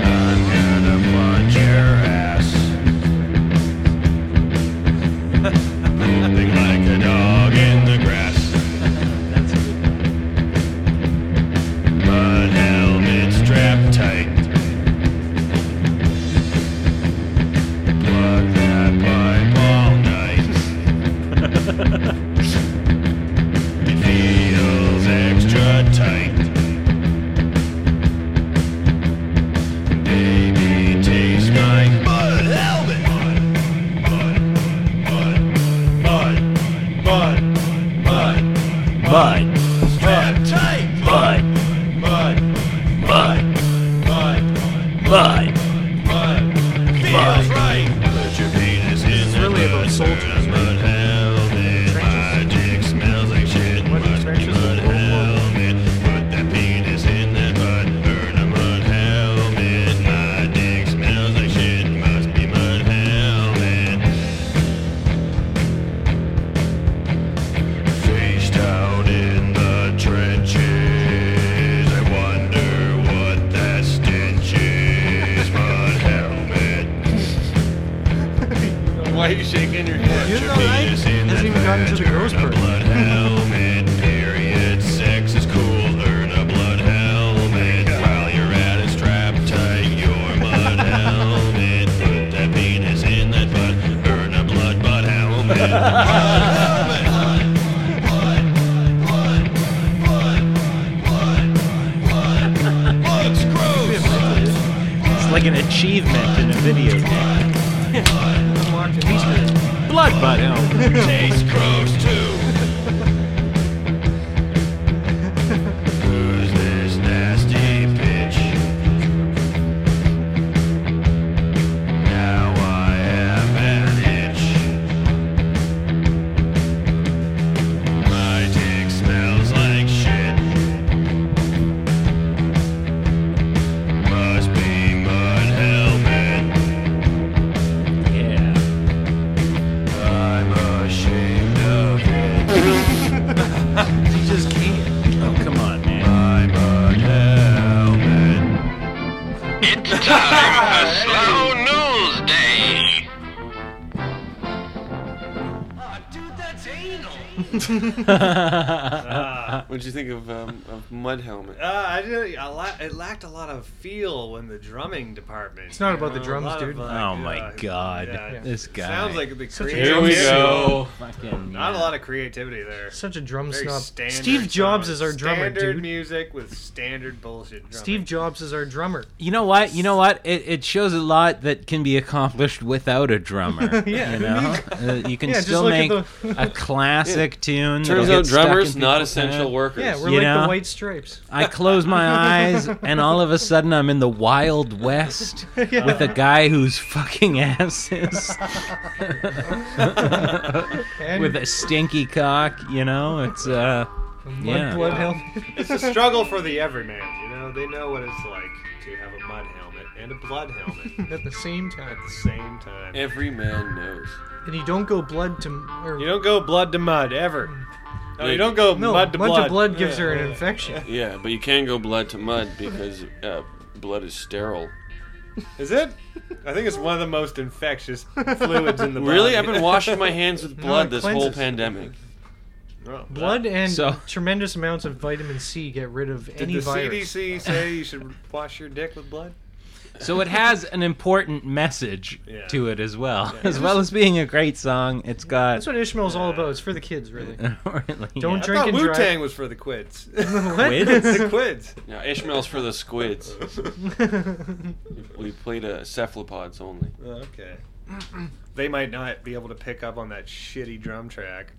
Speaker 1: I'm gonna punch your ass. Pooping like a dog in the grass. Mud helmet strapped tight. Plug that pipe all night. It feels extra tight. Baby, taste my mud helmet. Mud, mud, mud, mud, mud. Strap tight. Mud, mud, mud, mud, mud, mud. Feels right. Put your penis in the really about soldiers. Mud helmet. My dick smells like shit. Must be mud helmet. Put that penis in that mud. Burn a mud helmet. My dick smells like shit. Must be mud helmet. Faced out in the trenches. I wonder what that stench is. Mud helmet.
Speaker 5: Why are you shaking your head?
Speaker 1: You're right. Hasn't even gotten to the gross part. blood helmet, period. Sex is cool. Earn a blood helmet. While you're at it, strap tight your mud helmet. Put that penis in that butt. Earn a blood butt helmet. Blood's gross.
Speaker 8: It's like an achievement in a video game. Blood butt helmet.
Speaker 1: Tastes gross too. Who's this nasty bitch? Now I have an itch. My dick smells like shit. Must be mud helmet. Yeah. I'm ashamed of it. you just can't. Oh, come on, man. I'm a helmet. It's time for Slow News Day.
Speaker 5: What'd you think of, um, of Mud Helmet?
Speaker 7: Uh, I didn't, a lot, it lacked a lot of feel in the drumming department.
Speaker 6: It's not about the
Speaker 7: A
Speaker 6: drums,
Speaker 7: lot of,
Speaker 6: dude.
Speaker 7: uh,
Speaker 8: Oh my
Speaker 7: uh,
Speaker 8: God,
Speaker 7: yeah.
Speaker 8: this guy.
Speaker 7: Sounds like the
Speaker 6: Such a
Speaker 7: creative-
Speaker 6: drum Here we go.
Speaker 7: Oh,
Speaker 8: Fucking,
Speaker 7: Not a
Speaker 8: yeah.
Speaker 7: lot of creativity there.
Speaker 6: Such a drum
Speaker 7: Very
Speaker 6: snob.
Speaker 7: standard
Speaker 6: Steve Jobs
Speaker 7: song.
Speaker 6: is our drummer,
Speaker 7: Standard
Speaker 6: dude.
Speaker 7: music with standard bullshit. Drumming.
Speaker 6: Steve Jobs is our drummer.
Speaker 8: You know what? You know what? It, it shows a lot that can be accomplished without a drummer.
Speaker 6: Yeah.
Speaker 8: you know, uh, you can
Speaker 6: Yeah, just
Speaker 8: still
Speaker 6: look at
Speaker 8: make
Speaker 6: the-
Speaker 8: a classic tune. that'll
Speaker 5: Turns
Speaker 8: get
Speaker 5: out
Speaker 8: stuck in
Speaker 5: drummers not
Speaker 8: people's
Speaker 5: essential workers.
Speaker 6: Yeah, we're
Speaker 8: You
Speaker 6: like
Speaker 8: know?
Speaker 6: the white stripes.
Speaker 8: I close my eyes, and all of a sudden, I'm in the Wild West with a guy whose fucking ass is
Speaker 6: And-
Speaker 8: with a stinky cock. You know, it's uh, yeah.
Speaker 7: it's a struggle for the everyman. You know, they know what it's like to have a mud helmet and a blood helmet
Speaker 6: at the same time.
Speaker 7: At the same time,
Speaker 5: every man knows.
Speaker 6: And you don't go blood to. Or,
Speaker 7: You don't go blood to mud ever. No, you
Speaker 5: Yeah.
Speaker 7: don't go
Speaker 6: No,
Speaker 7: mud to
Speaker 6: mud to
Speaker 7: blood.
Speaker 6: blood gives her an infection.
Speaker 5: Yeah, but you can go blood to mud because uh, blood is sterile.
Speaker 7: Is it? I think it's one of the most infectious fluids in the body.
Speaker 5: Really? I've been washing my hands with
Speaker 6: No,
Speaker 5: blood
Speaker 6: it
Speaker 5: this whole
Speaker 6: cleanses.
Speaker 5: pandemic.
Speaker 6: Blood and
Speaker 5: So-
Speaker 6: tremendous amounts of vitamin C get rid of
Speaker 7: Did
Speaker 6: any
Speaker 7: the
Speaker 6: virus.
Speaker 7: CDC say you should wash your dick with blood?
Speaker 8: So it has an important message
Speaker 7: Yeah.
Speaker 8: to it as well, as well as being a great song. It's got
Speaker 6: That's what Ishmael's all about. It's for the kids, really.
Speaker 8: Really,
Speaker 6: Don't
Speaker 8: yeah.
Speaker 6: drink and
Speaker 7: Wu
Speaker 6: drive.
Speaker 7: Tang was for the quids.
Speaker 6: What?
Speaker 7: the quids.
Speaker 5: Now Ishmael's for the squids. we played uh, cephalopods only.
Speaker 7: Oh, Okay. They might not be able to pick up on that shitty drum track.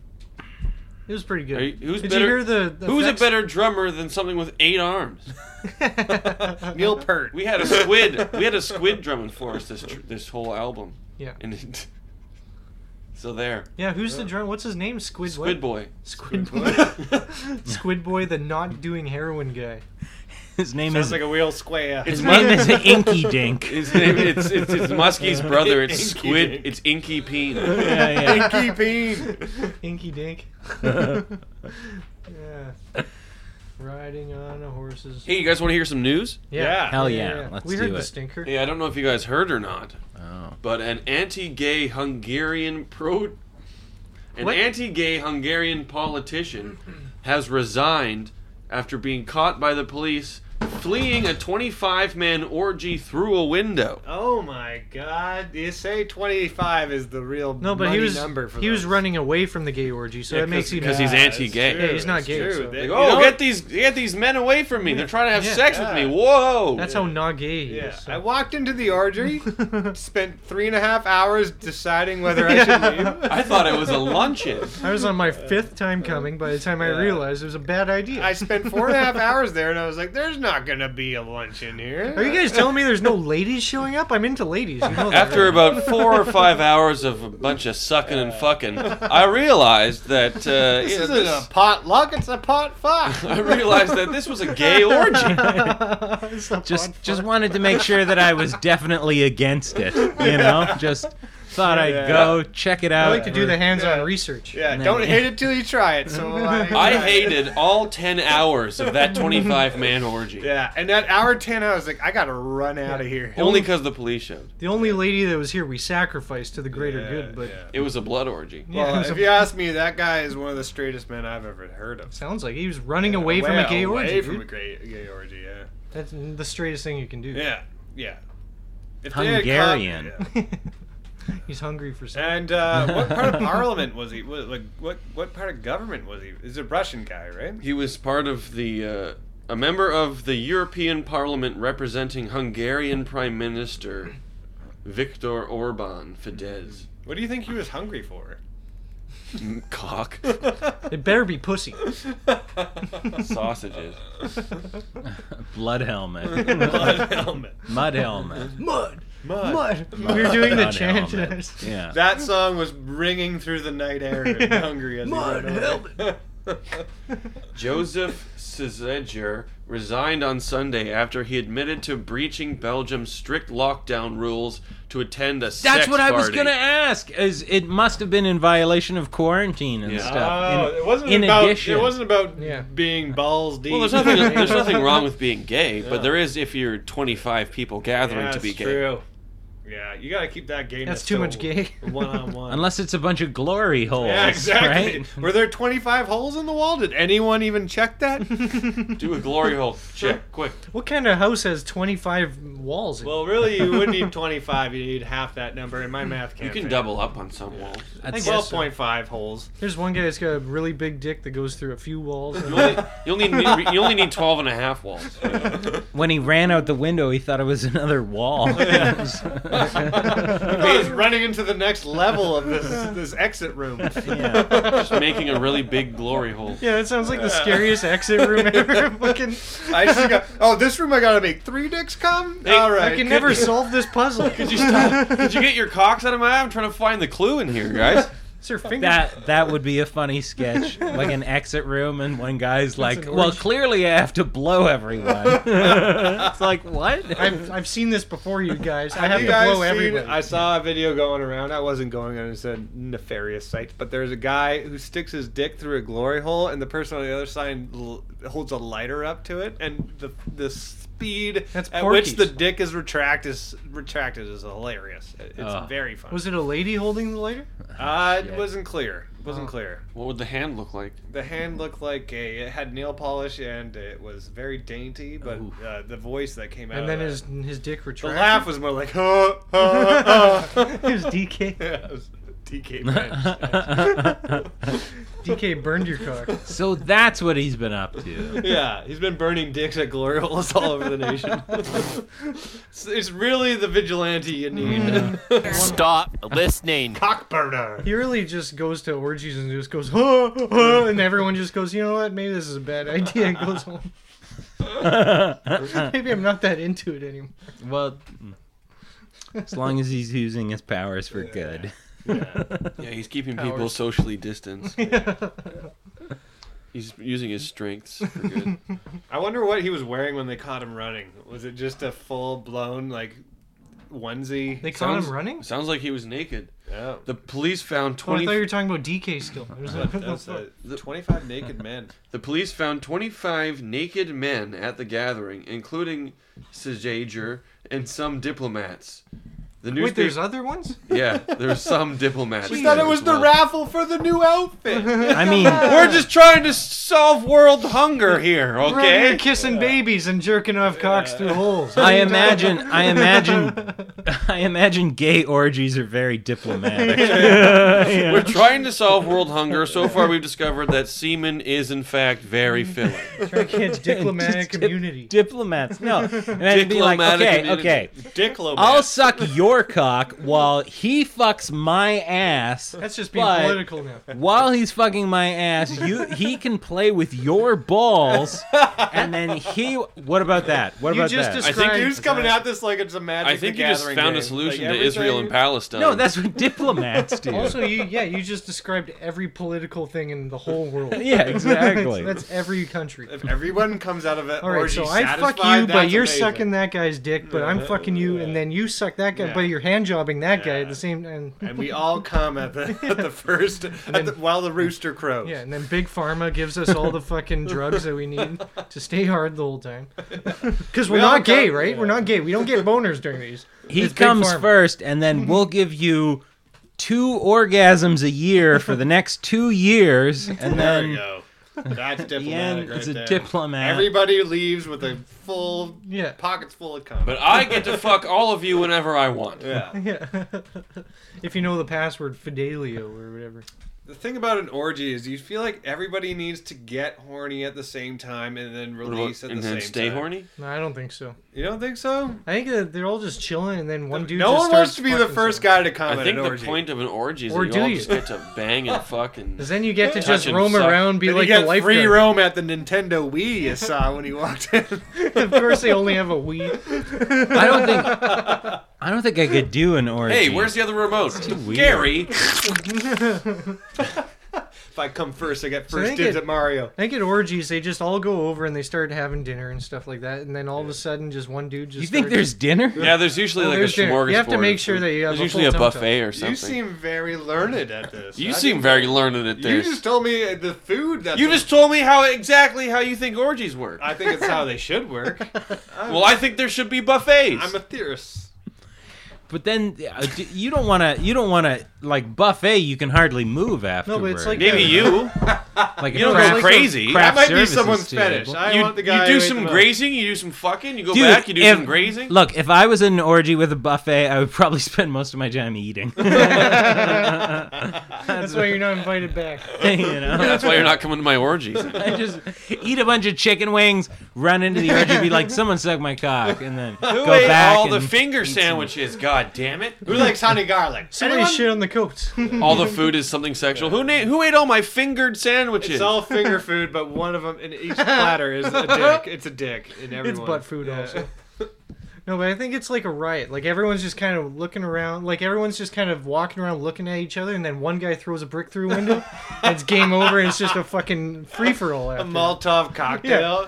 Speaker 6: It was pretty
Speaker 5: Are you-
Speaker 6: good.
Speaker 5: who's
Speaker 6: Did
Speaker 5: better?
Speaker 6: you hear the? the
Speaker 5: who's
Speaker 6: effects?
Speaker 5: a better drummer than something with eight arms?
Speaker 7: Neil Peart.
Speaker 5: We had a squid. we had a squid drumming for us this tr- this whole album.
Speaker 6: Yeah.
Speaker 5: And it, so there.
Speaker 6: Yeah, who's the drum? What's his name? Squid.
Speaker 5: Squid
Speaker 6: what?
Speaker 5: Boy.
Speaker 6: Squid Boy. Squid Boy, the not doing heroin guy.
Speaker 8: His name
Speaker 7: Sounds
Speaker 8: is
Speaker 7: like a real square.
Speaker 8: His name is Inky Dink.
Speaker 5: His name, it's, it's, it's Muskie's
Speaker 8: Yeah.
Speaker 5: brother. It's
Speaker 7: Inky
Speaker 5: Squid.
Speaker 7: Dink.
Speaker 5: It's Inky Peen.
Speaker 7: Inky Bean.
Speaker 6: Inky Dink. yeah. Riding on a horse's.
Speaker 5: Hey, you guys want to hear some news?
Speaker 6: Yeah. Yeah. Hell
Speaker 8: yeah, let's
Speaker 6: We heard do the it. stinker.
Speaker 5: Yeah, I don't know if you guys heard or not. But an anti-gay Hungarian pro, an
Speaker 6: What?
Speaker 5: anti-gay Hungarian politician, has resigned after being caught by the police fleeing a 25-man orgy through a window.
Speaker 7: Oh my God! You say twenty-five is the real
Speaker 6: No, but he
Speaker 7: money
Speaker 6: was
Speaker 7: number for
Speaker 6: he was running away from the gay orgy, so
Speaker 5: Yeah,
Speaker 6: that makes
Speaker 5: 'cause-
Speaker 6: you
Speaker 5: 'cause he's
Speaker 6: Yeah, it's
Speaker 5: anti-gay.
Speaker 6: true, Yeah, he's not
Speaker 7: it's
Speaker 6: gay.
Speaker 7: true.
Speaker 6: so-
Speaker 7: They-
Speaker 5: Like, oh,
Speaker 7: You know-
Speaker 5: get these get these men away from me! They're trying to have
Speaker 6: Yeah.
Speaker 5: sex with me. Whoa!
Speaker 6: That's how not gay he
Speaker 7: Yeah,
Speaker 6: is.
Speaker 7: I walked into the orgy, spent three and a half hours deciding whether I should leave.
Speaker 5: I thought it was a luncheon.
Speaker 6: I was on my fifth time coming by the time I realized it was a bad idea.
Speaker 7: I spent four and a half hours there, and I was like, "There's not gonna be a lunch in here."
Speaker 6: Are you guys telling me there's no ladies showing up? I'm into ladies. You know that,
Speaker 5: After
Speaker 6: right?
Speaker 5: about four or five hours of a bunch of sucking and fucking, I realized that uh,
Speaker 7: This
Speaker 5: yeah,
Speaker 7: isn't
Speaker 5: this-
Speaker 7: a potluck; it's a pot fuck.
Speaker 5: I realized that this was a gay orgy.
Speaker 8: just just wanted to make sure that I was definitely against it. You know, just thought I'd go check it
Speaker 6: I
Speaker 8: out.
Speaker 6: like to do the hands-on research.
Speaker 7: Yeah,
Speaker 8: And then-
Speaker 7: don't hate it till you try it. So I,
Speaker 5: I hated all 10 hours of that 25 man orgy.
Speaker 7: Yeah, and that hour ten, I was like, I gotta run out of here.
Speaker 5: Only because the police showed.
Speaker 6: The only lady that was here, we sacrificed to the greater good. But
Speaker 5: It was a blood orgy.
Speaker 6: Yeah, it
Speaker 7: Well,
Speaker 6: was
Speaker 7: if
Speaker 6: a-
Speaker 7: you ask me, that guy is one of the straightest men I've ever heard of.
Speaker 6: sounds like he was running away from a
Speaker 7: Well,
Speaker 6: gay orgy.
Speaker 7: Away
Speaker 6: dude.
Speaker 7: from a gay, gay orgy, yeah.
Speaker 6: That's the straightest thing you can do.
Speaker 7: Yeah, yeah. If they had caught-
Speaker 8: Hungarian.
Speaker 7: yeah.
Speaker 6: He's hungry for sex.
Speaker 7: And uh, what part of parliament was he? What, like, what what part of government was he? Is a Russian guy, right?
Speaker 5: He was part of the. Uh, a member of the European Parliament representing Hungarian Prime Minister Viktor Orban Fidesz.
Speaker 7: What do you think he was hungry for?
Speaker 5: Mm, Cock.
Speaker 6: It better be pussy.
Speaker 5: Sausages.
Speaker 8: Blood helmet.
Speaker 7: Blood helmet.
Speaker 8: Mud helmet.
Speaker 6: Mud.
Speaker 7: Mud.
Speaker 6: We were doing the
Speaker 8: Mud
Speaker 6: chant.
Speaker 8: helmet. Yeah.
Speaker 7: That song was ringing through the night air in Hungary as
Speaker 6: Mud
Speaker 7: he helmet.
Speaker 5: Joseph Szeger resigned on Sunday after he admitted to breaching Belgium's strict lockdown rules to attend a
Speaker 8: That's
Speaker 5: sex
Speaker 8: what I was
Speaker 5: party.
Speaker 8: gonna ask. Is it must have been in violation of quarantine and
Speaker 5: Yeah.
Speaker 8: stuff.
Speaker 7: Oh,
Speaker 8: In-
Speaker 7: it wasn't
Speaker 8: in
Speaker 7: about
Speaker 8: addition-
Speaker 7: it wasn't about
Speaker 6: Yeah.
Speaker 7: being balls deep.
Speaker 5: Well, there's nothing. There's nothing wrong with being gay, but there is if you're 25 people gathering
Speaker 7: yeah,
Speaker 5: to be
Speaker 7: it's
Speaker 5: gay.
Speaker 7: true. Yeah, you gotta keep that game.
Speaker 6: That's too much gay.
Speaker 7: One on one.
Speaker 8: Unless it's a bunch of glory holes,
Speaker 7: Yeah, exactly.
Speaker 8: right?
Speaker 7: Were there 25 holes in the wall? Did anyone even check that?
Speaker 5: Do a glory hole check quick.
Speaker 6: What kind of house has 25 walls? in it?
Speaker 7: well, really, you wouldn't need 25. You need half that number, and my math
Speaker 5: You
Speaker 7: can't.
Speaker 5: can
Speaker 7: fit.
Speaker 5: double up on some walls.
Speaker 8: That's-
Speaker 7: 12.5 holes.
Speaker 6: There's one guy that's got a really big dick that goes through a few walls.
Speaker 5: You only, you only need you only need 12 and a half walls.
Speaker 8: when he ran out the window, he thought it was another wall.
Speaker 7: He's running into the next level of this this exit room.
Speaker 5: Just making a really big glory hole.
Speaker 6: Yeah, that sounds like the scariest exit room ever. Fucking.
Speaker 7: I just got. Oh, this room I gotta make three dicks come. All right.
Speaker 6: I can never solve this puzzle.
Speaker 5: Could you stop? Could you get your cocks out of my eye? I'm trying to find the clue in here, guys.
Speaker 6: It's your finger.
Speaker 8: That that would be a funny sketch, like an exit room, and one guy's like,
Speaker 6: an
Speaker 8: "Well,
Speaker 6: orange-
Speaker 8: clearly I have to blow everyone." it's like what?
Speaker 6: I've, I've seen this before, you guys. I have
Speaker 7: you
Speaker 6: to
Speaker 7: guys
Speaker 6: blow
Speaker 7: seen-
Speaker 6: everybody.
Speaker 7: I saw a video going around. I wasn't going on. It said nefarious site, but there's a guy who sticks his dick through a glory hole, and the person on the other side l- holds a lighter up to it, and the the speed
Speaker 6: That's
Speaker 7: at
Speaker 6: Porky's.
Speaker 7: which the dick is retracted is retracted is hilarious. It- It's
Speaker 5: Ugh.
Speaker 7: very funny.
Speaker 6: Was it a lady holding the lighter?
Speaker 7: Uh, it wasn't clear. It wasn't
Speaker 6: Oh.
Speaker 7: clear.
Speaker 5: What would the hand look like?
Speaker 7: The hand looked like a it had nail polish and it was very dainty, but uh, the voice that came out
Speaker 6: And
Speaker 7: of
Speaker 6: then
Speaker 7: that-
Speaker 6: his his dick
Speaker 7: the
Speaker 6: retracted.
Speaker 7: laugh was more like, huh, huh, huh.
Speaker 6: It was DK.
Speaker 7: Yeah, it was DK
Speaker 6: DK burned your cock.
Speaker 8: So that's what he's been up to.
Speaker 7: bench. yeah, he's been burning dicks at glory holes all over the nation. it's, it's really the vigilante you need.
Speaker 6: Stop
Speaker 7: listening. Cockburner.
Speaker 6: He really just goes to orgies and just goes, huh, huh, and everyone just goes, you know what? Maybe this is a bad idea. And goes home. Maybe I'm not that into it anymore.
Speaker 8: Well, as long as he's using his powers for good.
Speaker 5: Yeah, he's keeping people
Speaker 6: Powers.
Speaker 5: socially distanced. He's using his strengths for good.
Speaker 7: I wonder what he was wearing when they caught him running. Was it just a full blown like onesie?
Speaker 6: They caught him running.
Speaker 5: Sounds like he was naked.
Speaker 7: Yeah.
Speaker 5: The police found
Speaker 6: Oh, I thought you
Speaker 5: 20
Speaker 6: were talking about DK still. I was like, what the
Speaker 7: That's
Speaker 6: fuck?
Speaker 7: a, 25 naked men.
Speaker 5: The police found 25 naked men at the gathering, including Sejager and some diplomats. The
Speaker 6: Wait,
Speaker 5: newspaper-
Speaker 6: there's other ones.
Speaker 5: Yeah, there's some diplomats.
Speaker 7: We thought
Speaker 5: there
Speaker 7: it was
Speaker 5: as
Speaker 7: the
Speaker 5: well.
Speaker 7: raffle for the new outfit.
Speaker 8: I mean,
Speaker 5: We're just trying to solve world hunger here,
Speaker 6: We're out here
Speaker 5: okay?
Speaker 6: kissing babies and jerking off cocks through holes.
Speaker 8: I imagine. I imagine. I imagine gay orgies are very diplomatic. Yeah.
Speaker 5: We're trying to solve world hunger. So far, we've discovered that semen is, in fact, very filling.
Speaker 6: Trying to get diplomatic immunity.
Speaker 8: Diplomats. No. And it'd be like,
Speaker 5: Diplomatic
Speaker 8: okay,
Speaker 5: immunity.
Speaker 8: okay.
Speaker 7: Diplomat.
Speaker 8: I'll suck your cock while he fucks my ass.
Speaker 6: That's just being
Speaker 8: but
Speaker 6: political now.
Speaker 8: While he's fucking my ass, you he can play with your balls, and then he. What about that? What
Speaker 6: You
Speaker 8: about
Speaker 6: just
Speaker 8: that?
Speaker 7: I think he's coming at this like it's a magic.
Speaker 5: I think
Speaker 7: the
Speaker 5: you just
Speaker 7: Gathering
Speaker 5: found a
Speaker 7: game.
Speaker 5: solution
Speaker 7: Like,
Speaker 5: to Israel
Speaker 7: everything-
Speaker 5: and Palestine.
Speaker 8: no, that's what diplomats do.
Speaker 6: Also, you yeah, you just described every political thing in the whole world.
Speaker 8: Yeah, exactly.
Speaker 6: That's every country.
Speaker 7: If everyone comes out of it,
Speaker 6: All right, so I fuck you, but you're sucking that guy's dick, but I'm fucking you, and then you suck that guy,
Speaker 7: Yeah.
Speaker 6: but you're hand jobbing that guy at the same time.
Speaker 7: And we all come at the, at the first at the, while the rooster crows.
Speaker 6: Yeah, and then Big Pharma gives us all the fucking drugs that we need to stay hard the whole time. Because we're
Speaker 7: We all
Speaker 6: not gay,
Speaker 7: come-
Speaker 6: right? We're not gay. We don't get boners during these.
Speaker 8: He
Speaker 6: It's Big
Speaker 8: comes
Speaker 6: Pharma.
Speaker 8: first, and then we'll give you two orgasms a year for the next two years, and
Speaker 7: there
Speaker 8: then
Speaker 7: you go. That's diplomatic.
Speaker 8: end,
Speaker 7: right
Speaker 8: it's a
Speaker 7: there.
Speaker 8: diplomat.
Speaker 7: Everybody leaves with a full
Speaker 6: Yeah.
Speaker 7: pockets full of cum.
Speaker 5: But I get to fuck all of you whenever I want.
Speaker 7: yeah.
Speaker 6: Yeah. if you know the password, Fidelio or whatever.
Speaker 7: The thing about an orgy is you feel like everybody needs to get horny at the same time and then
Speaker 5: What about-
Speaker 7: release at
Speaker 5: and
Speaker 7: the
Speaker 5: then
Speaker 7: same
Speaker 5: stay
Speaker 7: time.
Speaker 5: horny?
Speaker 6: No, I don't think so.
Speaker 7: You don't think so?
Speaker 6: I think that they're all just chilling, and then one dude.
Speaker 7: no
Speaker 6: just
Speaker 7: one wants
Speaker 6: starts
Speaker 7: to be the
Speaker 6: fucking
Speaker 7: first
Speaker 6: someone.
Speaker 7: guy to come
Speaker 5: I
Speaker 7: at
Speaker 5: think
Speaker 7: an
Speaker 5: the
Speaker 7: orgy.
Speaker 5: point of an orgy is
Speaker 6: Or
Speaker 5: that
Speaker 6: do
Speaker 5: you all
Speaker 6: you?
Speaker 5: just get to bang and fuck and.
Speaker 6: 'Cause then you get to
Speaker 5: Touch
Speaker 6: just
Speaker 5: and
Speaker 6: roam
Speaker 5: suck.
Speaker 6: around, be
Speaker 7: Then
Speaker 6: like
Speaker 7: you
Speaker 6: the
Speaker 7: get free
Speaker 6: lifeguard.
Speaker 7: roam at the Nintendo Wii you saw when he walked in.
Speaker 6: of course, they only have a Wii.
Speaker 8: I don't think I don't think I could do an orgy.
Speaker 5: Hey, where's the other remote?
Speaker 8: weird.
Speaker 5: Gary!
Speaker 7: if I come first, I get
Speaker 6: So
Speaker 7: first
Speaker 6: they
Speaker 7: dibs
Speaker 6: get-
Speaker 7: at Mario.
Speaker 6: I think at orgies they just all go over and they start having dinner and stuff like that, and then all of a sudden, just one dude just.
Speaker 8: You think
Speaker 6: starts-
Speaker 8: there's dinner?
Speaker 5: Yeah, there's usually
Speaker 6: Oh,
Speaker 5: like
Speaker 6: there's
Speaker 5: a
Speaker 6: dinner.
Speaker 5: smorgasbord.
Speaker 6: You have to make
Speaker 5: of
Speaker 6: sure
Speaker 5: food.
Speaker 6: that you have
Speaker 5: There's
Speaker 6: a
Speaker 5: usually
Speaker 6: full
Speaker 5: a
Speaker 6: tum-tum.
Speaker 5: buffet or
Speaker 7: You
Speaker 5: something.
Speaker 7: seem very learned at this.
Speaker 5: You
Speaker 7: I
Speaker 5: seem
Speaker 7: didn't-
Speaker 5: very learned at
Speaker 7: You
Speaker 5: this.
Speaker 7: just told me uh, the food. That's
Speaker 5: You just told me how exactly how you think orgies work.
Speaker 7: I think it's how they should work.
Speaker 5: well, I think there should be buffets.
Speaker 7: I'm a theorist.
Speaker 8: But then uh, d- you don't want to. You don't want to like buffet. You can hardly move
Speaker 6: No,
Speaker 8: afterwards.
Speaker 6: but it's like
Speaker 5: Maybe
Speaker 6: that-
Speaker 5: you.
Speaker 8: Like
Speaker 5: you don't
Speaker 8: craft-
Speaker 5: go crazy.
Speaker 8: craft
Speaker 5: that might be
Speaker 8: services
Speaker 5: someone's
Speaker 8: too.
Speaker 5: fetish. I
Speaker 7: You-
Speaker 5: want the
Speaker 7: you
Speaker 5: guy.
Speaker 7: do
Speaker 5: who ate
Speaker 7: some
Speaker 5: the most.
Speaker 7: grazing, you do some fucking, you go
Speaker 8: Dude,
Speaker 5: back, you do
Speaker 8: if-
Speaker 5: some grazing.
Speaker 8: Look, if I was in an orgy with a buffet, I would probably spend most of my time eating.
Speaker 6: That's why you're not invited back.
Speaker 8: you know?
Speaker 5: That's why you're not coming to my orgies.
Speaker 8: I just eat a bunch of chicken wings, run into the orgy, be like, "Someone suck my cock," and then
Speaker 5: Who
Speaker 8: go
Speaker 5: ate
Speaker 8: back
Speaker 5: all the
Speaker 8: and
Speaker 5: finger sandwiches? God damn it!
Speaker 7: Who likes honey garlic?
Speaker 6: Somebody
Speaker 7: Anyone?
Speaker 6: shit on the coats.
Speaker 5: all the food is something sexual. Who na- who ate all my fingered sandwiches?
Speaker 7: It's all finger food, but one of them in each platter is a dick. It's a dick in everyone.
Speaker 6: It's butt food
Speaker 7: Yeah.
Speaker 6: also. No, but I think it's like a riot. Like everyone's just kind of looking around. Like everyone's just kind of walking around looking at each other, and then one guy throws a brick through a window, and it's game over, and it's just a fucking free for all.
Speaker 7: A Molotov cocktail.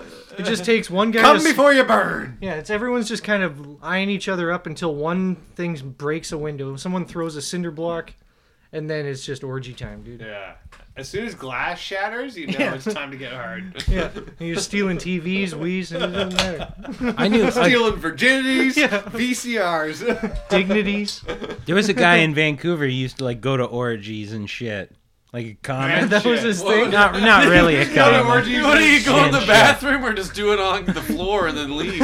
Speaker 6: Yeah. It just takes one guy.
Speaker 7: Come
Speaker 6: to s-
Speaker 7: before you burn.
Speaker 6: Yeah, it's everyone's just kind of eyeing each other up until one thing breaks a window. Someone throws a cinder block, and then it's just orgy time, dude.
Speaker 7: Yeah. As soon as glass shatters, you know
Speaker 6: Yeah.
Speaker 7: it's time to get hard.
Speaker 6: Yeah, and you're stealing TVs, Wii's, and it doesn't matter.
Speaker 8: I knew- I-
Speaker 7: stealing virginities, VCRs,
Speaker 6: dignities.
Speaker 8: There was a guy in Vancouver who used to like go to orgies and shit. Like a comic.
Speaker 6: That was his
Speaker 5: What?
Speaker 6: thing.
Speaker 8: Not not really a comic.
Speaker 5: What do you go in the
Speaker 8: Shit.
Speaker 5: bathroom or just do it on the floor and then leave?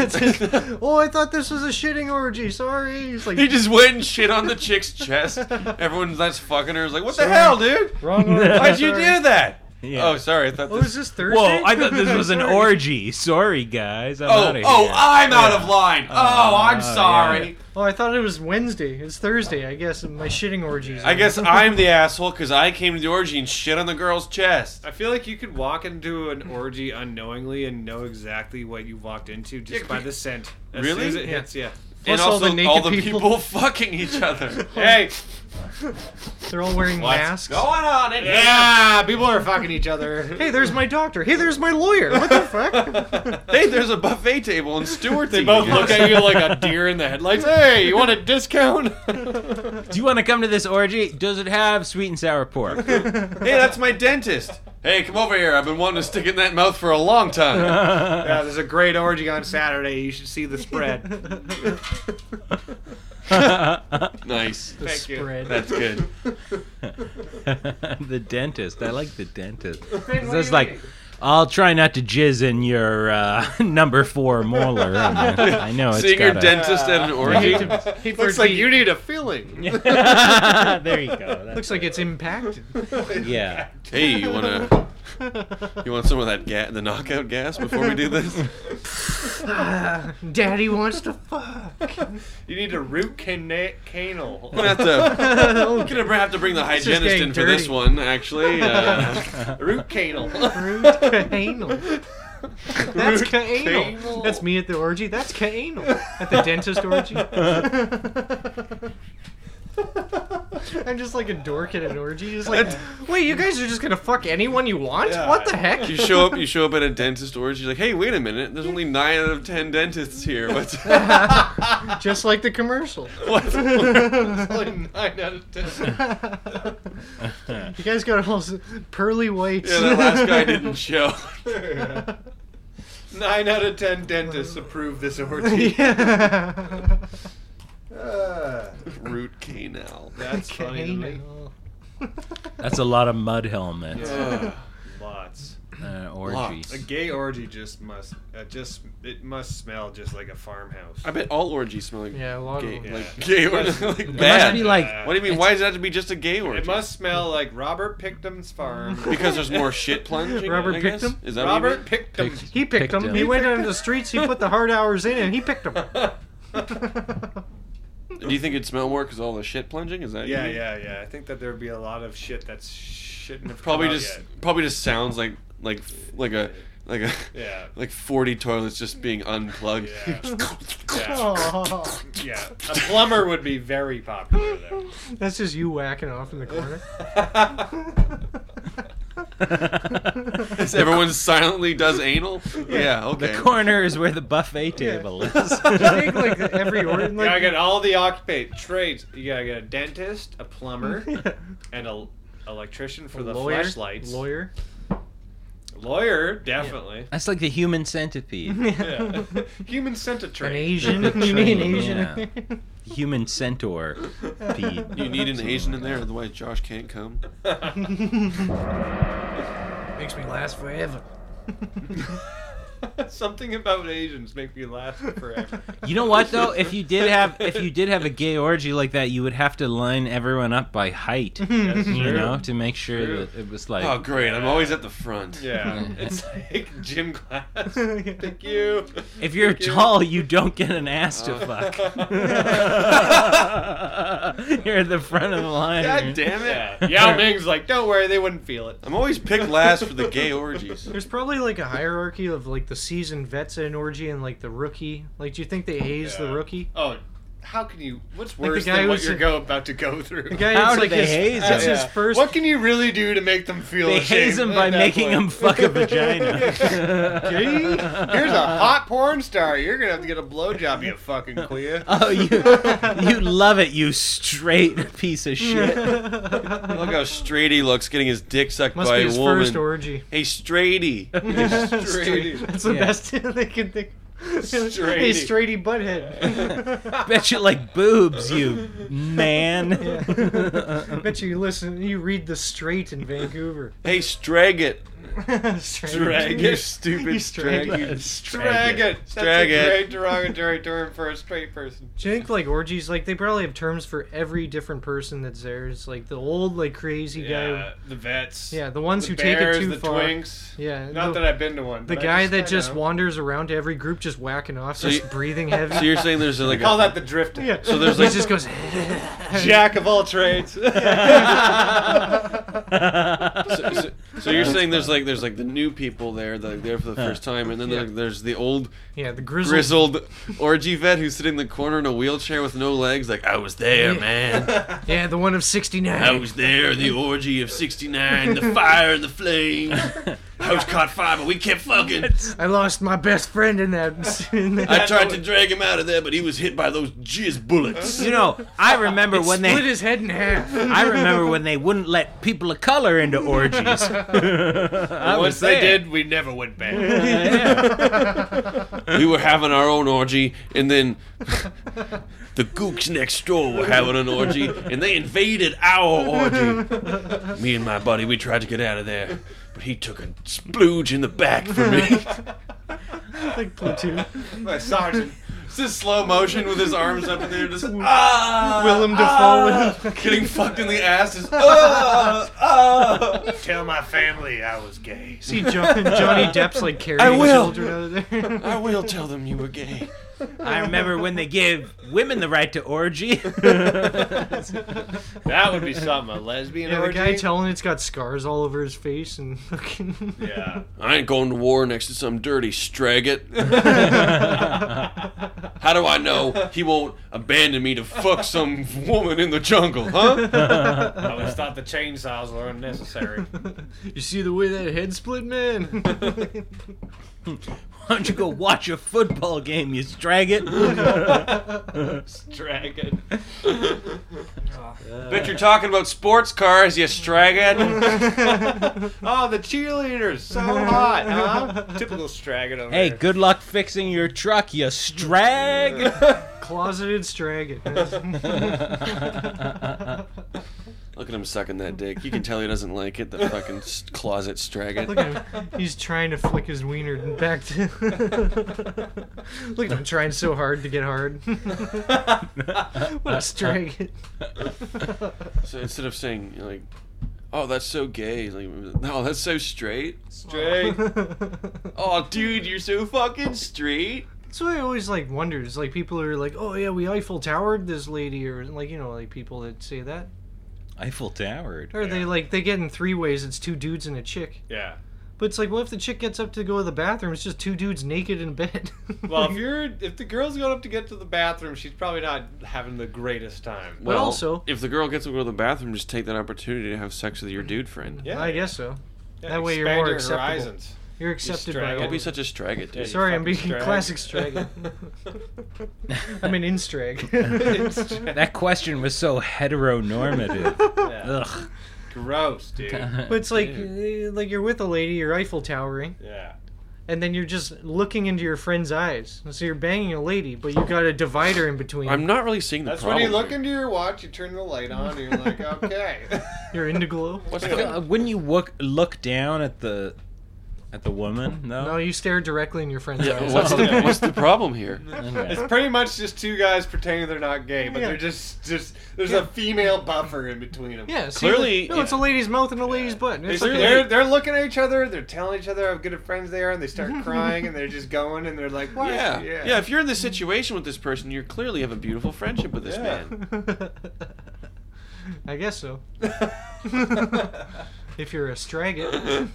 Speaker 6: Oh, I thought this was a shitting orgy. Sorry. He's like,
Speaker 5: he just went and shit on the chick's chest. Everyone that's fucking her is like, "What
Speaker 6: Sorry.
Speaker 5: the hell, dude?
Speaker 6: Wrong orgy.
Speaker 5: Why'd you
Speaker 6: Sorry.
Speaker 5: do that?"
Speaker 8: Yeah.
Speaker 5: Oh, sorry. I thought.
Speaker 6: Oh,
Speaker 5: this-
Speaker 6: is this Thursday?
Speaker 8: Whoa! I thought this was an
Speaker 6: Sorry.
Speaker 8: orgy. Sorry, guys. I'm
Speaker 5: Oh,
Speaker 8: outta
Speaker 5: oh,
Speaker 8: here.
Speaker 5: I'm out of line. Oh, I'm sorry.
Speaker 6: Oh, I thought it was Wednesday. It's Thursday, I guess. and My shitting orgies.
Speaker 5: I guess I'm the asshole because I came to the orgy and shit on the girl's chest.
Speaker 7: I feel like you could walk into an orgy unknowingly and know exactly what you walked into just by the scent. As
Speaker 5: Really?
Speaker 7: soon as it
Speaker 5: Yeah.
Speaker 7: hits, yeah.
Speaker 5: and also, all the, people. fucking each other.
Speaker 7: Hey,
Speaker 6: They're all wearing
Speaker 5: What's
Speaker 6: masks.
Speaker 5: going on in
Speaker 7: yeah, people are fucking each other.
Speaker 6: Hey, there's my doctor. Hey, there's my lawyer. What the fuck?
Speaker 5: Hey, there's a buffet table and Stewart's.
Speaker 7: They both look at you like a deer in the headlights. Hey, you want a discount?
Speaker 8: Do you want to come to this orgy? Does it have sweet and sour pork?
Speaker 5: Hey, that's my dentist. Hey, come over here. I've been wanting to stick it in that mouth for a long time.
Speaker 7: yeah, there's a great orgy on Saturday. You should see the spread.
Speaker 5: nice.
Speaker 7: The Thank you. spread.
Speaker 5: That's good.
Speaker 8: the dentist. I like the dentist.
Speaker 7: Ben,
Speaker 8: It's
Speaker 7: what are
Speaker 8: just
Speaker 7: you
Speaker 8: like,
Speaker 7: eating?
Speaker 8: I'll try not to jizz in your uh, number four molar. I know it's
Speaker 5: Seeing your
Speaker 8: gotta-
Speaker 5: dentist at an orgy.
Speaker 7: Looks like you need a filling.
Speaker 8: there you go. That's
Speaker 6: Looks like it's impacted.
Speaker 8: yeah.
Speaker 5: Hey, you wanna you want some of that ga- the knockout gas before we do this?
Speaker 6: Ah, Daddy wants to fuck.
Speaker 7: You need a root cana- canal.
Speaker 5: I'm gonna have to, I'm gonna have to bring the
Speaker 7: This is
Speaker 5: hygienist
Speaker 7: getting
Speaker 5: in for this
Speaker 7: dirty.
Speaker 5: one, actually. Uh,
Speaker 7: root canal.
Speaker 6: Root canal. That's
Speaker 7: Root
Speaker 6: canal.
Speaker 7: canal.
Speaker 6: That's me at the orgy. That's canal. At the dentist orgy. I'm just like a dork at an orgy. Just like, wait, you guys are just gonna fuck anyone you want? What the heck?
Speaker 5: you show up, you show up at a dentist orgy. You're like, hey, wait a minute. There's only nine out of ten dentists here. What's
Speaker 6: just like the commercial.
Speaker 7: Like nine out of ten.
Speaker 6: You guys got all s- pearly whites.
Speaker 5: Yeah, that last guy didn't show.
Speaker 7: Nine out of ten dentists approve this orgy.
Speaker 6: Yeah.
Speaker 7: Uh,
Speaker 5: Root canal.
Speaker 7: that's funny. to me.
Speaker 6: Anal.
Speaker 8: That's a lot of mud helmets.
Speaker 7: Ugh, lots.
Speaker 8: Uh,
Speaker 7: A
Speaker 8: orgies.
Speaker 7: gay orgy just must uh, just it must smell just like a farmhouse.
Speaker 5: I bet all orgies smell like
Speaker 6: Yeah, a lot of
Speaker 5: gay,
Speaker 6: them.
Speaker 5: like gay orgies,
Speaker 7: Yeah.
Speaker 5: like
Speaker 7: It must
Speaker 5: bad.
Speaker 8: be like-
Speaker 5: what do you mean? Why does it have to be just a gay orgy?
Speaker 7: It must smell like Robert Pictum's farm.
Speaker 5: because there's more shit plunging.
Speaker 6: Robert
Speaker 5: I guess?
Speaker 6: Pictum?
Speaker 5: Is that what you mean?
Speaker 7: Robert Pictum.
Speaker 6: He picked,
Speaker 8: Picked
Speaker 6: them.
Speaker 8: him.
Speaker 6: He
Speaker 8: He
Speaker 6: went out into the streets. He put the hard hours in, and he picked them.
Speaker 5: Do you think it'd smell more because all the shit plunging? Is that
Speaker 7: Yeah,
Speaker 5: you?
Speaker 7: yeah, yeah. I think that there would be a lot of shit that's shouldn't have
Speaker 5: Probably
Speaker 7: come out
Speaker 5: just
Speaker 7: yet.
Speaker 5: probably just sounds like like like a like a
Speaker 7: Yeah.
Speaker 5: like forty toilets just being unplugged.
Speaker 7: Yeah.
Speaker 6: Aw.
Speaker 7: yeah. A plumber would be very popular there.
Speaker 6: That's just you whacking off in the corner.
Speaker 5: Everyone silently does anal. Yeah, okay.
Speaker 8: The corner is where the buffet table is.
Speaker 6: I think like every order.
Speaker 7: You gotta
Speaker 6: Like,
Speaker 7: get all the occupied trades. You gotta get a dentist, a plumber, and a electrician for the
Speaker 6: lawyer,
Speaker 7: flashlights.
Speaker 6: lawyer.
Speaker 7: Lawyer, definitely.
Speaker 8: That's like the human centipede.
Speaker 7: Yeah. Human
Speaker 6: An
Speaker 7: centipede.
Speaker 6: Asian. You need an
Speaker 8: Train,
Speaker 6: Asian.
Speaker 8: yeah. Human centaur.
Speaker 5: You need an Asian in there, otherwise Josh can't come.
Speaker 6: Makes me last forever.
Speaker 7: Something about Asians make me laugh forever.
Speaker 8: You know what though? If you did have if you did have a gay orgy like that, you would have to line everyone up by height,
Speaker 5: That's
Speaker 8: you
Speaker 5: true.
Speaker 8: know, to make sure
Speaker 5: True.
Speaker 8: that it was like.
Speaker 5: oh, great! I'm always at the front.
Speaker 8: Yeah.
Speaker 5: it's like gym class. Thank you.
Speaker 8: If you're
Speaker 5: Thank
Speaker 8: tall, you don't get an ass to
Speaker 5: Oh.
Speaker 8: fuck. you're at the front of the line.
Speaker 7: God damn
Speaker 8: Yeah.
Speaker 7: it! Yao Ming's like, don't worry, they wouldn't feel it.
Speaker 5: I'm always picked last for the gay orgies.
Speaker 6: There's probably like a hierarchy of like the seasoned vets at an orgy and like the rookie. Like, do you think they haze the rookie?
Speaker 7: Oh, how can you? What's
Speaker 6: Like the
Speaker 7: worse
Speaker 6: guy
Speaker 7: than what
Speaker 6: who's
Speaker 7: you're
Speaker 6: in-
Speaker 7: go about to go through?
Speaker 6: The guy How that's do like they his- haze that's him? his first-
Speaker 7: What can you really do to make them feel?
Speaker 8: They
Speaker 7: ashamed
Speaker 8: haze him
Speaker 7: at
Speaker 8: by
Speaker 7: that
Speaker 8: making
Speaker 7: point?
Speaker 8: him fuck a vagina.
Speaker 7: Gee, Here's a hot porn star. You're gonna have to get a blowjob, you fucking Clea.
Speaker 8: Oh, you you love it, you straight piece of shit.
Speaker 5: Look how straight he looks getting his dick sucked
Speaker 6: Must
Speaker 5: by
Speaker 6: be his
Speaker 5: a woman.
Speaker 6: first orgy.
Speaker 5: Hey, straighty.
Speaker 6: Straighty. That's the
Speaker 5: Yeah.
Speaker 6: best they can think. Hey,
Speaker 5: Straighty.
Speaker 6: straighty butthead.
Speaker 8: Bet you like boobs, you man.
Speaker 6: Yeah. Bet you listen. You read the straight in Vancouver.
Speaker 5: Hey, strag it.
Speaker 6: Straight.
Speaker 5: Strag
Speaker 6: You
Speaker 5: it. Stupid
Speaker 6: you straight.
Speaker 5: strag it.
Speaker 7: Drag it. That's
Speaker 5: Strag
Speaker 7: a
Speaker 5: it.
Speaker 7: great derogatory term for a straight person.
Speaker 6: Do you think like orgies? Like they probably have terms for every different person that's there. It's like the old, like crazy
Speaker 7: Yeah,
Speaker 6: guy.
Speaker 7: the vets.
Speaker 6: Yeah, the ones
Speaker 7: the
Speaker 6: who take it
Speaker 7: bears,
Speaker 6: too
Speaker 7: the
Speaker 6: far.
Speaker 7: Twinks.
Speaker 6: Yeah,
Speaker 7: Not
Speaker 6: the-
Speaker 7: that I've been to one.
Speaker 6: The
Speaker 7: but I
Speaker 6: guy
Speaker 7: just- I
Speaker 6: that just
Speaker 7: know.
Speaker 6: wanders around to every group, just whacking off,
Speaker 5: So
Speaker 6: just
Speaker 5: you-
Speaker 6: breathing heavy.
Speaker 5: so you're saying there's, like, They call a- that the drifter.
Speaker 6: Yeah.
Speaker 5: So there's,
Speaker 6: He
Speaker 5: like-
Speaker 6: just goes.
Speaker 7: Jack of all trades.
Speaker 5: so, so- so you're saying there's like there's like the new people there that are there for the first time, and then
Speaker 6: Yeah.
Speaker 5: there- there's the old
Speaker 6: Yeah, the grizzled-
Speaker 5: grizzled orgy vet who's sitting in the corner in a wheelchair with no legs. Like I was there, man.
Speaker 6: Yeah, the one of '69.
Speaker 5: I was there, the orgy of '69, the fire and the flame. House caught fire, but we kept fucking.
Speaker 6: I lost my best friend in that. In that
Speaker 5: I tried to drag him out of there, but he was hit by those jizz bullets.
Speaker 8: You know, I remember
Speaker 6: It
Speaker 8: when they
Speaker 6: split his head in half.
Speaker 8: I remember when they wouldn't let people of color into orgies. I
Speaker 7: And
Speaker 8: was
Speaker 7: once they
Speaker 8: there.
Speaker 7: did, we never went back.
Speaker 5: we were having our own orgy, and then the gooks next door were having an orgy, and they invaded our orgy. Me and my buddy, we tried to get out of there, but he took a splooge in the back for me.
Speaker 6: like platoon.
Speaker 7: My sergeant. It's just slow motion with his arms up in the air, just
Speaker 5: ah,
Speaker 6: Willem
Speaker 7: ah,
Speaker 6: Dafoe.
Speaker 7: getting fucked in the ass. Is, ah, ah. Tell my family I was gay.
Speaker 6: See John, Johnny Depp's like carrying
Speaker 8: I will.
Speaker 6: children out of there.
Speaker 5: I will tell them you were gay.
Speaker 8: I remember when they gave women the right to orgy.
Speaker 7: That would be something. A lesbian
Speaker 6: Yeah, the
Speaker 7: orgy.
Speaker 6: guy telling it's got scars all over his face and fucking.
Speaker 7: Yeah.
Speaker 5: I ain't going to war next to some dirty straggot. How do I know he won't abandon me to fuck some woman in the jungle, huh?
Speaker 7: I always thought the chainsaws were unnecessary.
Speaker 6: You see the way that head split, man?
Speaker 8: Why don't you go watch a football game, you straggot?
Speaker 7: Dragon.
Speaker 5: Bet you're talking about sports cars, you straggot.
Speaker 7: oh, the cheerleaders, so hot, huh? Typical stragging over
Speaker 8: hey,
Speaker 7: there.
Speaker 8: good luck fixing your truck, you strag.
Speaker 6: Closeted stragging.
Speaker 5: Look at him sucking that dick. You can tell he doesn't like it. The fucking s- closet straggot.
Speaker 6: Look at him. He's trying to flick his wiener back to. Look at him trying so hard to get hard. what a stragging.
Speaker 5: So instead of saying like, "Oh, that's so gay," he's like, "No, that's so straight."
Speaker 7: Straight.
Speaker 5: oh, dude, you're so fucking straight.
Speaker 6: That's what I always like wonders. Like people are like, "Oh yeah, we Eiffel Towered this lady," or like you know, like people that say that.
Speaker 8: Eiffel Towered.
Speaker 6: Or they like they get in three ways. It's two dudes and a chick.
Speaker 7: Yeah.
Speaker 6: But it's like, what if the chick gets up to go to the bathroom? It's just two dudes naked in bed.
Speaker 7: Well, if you're if the girl's going up to get to the bathroom, she's probably not having the greatest time.
Speaker 5: Well, if the girl gets to go to the bathroom, just take that opportunity to have sex with your dude friend.
Speaker 7: Yeah.
Speaker 6: I guess so.
Speaker 7: Yeah,
Speaker 6: that way you're
Speaker 7: expand
Speaker 6: more
Speaker 7: your
Speaker 6: acceptable.
Speaker 7: horizons.
Speaker 6: You're
Speaker 7: You
Speaker 6: accepted by.
Speaker 7: strag-
Speaker 5: Don't
Speaker 6: all.
Speaker 5: be such a straggot, dude.
Speaker 6: Sorry, I'm being
Speaker 7: fucking strag.
Speaker 6: classic strag. I'm an instrag.
Speaker 8: That question was so heteronormative. Ugh.
Speaker 7: Gross, dude.
Speaker 6: but it's like, eh, like you're with a lady, you're Eiffel towering.
Speaker 7: Yeah.
Speaker 6: and then you're just looking into your friend's eyes. So you're banging a lady, but you got a divider in between.
Speaker 5: I'm not really seeing the
Speaker 7: That's when you look into your watch, you turn the light on, and you're like, okay.
Speaker 6: You're into glow.
Speaker 7: What's
Speaker 8: Uh, Wouldn't you look look down at the at the woman? No.
Speaker 6: No, you stare directly in your friend's eyes. Oh.
Speaker 5: problem here?
Speaker 7: It's pretty much just two guys pretending they're not gay, but
Speaker 6: Yeah.
Speaker 7: they're just just there's
Speaker 6: Yeah.
Speaker 7: a female buffer in between them.
Speaker 6: Yeah, see, no, it's a lady's mouth and a lady's butt. and
Speaker 7: They-
Speaker 6: It's
Speaker 7: They're,
Speaker 6: okay.
Speaker 7: they're, looking at each other. They're telling each other how good of friends they are, and they start crying, and they're just going, and they're like, "What?
Speaker 5: Yeah. yeah, If you're in this situation with this person, you clearly have a beautiful friendship with this
Speaker 7: Yeah.
Speaker 5: man.
Speaker 6: I guess so. if you're a straggart.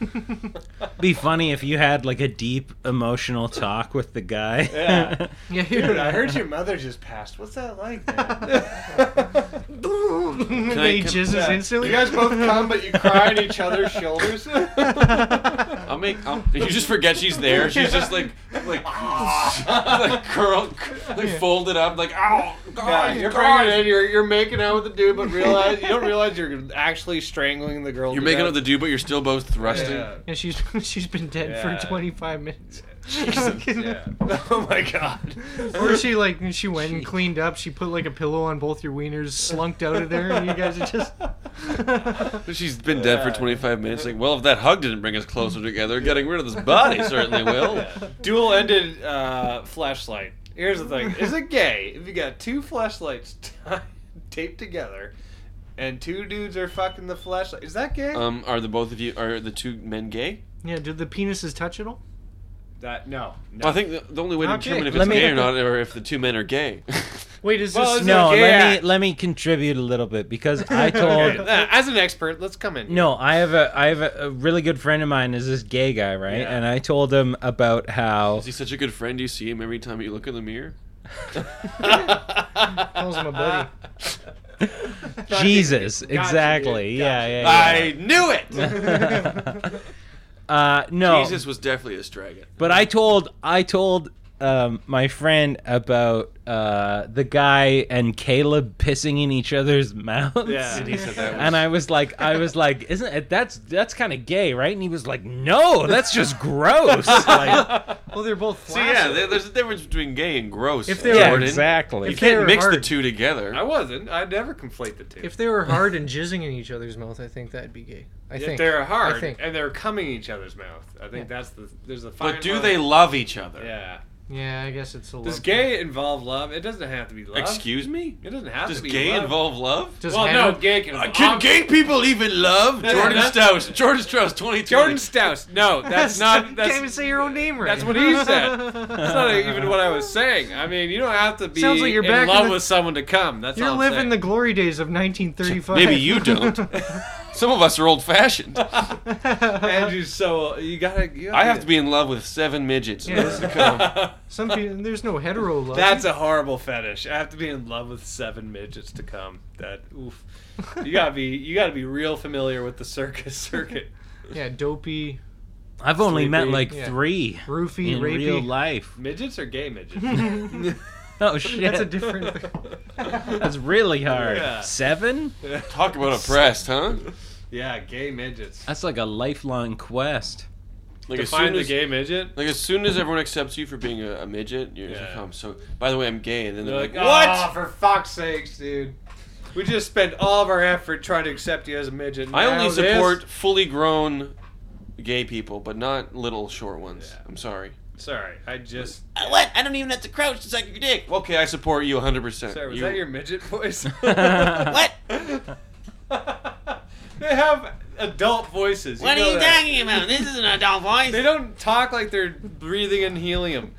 Speaker 8: Be funny if you had like a deep emotional talk with the guy.
Speaker 7: Yeah. dude, I heard your mother just passed. What's that like?
Speaker 6: Can
Speaker 5: I- He can- jizzes instantly?
Speaker 7: You guys both come, but you cry on each other's shoulders.
Speaker 5: I'll make. I'll, you just forget she's there. She's just like, like, like curled, like folded up, like, ow, God,
Speaker 6: Oh
Speaker 7: Yeah, you're
Speaker 5: God.
Speaker 7: bringing it in. You're, you're making out with the dude, but realize you don't realize you're actually strangling the girl.
Speaker 5: You're
Speaker 7: to
Speaker 5: making
Speaker 7: death.
Speaker 5: up the dude, but you're still both thrusting.
Speaker 7: Yeah.
Speaker 6: and she's she's been dead
Speaker 7: Yeah.
Speaker 6: for 25 minutes.
Speaker 7: Jesus, yeah. Oh my god.
Speaker 6: Or she like she went and cleaned up. She put like a pillow on both your wieners, slunked out of there, and you guys are just
Speaker 5: But She's been dead for 25 minutes. Like, well, if that hug didn't bring us closer together, getting rid of this body certainly will.
Speaker 7: Dual ended uh, flashlight. Here's the thing: is it gay if you got two flashlights t- taped together, and two dudes are fucking the flashlight? Is that gay?
Speaker 5: Um, are the both of you are the two men gay?
Speaker 6: yeah. Did the penises touch at all?
Speaker 7: that no. no.
Speaker 5: Well, I think the, the only way to
Speaker 7: Not gay.
Speaker 5: determine if
Speaker 8: Let
Speaker 5: it's
Speaker 8: me-
Speaker 5: gay or not, or if the two men are gay.
Speaker 6: Wait,
Speaker 5: Oh,
Speaker 6: is
Speaker 7: Well,
Speaker 6: this
Speaker 7: is
Speaker 8: No,
Speaker 7: it gay?
Speaker 8: let me let me contribute a little bit because I told
Speaker 7: Okay, uh, as an expert, let's come in.
Speaker 8: No, I have a I have a, a really good friend of mine is this gay guy, right?
Speaker 5: Yeah.
Speaker 8: And I told him about how
Speaker 5: Is he such a good friend? Do you see him every time you look in the mirror?
Speaker 6: Calls him a
Speaker 7: uh,
Speaker 6: buddy.
Speaker 8: Jesus,
Speaker 6: Gotcha,
Speaker 8: exactly.
Speaker 6: dude.
Speaker 8: Yeah,
Speaker 6: Gotcha.
Speaker 8: yeah,
Speaker 5: I
Speaker 8: yeah.
Speaker 5: knew it!
Speaker 8: uh, no.
Speaker 5: Jesus was definitely a straggart.
Speaker 8: But I told I told um, my friend about uh, the guy and Caleb pissing in each other's mouths.
Speaker 5: Yeah. And he said that was-
Speaker 8: And I was like, I was like, isn't it, that's that's kind of gay, right? And he was like, No, that's just gross. Like,
Speaker 6: Well, they're both.
Speaker 5: See, yeah, there- there's a difference between gay and gross.
Speaker 6: If they were-
Speaker 5: Jordan.
Speaker 8: exactly.
Speaker 5: You
Speaker 8: If
Speaker 6: they
Speaker 5: can't
Speaker 6: were
Speaker 5: mix the
Speaker 6: hard.
Speaker 5: two together.
Speaker 7: I wasn't. I'd never conflate the two.
Speaker 6: If they were hard and jizzing in each other's mouth, I think that'd be gay. I
Speaker 7: If
Speaker 6: think
Speaker 7: they're hard
Speaker 6: I think.
Speaker 7: and they're coming each other's mouth, I think that's the there's a fine.
Speaker 5: But do
Speaker 7: line.
Speaker 5: they love each other?
Speaker 7: Yeah.
Speaker 6: Yeah, I guess it's a
Speaker 7: Does
Speaker 6: little.
Speaker 7: gay involve love? It doesn't have to be love.
Speaker 5: Excuse me?
Speaker 7: It doesn't have
Speaker 5: Does
Speaker 7: to be
Speaker 5: gay
Speaker 7: love.
Speaker 5: involve love?
Speaker 6: Does
Speaker 7: well,
Speaker 6: Hannah-
Speaker 7: no, gay can.
Speaker 5: Uh, can gay people even love?
Speaker 7: No, no,
Speaker 5: Jordan
Speaker 7: that's-
Speaker 5: Strauss. Jordan Strauss, 2020.
Speaker 7: Jordan Staus. No, that's not.
Speaker 6: Can't even
Speaker 7: That's,
Speaker 6: say your own name right.
Speaker 7: that's what he said. That's not even what I was saying. I mean, you don't have to be
Speaker 6: Sounds like you're
Speaker 7: in
Speaker 6: back in
Speaker 7: love
Speaker 6: the-
Speaker 7: with someone to come. That's
Speaker 6: You're
Speaker 7: all I'm
Speaker 6: living
Speaker 7: saying.
Speaker 6: the glory days of 1935.
Speaker 5: Maybe you don't. Some of us are old fashioned.
Speaker 7: Andrew, so you gotta. You gotta
Speaker 5: I have to be in love with seven midgets. in order to come.
Speaker 6: Some people, there's no hetero love.
Speaker 7: That's a horrible fetish. I have to be in love with seven midgets to come. That oof. You gotta be. You gotta be real familiar with the circus circuit.
Speaker 6: yeah, dopey,
Speaker 8: I've only met
Speaker 7: Sleepy.
Speaker 8: like
Speaker 6: Yeah.
Speaker 8: three
Speaker 6: roofy,
Speaker 8: in
Speaker 6: rapey.
Speaker 8: real life.
Speaker 7: Midgets or gay midgets?
Speaker 8: Oh shit,
Speaker 6: That's a different. Thing.
Speaker 8: That's really hard.
Speaker 7: Yeah.
Speaker 8: Seven?
Speaker 5: Talk about oppressed, huh?
Speaker 7: yeah, gay midgets.
Speaker 8: That's like a lifelong quest.
Speaker 5: Like
Speaker 7: to
Speaker 5: as
Speaker 7: find
Speaker 5: soon
Speaker 7: the
Speaker 5: as,
Speaker 7: gay midget.
Speaker 5: like as soon as everyone accepts you for being a, a midget, you're just like,
Speaker 7: Yeah.
Speaker 5: "Oh, I'm so. By the way, I'm gay, and then
Speaker 7: They're
Speaker 5: they're like,
Speaker 7: like,
Speaker 5: "What?
Speaker 7: "Ah, "Aw, for fuck's sakes, dude. We just spent all of our effort trying to accept you as a midget.
Speaker 5: I
Speaker 7: Now
Speaker 5: only
Speaker 7: this-
Speaker 5: support fully grown gay people, but not little short ones. I'm sorry.
Speaker 7: Sorry, I just.
Speaker 11: Uh,
Speaker 5: What? I don't even have to crouch to suck your dick. Okay, I support you 100. percent
Speaker 7: Sorry, was that your midget voice? they have adult voices.
Speaker 11: What
Speaker 7: know
Speaker 11: are you
Speaker 7: that.
Speaker 11: talking about? This is an adult voice.
Speaker 7: They don't talk like they're breathing in helium.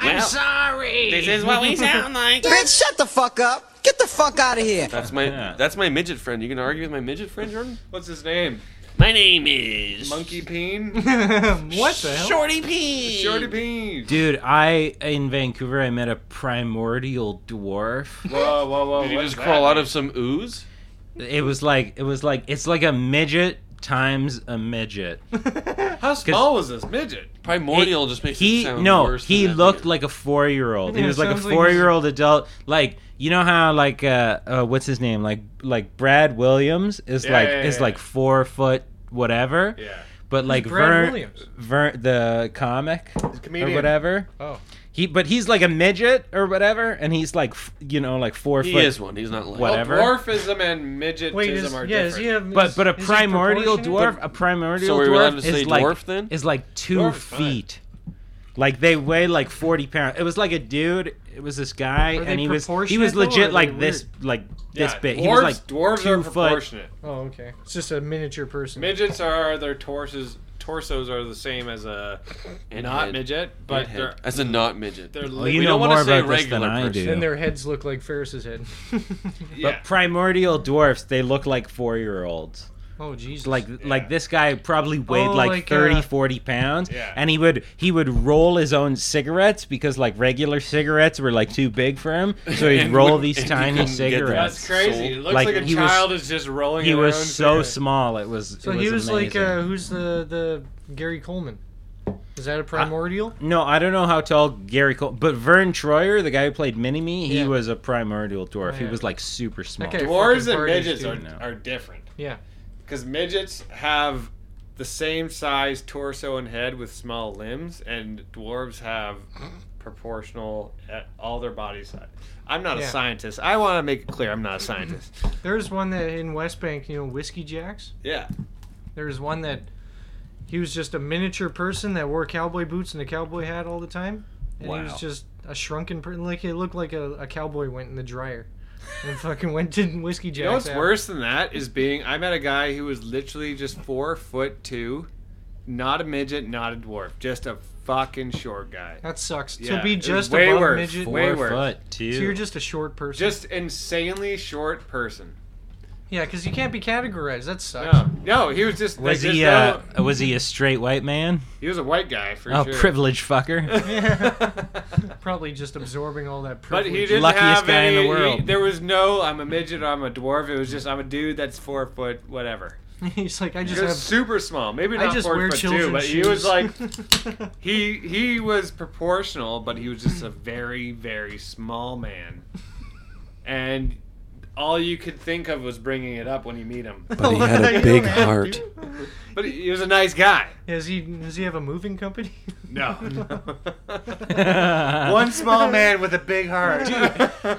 Speaker 11: I'm sorry. This is what we sound like.
Speaker 9: Bitch, shut the fuck up. Get the fuck out of here.
Speaker 5: That's my that's my midget friend. You gonna argue with my midget friend, Jordan?
Speaker 7: What's his name?
Speaker 11: My name is
Speaker 7: Monkey Peen?
Speaker 6: what the hell?
Speaker 11: Shorty P.
Speaker 7: Shorty Peen.
Speaker 8: Dude, I in Vancouver I met a primordial dwarf.
Speaker 7: Whoa, whoa, whoa.
Speaker 5: Did you
Speaker 7: what
Speaker 5: just
Speaker 7: is
Speaker 5: crawl
Speaker 7: that?
Speaker 5: out of some ooze?
Speaker 8: It was like it was like it's like a midget times a midget.
Speaker 7: How small was this midget?
Speaker 5: Primordial just makes
Speaker 8: He
Speaker 5: it sound
Speaker 8: no,
Speaker 5: worse.
Speaker 8: he
Speaker 5: than that
Speaker 8: looked like a four year old. He
Speaker 6: Yeah,
Speaker 8: was like a
Speaker 6: sounds like
Speaker 8: four year old adult. Like you know how like uh, uh what's his name? Like like Brad Williams is
Speaker 7: Yeah,
Speaker 8: like
Speaker 7: yeah,
Speaker 8: is
Speaker 7: yeah,
Speaker 8: like
Speaker 7: yeah.
Speaker 8: four foot whatever.
Speaker 7: Yeah.
Speaker 8: But like
Speaker 6: Brad
Speaker 8: Vern,
Speaker 6: Williams.
Speaker 8: Vern, the comic or
Speaker 6: comedian.
Speaker 8: whatever.
Speaker 6: Oh.
Speaker 8: He, but he's like a midget or whatever, and he's like, f- you know, like four
Speaker 5: He
Speaker 8: foot.
Speaker 5: is one, he's not like-
Speaker 8: whatever.
Speaker 7: Well, dwarfism and midgetism
Speaker 6: Wait, is-
Speaker 7: are
Speaker 6: yeah,
Speaker 7: different.
Speaker 6: is he a-
Speaker 8: But but a
Speaker 6: Is he
Speaker 8: primordial dwarf,
Speaker 6: proportionate?
Speaker 8: a primordial
Speaker 5: So are we allowed
Speaker 8: dwarf,
Speaker 5: to
Speaker 8: is
Speaker 5: say
Speaker 8: like
Speaker 5: dwarf then?
Speaker 8: is like two
Speaker 5: Dwarf is fine.
Speaker 8: feet. Like they weigh like forty pounds. It was like a dude. It was this guy,
Speaker 6: Are they
Speaker 8: and he was he
Speaker 6: proportionate,
Speaker 8: was
Speaker 6: though, or are
Speaker 8: legit
Speaker 6: they
Speaker 8: like this, like this
Speaker 7: Yeah,
Speaker 8: big.
Speaker 7: Dwarves,
Speaker 8: he was like
Speaker 7: dwarves
Speaker 8: two
Speaker 7: are
Speaker 8: foot-
Speaker 7: proportionate.
Speaker 6: Oh, okay. It's just a miniature person.
Speaker 7: Midgets are their torsos. Torsos are the same as a
Speaker 5: And
Speaker 7: not
Speaker 5: head.
Speaker 7: midget, but
Speaker 5: And head.
Speaker 7: they're
Speaker 5: As a not midget.
Speaker 7: They're
Speaker 8: Oh,
Speaker 7: li-
Speaker 8: you
Speaker 7: we
Speaker 8: know
Speaker 7: don't wanna
Speaker 8: more
Speaker 7: say
Speaker 8: about this than
Speaker 7: regular
Speaker 8: I
Speaker 7: person.
Speaker 8: do.
Speaker 6: And their heads look like Ferris's head.
Speaker 8: But primordial dwarfs, they look like four year olds.
Speaker 6: Oh, Jesus.
Speaker 8: Like like this guy probably weighed
Speaker 6: Oh,
Speaker 8: like,
Speaker 6: like,
Speaker 8: 30,
Speaker 6: uh,
Speaker 8: 40 pounds.
Speaker 6: Yeah.
Speaker 8: And he would he would roll his own cigarettes because like regular cigarettes were like too big for him. So he'd
Speaker 7: And
Speaker 8: roll
Speaker 7: would-
Speaker 8: these
Speaker 7: and he
Speaker 8: tiny
Speaker 7: couldn't get them
Speaker 8: cigarettes.
Speaker 7: That's crazy. It looks like a
Speaker 8: he
Speaker 7: child is just rolling
Speaker 8: He
Speaker 7: their
Speaker 8: was
Speaker 7: own
Speaker 8: so
Speaker 7: cigarette.
Speaker 8: small. It was
Speaker 6: So
Speaker 8: it
Speaker 6: he was like,
Speaker 8: amazing.
Speaker 6: uh, who's the the Gary Coleman? Is that a primordial?
Speaker 8: No, I don't know how tall Gary Cole, but Vern Troyer, the guy who played Mini Me, he was a primordial dwarf.
Speaker 7: Oh,
Speaker 8: He
Speaker 7: yeah.
Speaker 8: was like super small.
Speaker 6: guy
Speaker 7: Dwarves
Speaker 6: fucking
Speaker 7: and
Speaker 6: parties,
Speaker 7: midgets are,
Speaker 6: dude.
Speaker 7: are different.
Speaker 6: Yeah.
Speaker 7: Because midgets have the same size torso and head with small limbs, and dwarves have proportional at all their body size. I'm not
Speaker 6: Yeah.
Speaker 7: a scientist. I want to make it clear I'm not a scientist.
Speaker 6: There's one that in West Bank, you know, Whiskey Jacks.
Speaker 7: yeah.
Speaker 6: There's one that he was just a miniature person that wore cowboy boots and a cowboy hat all the time, and he
Speaker 8: Wow.
Speaker 6: was just a shrunken person. Like it looked like a, a cowboy went in the dryer and fucking went to Whiskey Jacks.
Speaker 7: You know what's
Speaker 6: after.
Speaker 7: worse than that is being I met a guy who was literally just four foot two, not a midget, not a dwarf, just a fucking short guy.
Speaker 6: That sucks.
Speaker 7: Yeah,
Speaker 6: to be
Speaker 7: it was
Speaker 6: just
Speaker 7: way
Speaker 6: above
Speaker 7: worse,
Speaker 6: midget,
Speaker 7: way Four worse. foot,
Speaker 6: So
Speaker 7: too.
Speaker 6: you're just a short person.
Speaker 7: Just insanely short person.
Speaker 6: yeah, because you can't be categorized. That sucks.
Speaker 7: No, no, he was just
Speaker 8: Was
Speaker 7: like,
Speaker 8: he
Speaker 7: there's
Speaker 8: uh,
Speaker 7: no-
Speaker 8: was he a straight white man?
Speaker 7: He was a white guy for
Speaker 8: oh,
Speaker 7: sure.
Speaker 8: privileged fucker.
Speaker 6: Probably just absorbing all that
Speaker 7: But
Speaker 6: privilege.
Speaker 7: he didn't
Speaker 8: Luckiest
Speaker 7: have
Speaker 8: guy in
Speaker 7: any,
Speaker 8: the
Speaker 7: he-
Speaker 8: world.
Speaker 7: there was no I'm a midget, I'm a dwarf. It was just I'm a dude that's four foot whatever.
Speaker 6: He's like, I just
Speaker 7: He was
Speaker 6: have
Speaker 7: super small. Maybe
Speaker 6: I
Speaker 7: not
Speaker 6: just
Speaker 7: four
Speaker 6: wear
Speaker 7: foot
Speaker 6: children's
Speaker 7: two, but he
Speaker 6: shoes.
Speaker 7: was like he he was proportional, but he was just a very very small man, and all you could think of was bringing it up when you meet him.
Speaker 5: But he had a big heart.
Speaker 7: But he was a nice guy.
Speaker 6: Does he does he have a moving company?
Speaker 7: No. One small man with a big heart.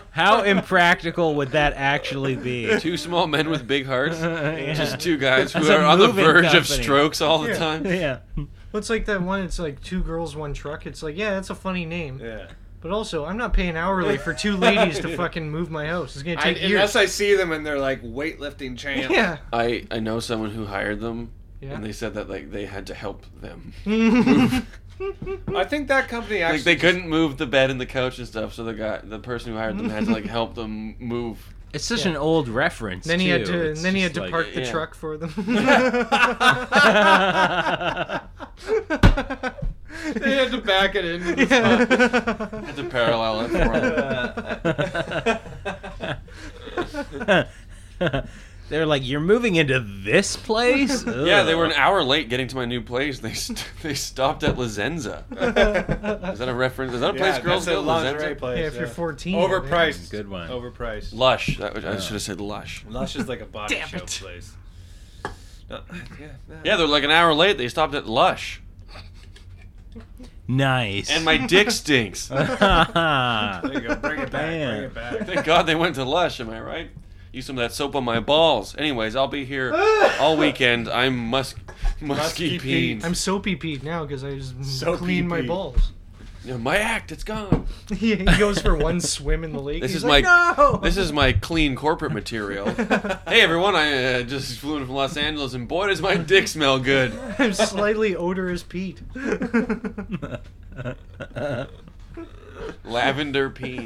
Speaker 8: How impractical would that actually be?
Speaker 5: Two small men with big hearts.
Speaker 8: Yeah.
Speaker 5: Just two guys who
Speaker 8: That's a
Speaker 5: are on the
Speaker 8: moving
Speaker 5: verge of
Speaker 8: company.
Speaker 5: strokes all the
Speaker 6: Yeah.
Speaker 5: time.
Speaker 8: Yeah.
Speaker 6: Well, it's like that one. It's like two girls, one truck. It's like yeah, that's a funny name.
Speaker 7: Yeah.
Speaker 6: But also, I'm not paying hourly for two ladies to fucking move my house. It's gonna
Speaker 7: I,
Speaker 6: take
Speaker 7: unless
Speaker 6: years.
Speaker 7: I see them and they're like weightlifting champs.
Speaker 6: Yeah.
Speaker 5: I, I know someone who hired them,
Speaker 6: Yeah.
Speaker 5: and they said that like they had to help them.
Speaker 7: I think that company actually
Speaker 5: Like they couldn't move the bed and the couch and stuff, so the guy, the person who hired them, had to like help them move.
Speaker 8: It's such
Speaker 6: Yeah.
Speaker 8: an old reference.
Speaker 6: then he had
Speaker 8: too.
Speaker 6: to.
Speaker 8: It's
Speaker 6: then he had
Speaker 8: just like-
Speaker 6: to park the
Speaker 5: yeah.
Speaker 6: truck for them.
Speaker 7: they had to back it in.
Speaker 5: Had to parallel it for them.
Speaker 8: They're like, you're moving into this place.
Speaker 5: yeah, they
Speaker 8: Ugh."
Speaker 5: were an hour late getting to my new place. They st- they stopped at La Zenza. Is that a reference? Is that a place girls go? La Zenza?
Speaker 6: Yeah, if you're 14, yeah, man.
Speaker 7: overpriced.
Speaker 8: Good one.
Speaker 5: Oh.
Speaker 7: Overpriced.
Speaker 5: Lush. That was, I
Speaker 8: Yeah.
Speaker 5: should have said Lush.
Speaker 7: Lush is like a body
Speaker 6: Damn
Speaker 7: show
Speaker 6: it.
Speaker 7: place. No, yeah, no.
Speaker 5: Yeah, they're like an hour late. They stopped at Lush,
Speaker 8: nice.
Speaker 5: and my dick stinks.
Speaker 7: There you go. Bring it back. Bring it back.
Speaker 5: Thank God they went to Lush, am I right? Use some of that soap on my balls. Anyways, I'll be here all weekend. I'm musk, musky,
Speaker 7: Musky
Speaker 5: peas.
Speaker 6: I'm soapy Pete now because I just
Speaker 7: Soapy
Speaker 6: clean my
Speaker 7: Pete.
Speaker 6: balls.
Speaker 5: Yeah, my act, it's gone.
Speaker 6: he, he goes for one swim in the lake.
Speaker 5: This
Speaker 6: He's
Speaker 5: is
Speaker 6: like,
Speaker 5: my
Speaker 6: no.
Speaker 5: this is my clean corporate material. hey everyone, I uh, just flew in from Los Angeles, and boy does my dick smell good.
Speaker 6: I'm slightly odorous Pete.
Speaker 5: Lavender pee.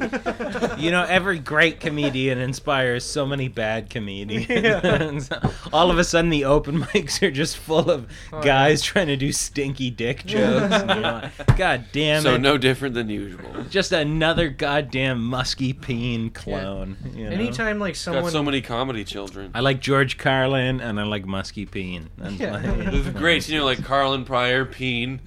Speaker 8: you know, every great comedian inspires so many bad comedians. All of a sudden, the open mics are just full of
Speaker 6: Oh,
Speaker 8: guys trying to do stinky dick jokes. and you're like, God damn
Speaker 5: So
Speaker 8: it.
Speaker 5: no different than usual.
Speaker 8: Just another goddamn musky peen clone. you know?
Speaker 6: Anytime like
Speaker 5: Got
Speaker 6: someone
Speaker 5: so many comedy children.
Speaker 8: I like George Carlin and I like musky peen. And
Speaker 6: Yeah.
Speaker 5: The greats, you know, like Carlin Pryor, Peen.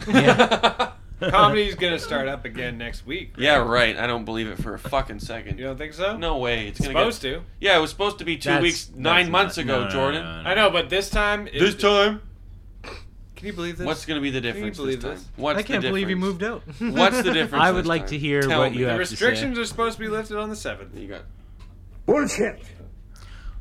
Speaker 7: Comedy's gonna start up again next week.
Speaker 5: Yeah, right. I don't believe it for a fucking second.
Speaker 7: You don't think so?
Speaker 5: No way. It's,
Speaker 7: It's
Speaker 5: gonna
Speaker 7: supposed
Speaker 5: get...
Speaker 7: to.
Speaker 5: Yeah, it was supposed to be two
Speaker 8: That's-
Speaker 5: weeks,
Speaker 8: that's
Speaker 5: nine months
Speaker 8: not-
Speaker 5: ago,
Speaker 8: no, no,
Speaker 5: Jordan.
Speaker 8: no, no, no.
Speaker 7: I know, but this time. it-
Speaker 5: This time,
Speaker 7: Can you believe this?
Speaker 5: What's going to be the
Speaker 7: Can you
Speaker 5: difference
Speaker 7: believe
Speaker 5: this time?
Speaker 7: this?
Speaker 5: What's
Speaker 6: I can't
Speaker 5: the
Speaker 6: believe you
Speaker 5: difference?
Speaker 6: moved out.
Speaker 5: What's the difference?
Speaker 8: I would
Speaker 5: this
Speaker 8: like
Speaker 5: time?
Speaker 8: to hear
Speaker 5: Tell
Speaker 8: what
Speaker 5: me.
Speaker 8: you
Speaker 7: The
Speaker 8: have to say.
Speaker 7: restrictions are supposed to be lifted on the seventh. You got
Speaker 14: Bullshit.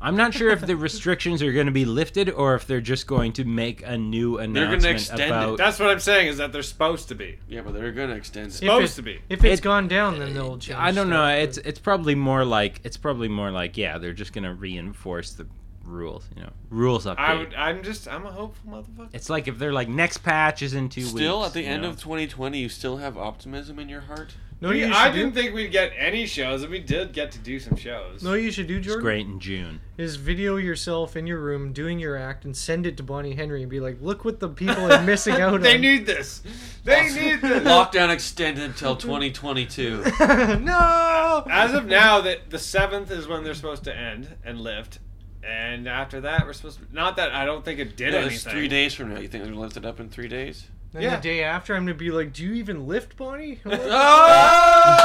Speaker 8: I'm not sure if the restrictions are going to be lifted or if they're just going to make a new
Speaker 5: They're
Speaker 8: announcement
Speaker 5: going to extend
Speaker 8: about.
Speaker 5: it.
Speaker 7: That's what I'm saying is that they're supposed to be.
Speaker 5: Yeah, but they're going to extend it.
Speaker 7: Supposed
Speaker 8: it-
Speaker 7: to be.
Speaker 6: If it's
Speaker 8: It-
Speaker 6: gone down, then they'll change.
Speaker 8: I don't
Speaker 6: stuff.
Speaker 8: know. It's it's probably more like it's probably more like yeah, they're just going to reinforce the rules. You know, rules update.
Speaker 7: I would, I'm just. I'm a hopeful motherfucker.
Speaker 8: It's like if they're like next patch is in two weeks.
Speaker 5: Still, at the
Speaker 8: you
Speaker 5: end
Speaker 8: know?
Speaker 5: of 2020, you still have optimism in your heart.
Speaker 6: No,
Speaker 7: We-
Speaker 6: you
Speaker 7: I
Speaker 6: should do-
Speaker 7: didn't think we'd get any shows, and we did get to do some shows.
Speaker 6: No, you should do
Speaker 8: it's
Speaker 6: Jordan.
Speaker 8: great in June.
Speaker 6: Is video yourself in your room doing your act and send it to Bonnie Henry and be like, look what the people are missing out
Speaker 7: they
Speaker 6: on.
Speaker 7: need this. They need this.
Speaker 5: Lockdown extended until 2022.
Speaker 6: no.
Speaker 7: As of now, that the seventh is when they're supposed to end and lift, and after that we're supposed to. Not that I don't think it did
Speaker 5: Yeah, it's
Speaker 7: anything.
Speaker 5: three days from now. You think they're lifted up in three days?
Speaker 6: Then the day after, I'm gonna be like, do you even lift, Bonnie?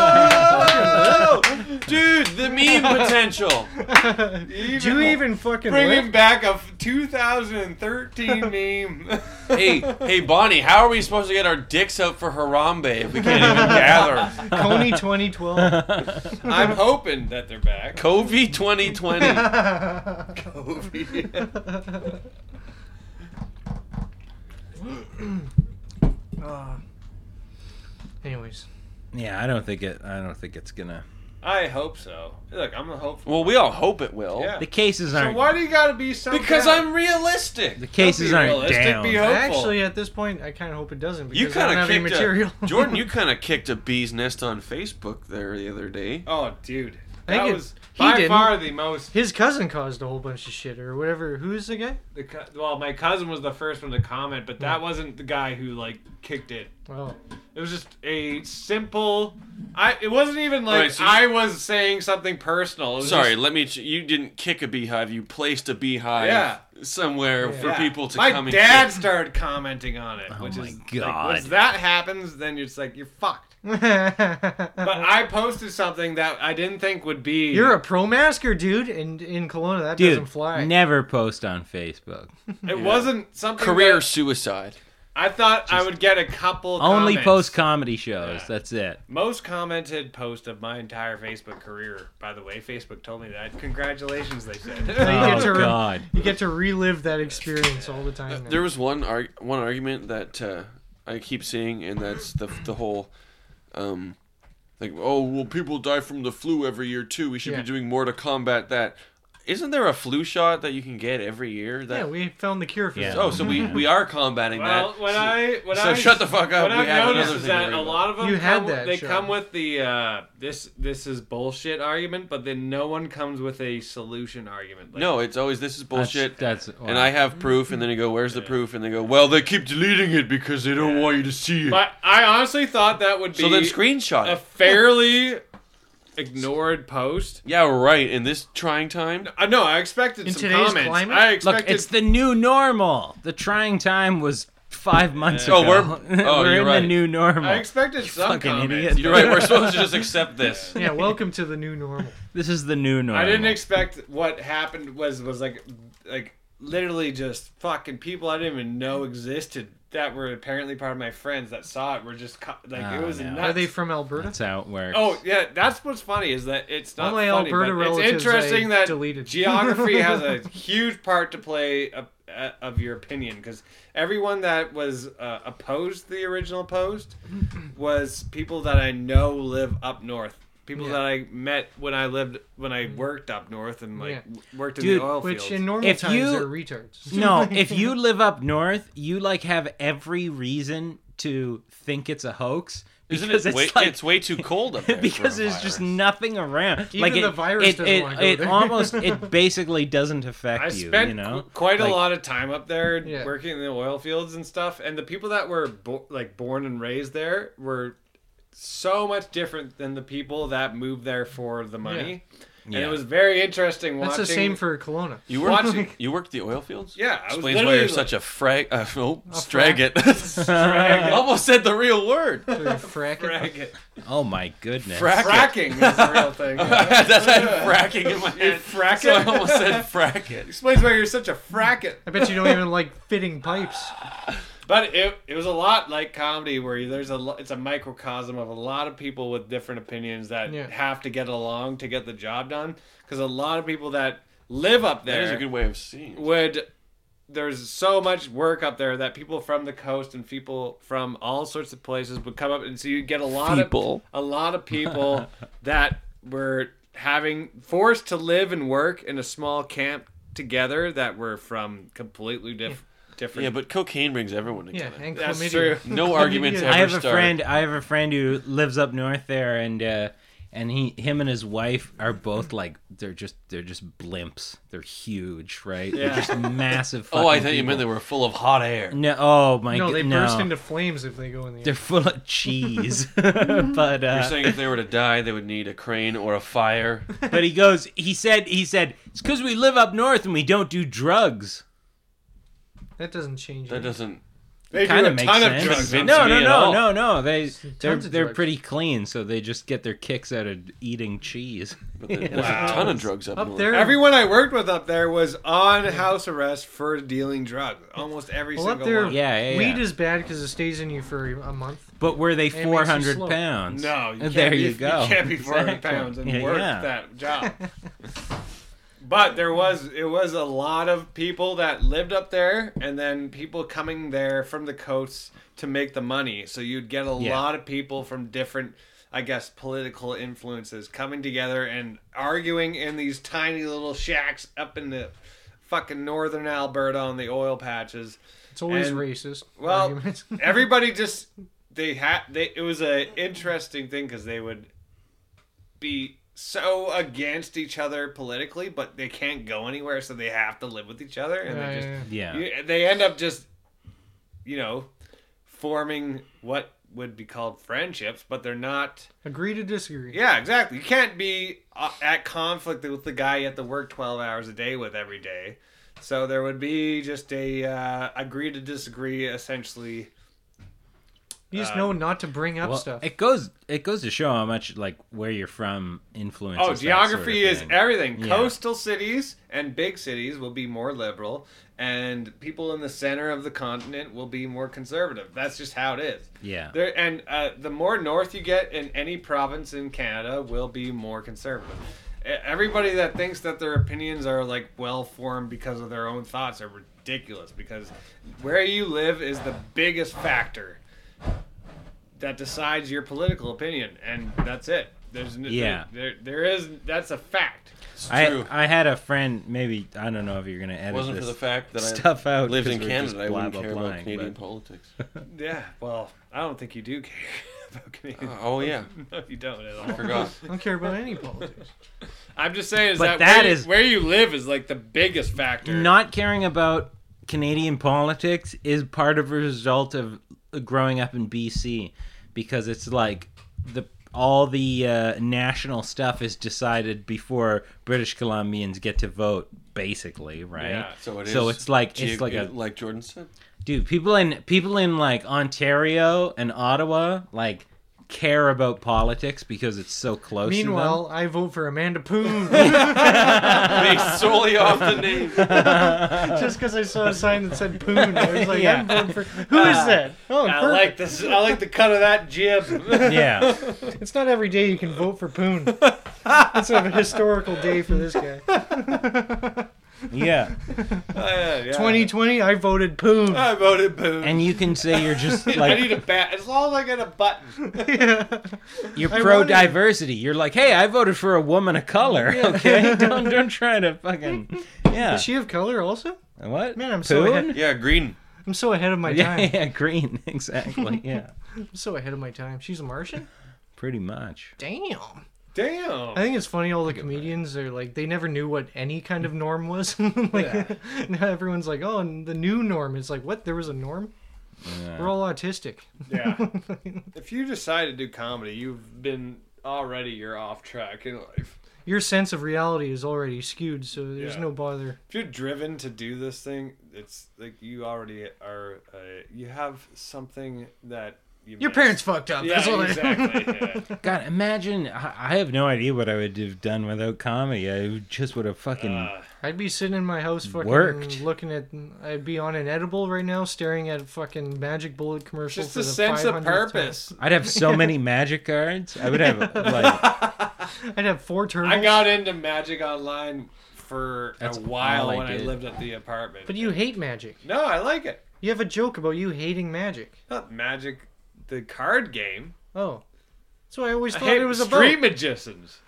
Speaker 5: Oh! Dude, the meme potential.
Speaker 6: do you even fucking
Speaker 7: Bringing
Speaker 6: lift?
Speaker 7: back a 2013 meme.
Speaker 5: Hey, hey, Bonnie, how are we supposed to get our dicks up for Harambe if we can't even gather?
Speaker 6: Coney 2012.
Speaker 7: I'm hoping that they're back.
Speaker 5: Covey 2020.
Speaker 7: Covey.
Speaker 6: Ah. anyways,
Speaker 8: Yeah, I don't think it. I don't think it's gonna.
Speaker 7: I hope so. Look, I'm a hopeful.
Speaker 5: Well, we all hope it will.
Speaker 7: Yeah.
Speaker 8: The cases
Speaker 7: So
Speaker 8: aren't.
Speaker 7: why do you gotta be so?
Speaker 5: Because
Speaker 7: down?
Speaker 5: I'm realistic.
Speaker 8: the cases
Speaker 7: be
Speaker 8: aren't
Speaker 7: realistic,
Speaker 8: down.
Speaker 7: be
Speaker 6: I
Speaker 7: hopeful.
Speaker 6: actually at this point, I kind of hope it doesn't because
Speaker 5: You
Speaker 6: I
Speaker 5: kind
Speaker 6: don't
Speaker 5: of
Speaker 6: have any
Speaker 5: kicked
Speaker 6: material.
Speaker 5: A, Jordan. You kind of kicked a bee's nest on Facebook there the other day.
Speaker 7: Oh, dude,
Speaker 6: I think
Speaker 7: that
Speaker 6: it-
Speaker 7: was
Speaker 6: he
Speaker 7: by
Speaker 6: didn't.
Speaker 7: far the most.
Speaker 6: His cousin caused a whole bunch of shit or whatever. Who's the guy?
Speaker 7: The, co- well, my cousin was the first one to comment, but
Speaker 8: Hmm.
Speaker 7: that wasn't the guy who like kicked it.
Speaker 6: Oh,
Speaker 7: It was just a simple. I. It wasn't even like
Speaker 5: Alright, so you-
Speaker 7: I was saying something personal. It was
Speaker 5: Sorry,
Speaker 7: just-
Speaker 5: let me. Ch- you didn't kick a beehive. You placed a beehive
Speaker 7: Yeah.
Speaker 5: somewhere for
Speaker 7: Yeah.
Speaker 5: people to
Speaker 7: my
Speaker 5: come and
Speaker 7: dad
Speaker 5: kick.
Speaker 7: started commenting on it, which
Speaker 8: Oh my
Speaker 7: is like,
Speaker 8: God.
Speaker 7: once that happens, then it's like you're fucked. but I posted something that I didn't think would be.
Speaker 6: you're a pro masker, dude, and in Kelowna that doesn't
Speaker 8: Dude,
Speaker 6: fly.
Speaker 8: never post on Facebook.
Speaker 7: It wasn't something.
Speaker 5: Career
Speaker 7: that-
Speaker 5: suicide.
Speaker 7: I thought I would get a couple.
Speaker 8: Only
Speaker 7: comments.
Speaker 8: post comedy shows. That's it.
Speaker 7: Most commented post of my entire Facebook career. By the way, Facebook told me that. Congratulations, they said.
Speaker 6: You get
Speaker 8: Oh,
Speaker 6: to re-
Speaker 8: God.
Speaker 6: You get to relive that experience all the time. now.
Speaker 5: Uh, There was one arg- one argument that uh, I keep seeing, and that's the the whole, um, like oh well, people die from the flu every year too. We should
Speaker 6: Yeah.
Speaker 5: be doing more to combat that. Isn't there a flu shot that you can get every year? That
Speaker 6: yeah, we found the cure for
Speaker 8: Yeah.
Speaker 6: that.
Speaker 5: oh, so we we are combating
Speaker 7: well,
Speaker 5: that.
Speaker 7: when
Speaker 5: so,
Speaker 7: I when
Speaker 5: so
Speaker 7: I
Speaker 5: shut the fuck up.
Speaker 7: What
Speaker 5: We
Speaker 7: I've
Speaker 5: have another
Speaker 7: noticed is
Speaker 5: thing to
Speaker 7: that
Speaker 5: worry
Speaker 7: a
Speaker 5: about.
Speaker 7: lot of them
Speaker 6: You
Speaker 7: come,
Speaker 6: had that,
Speaker 7: they
Speaker 6: Sean.
Speaker 7: come with the uh, this this is bullshit argument, but then no one comes with a solution argument. Like,
Speaker 5: No, it's always this is bullshit.
Speaker 8: That's, that's
Speaker 5: and I have proof, and then you go, "Where's the proof?" And they go, "Well, they keep deleting it because they don't want you to see it."
Speaker 7: but I honestly thought that would be
Speaker 5: so then screenshot
Speaker 7: a
Speaker 5: it.
Speaker 7: fairly ignored post.
Speaker 5: Yeah, right. In this trying time,
Speaker 7: I know. I expected
Speaker 6: In
Speaker 7: some
Speaker 6: today's
Speaker 7: comments.
Speaker 6: climate?
Speaker 7: I
Speaker 8: Look,
Speaker 7: expected
Speaker 8: it's the new normal. The trying time was five months
Speaker 5: Oh,
Speaker 8: ago.
Speaker 5: we're- oh,
Speaker 8: in
Speaker 5: you're right.
Speaker 8: the new normal.
Speaker 7: I expected some
Speaker 8: fucking
Speaker 7: comments.
Speaker 8: idiot.
Speaker 5: you're right. We're supposed to just accept this.
Speaker 6: yeah, welcome to the new normal.
Speaker 8: This is the new normal.
Speaker 7: I didn't expect what happened was was like like literally just fucking people I didn't even know existed that were apparently part of my friends that saw it were just co- like it
Speaker 8: Oh,
Speaker 7: was
Speaker 8: no.
Speaker 7: nuts.
Speaker 6: Are they from Alberta?
Speaker 8: That's how it works.
Speaker 7: Oh yeah, that's what's funny is that it's not
Speaker 6: All my
Speaker 7: funny,
Speaker 6: Alberta
Speaker 7: but
Speaker 6: relatives
Speaker 7: It's interesting
Speaker 6: I
Speaker 7: that
Speaker 6: deleted.
Speaker 7: geography has a huge part to play of, uh, of your opinion because everyone that was uh, opposed to the original post was people that I know live up north. People
Speaker 6: Yeah.
Speaker 7: that I met when I lived when I worked up north and like
Speaker 6: Yeah.
Speaker 7: w worked in
Speaker 8: Dude,
Speaker 7: the oil
Speaker 6: Which
Speaker 7: fields.
Speaker 6: in normal
Speaker 8: If
Speaker 6: times
Speaker 8: you-
Speaker 6: are retards.
Speaker 8: no, if you live up north, you like have every reason to think it's a hoax.
Speaker 5: Isn't
Speaker 8: because
Speaker 5: it? It's, way,
Speaker 8: like-
Speaker 5: it's way too cold up there.
Speaker 8: because
Speaker 5: for a
Speaker 8: there's just
Speaker 5: virus.
Speaker 8: nothing around.
Speaker 6: Even
Speaker 8: like it,
Speaker 6: the virus
Speaker 8: it,
Speaker 6: doesn't
Speaker 8: it,
Speaker 6: wanna go
Speaker 8: it
Speaker 6: there.
Speaker 8: almost it basically doesn't affect
Speaker 7: I
Speaker 8: you.
Speaker 7: spent
Speaker 8: you know,
Speaker 7: qu- quite
Speaker 8: Like,
Speaker 7: a lot of time up there
Speaker 6: Yeah.
Speaker 7: working in the oil fields and stuff, and the people that were bo- like born and raised there were so much different than the people that moved there for the money. And
Speaker 8: Yeah.
Speaker 7: it was very interesting watching.
Speaker 6: That's the same for Kelowna.
Speaker 5: you worked.
Speaker 7: watching-
Speaker 5: You worked the oil fields.
Speaker 7: Yeah, I was
Speaker 5: explains why
Speaker 7: literally
Speaker 5: you're
Speaker 7: like-
Speaker 5: such a frag. Uh, oh, straggart. Almost said the real word.
Speaker 6: Frack.
Speaker 7: fracking.
Speaker 8: Oh my goodness!
Speaker 7: Fracking is the real thing.
Speaker 5: That's I had fracking in my head.
Speaker 7: frack
Speaker 5: So I
Speaker 7: it?
Speaker 5: almost said frack it.
Speaker 7: Explains why you're such a fracket.
Speaker 6: I bet you don't even like fitting pipes.
Speaker 7: But it, it was a lot like comedy where there's a lo- it's a microcosm of a lot of people with different opinions that
Speaker 5: Yeah.
Speaker 7: have to get along to get the job done because a lot of people that live up
Speaker 5: That
Speaker 7: there
Speaker 5: is a good way of seeing. it.
Speaker 7: would there's so much work up there that people from the coast and people from all sorts of places would come up and so you get a lot
Speaker 5: People.
Speaker 7: of a lot of people that were having forced to live and work in a small camp together that were from completely diff- different
Speaker 5: Yeah, but cocaine brings everyone together.
Speaker 7: and
Speaker 5: That's
Speaker 7: chlamydia.
Speaker 5: true. No arguments ever
Speaker 8: I have a
Speaker 5: start.
Speaker 8: friend. I have a friend who lives up north there, and uh, and he, him, and his wife are both like they're just they're just blimps. They're huge, right?
Speaker 5: Yeah.
Speaker 8: They're just massive.
Speaker 5: Oh, I
Speaker 8: fucking
Speaker 5: thought you meant
Speaker 8: people.
Speaker 5: they were full of hot air.
Speaker 8: No. Oh my
Speaker 6: no,
Speaker 8: god.
Speaker 6: they
Speaker 8: no.
Speaker 6: burst into flames if they go in the
Speaker 8: They're full of cheese. but uh,
Speaker 5: You're saying if they were to die, they would need a crane or a fire.
Speaker 8: but he goes. He said. He said it's because we live up north and we don't do drugs.
Speaker 6: That doesn't change.
Speaker 5: That
Speaker 6: anything.
Speaker 5: doesn't.
Speaker 8: It kind of makes sense. no, no, no, no, no. They they're
Speaker 6: of
Speaker 8: they're
Speaker 6: drugs.
Speaker 8: pretty clean, so they just get their kicks out of eating cheese. But
Speaker 5: there- there's a ton of drugs up Up north. there-
Speaker 7: Everyone I worked with up there was on house arrest for dealing drugs. Almost every
Speaker 6: Well, up
Speaker 7: single
Speaker 6: there,
Speaker 7: one.
Speaker 6: weed is bad because it stays in you for a month.
Speaker 8: But were they
Speaker 6: And it makes you
Speaker 8: 400
Speaker 6: slow.
Speaker 8: pounds?
Speaker 7: No, you can't
Speaker 8: there
Speaker 7: be,
Speaker 8: you go.
Speaker 7: You can't be 400
Speaker 8: Exactly.
Speaker 7: pounds and
Speaker 8: Yeah,
Speaker 7: work
Speaker 8: yeah.
Speaker 7: that job. but there was it was a lot of people that lived up there, and then people coming there from the coasts to make the money. So you'd get a
Speaker 5: Yeah.
Speaker 7: lot of people from different. I guess political influences coming together and arguing in these tiny little shacks up in the fucking northern Alberta on the oil patches.
Speaker 6: It's always
Speaker 7: And-
Speaker 6: racist.
Speaker 7: well,
Speaker 6: arguments.
Speaker 7: everybody just they had they. It was a interesting thing because they would be so against each other politically, but they can't go anywhere, so they have to live with each other, and
Speaker 5: Yeah,
Speaker 7: they just
Speaker 5: yeah, yeah.
Speaker 7: you- they end up just you know forming what would be called friendships, but they're not.
Speaker 6: agree to disagree.
Speaker 7: Yeah, exactly. You can't be uh, at conflict with the guy you have to work 12 hours a day with every day. So there would be just a uh, agree to disagree, essentially.
Speaker 6: You just
Speaker 7: Uh,
Speaker 6: know not to bring up
Speaker 8: Well,
Speaker 6: stuff.
Speaker 8: It goes it goes to show how much like where you're from influences.
Speaker 7: Oh,
Speaker 8: that sort of
Speaker 7: geography is
Speaker 8: thing.
Speaker 7: everything.
Speaker 8: Yeah.
Speaker 7: Coastal cities and big cities will be more liberal, and people in the center of the continent will be more conservative. That's just how it is.
Speaker 8: Yeah.
Speaker 7: There and uh, the more north you get in any province in Canada will be more conservative. E- Everybody that thinks that their opinions are like well formed because of their own thoughts are ridiculous because where you live is the biggest factor that decides your political opinion and that's it. There's n-
Speaker 8: Yeah.
Speaker 7: there, there is that's a fact.
Speaker 8: I, I had a friend. Maybe I don't know if you're gonna edit
Speaker 5: wasn't for
Speaker 8: this
Speaker 5: the fact that I
Speaker 8: stuff out.
Speaker 5: lived
Speaker 8: 'cause
Speaker 5: in
Speaker 8: we're
Speaker 5: Canada,
Speaker 8: just
Speaker 5: I
Speaker 8: blah,
Speaker 5: wouldn't
Speaker 8: blah,
Speaker 5: care about
Speaker 8: blah,
Speaker 5: Canadian
Speaker 8: but-
Speaker 5: politics.
Speaker 7: Yeah, well, I don't think you do care about Canadian.
Speaker 5: Oh, yeah.
Speaker 7: no, you don't at all.
Speaker 5: I forgot.
Speaker 6: I don't care about any politics.
Speaker 7: I'm just saying is
Speaker 8: But
Speaker 7: that, where,
Speaker 8: that
Speaker 7: you-
Speaker 8: is-
Speaker 7: where you live is like the biggest factor.
Speaker 8: Not caring about Canadian politics is part of a result of growing up in BC because it's like the all the uh, national stuff is decided before British Columbians get to vote, basically, right?
Speaker 5: Yeah, so it is.
Speaker 8: So it's like it's
Speaker 5: geog-
Speaker 8: like a
Speaker 5: like Jordan said.
Speaker 8: dude people in people in like ontario and ottawa like care about politics because it's so close
Speaker 6: Meanwhile, I vote for Amanda Poon.
Speaker 8: Based solely off the name.
Speaker 6: Just because I saw a sign that said Poon, I was like,
Speaker 8: Yeah.
Speaker 6: I'm voting for. Who is
Speaker 8: Uh,
Speaker 6: that? Oh,
Speaker 7: I
Speaker 6: perfect.
Speaker 7: like this. I like the cut of that jib.
Speaker 8: Yeah.
Speaker 6: It's not every day you can vote for Poon. It's a historical day for this guy.
Speaker 8: to them yeah
Speaker 6: 2020, I voted Poon.
Speaker 7: I voted Poon.
Speaker 8: and you can say you're just
Speaker 7: I
Speaker 8: like
Speaker 7: need a bat. As long as I get a button.
Speaker 8: you're
Speaker 7: I
Speaker 8: pro
Speaker 7: wanted-
Speaker 8: diversity you're like hey i voted for a woman of color okay don't don't try to fucking yeah
Speaker 6: Is she of color also?
Speaker 8: what
Speaker 6: Man, I'm so ahead.
Speaker 5: Yeah, green.
Speaker 6: I'm so ahead of my
Speaker 8: yeah,
Speaker 6: time.
Speaker 8: yeah green exactly yeah
Speaker 6: I'm so ahead of my time. She's a Martian?
Speaker 8: pretty much
Speaker 6: Damn.
Speaker 7: Damn.
Speaker 6: I think it's funny all the comedians are like they never knew what any kind of norm was. like now everyone's like, oh, and the new norm. It's like what? There was a norm. We're all autistic.
Speaker 7: Yeah. if you decide to do comedy, you've been already you're off track in life.
Speaker 6: Your sense of reality is already skewed, so there's
Speaker 7: Yeah.
Speaker 6: no bother.
Speaker 7: If you're driven to do this thing, it's like you already are. Uh, you have something that you
Speaker 6: Your
Speaker 7: missed.
Speaker 6: parents fucked up.
Speaker 7: Yeah,
Speaker 6: That's all I-
Speaker 7: exactly. yeah.
Speaker 8: God, imagine. I I have no idea what I would have done without comedy. I just would have fucking.
Speaker 6: I'd be sitting in my house fucking
Speaker 8: Worked.
Speaker 6: looking at. I'd be on an edible right now, staring at a fucking Magic Bullet commercial.
Speaker 7: Just
Speaker 6: for
Speaker 7: a
Speaker 6: the
Speaker 7: sense of
Speaker 6: 500th time.
Speaker 7: purpose.
Speaker 8: I'd have so many magic cards. I would have like
Speaker 6: I'd have four turtles.
Speaker 7: I got into Magic Online for
Speaker 6: That's
Speaker 7: a while
Speaker 8: all I
Speaker 7: when I
Speaker 8: did.
Speaker 7: lived at the apartment.
Speaker 6: But you hate magic.
Speaker 7: No, I like it.
Speaker 6: You have a joke about you hating magic.
Speaker 7: Not Magic, the card game.
Speaker 6: Oh, so I always
Speaker 7: I
Speaker 6: thought
Speaker 7: hate
Speaker 6: it was about.
Speaker 7: street magicians.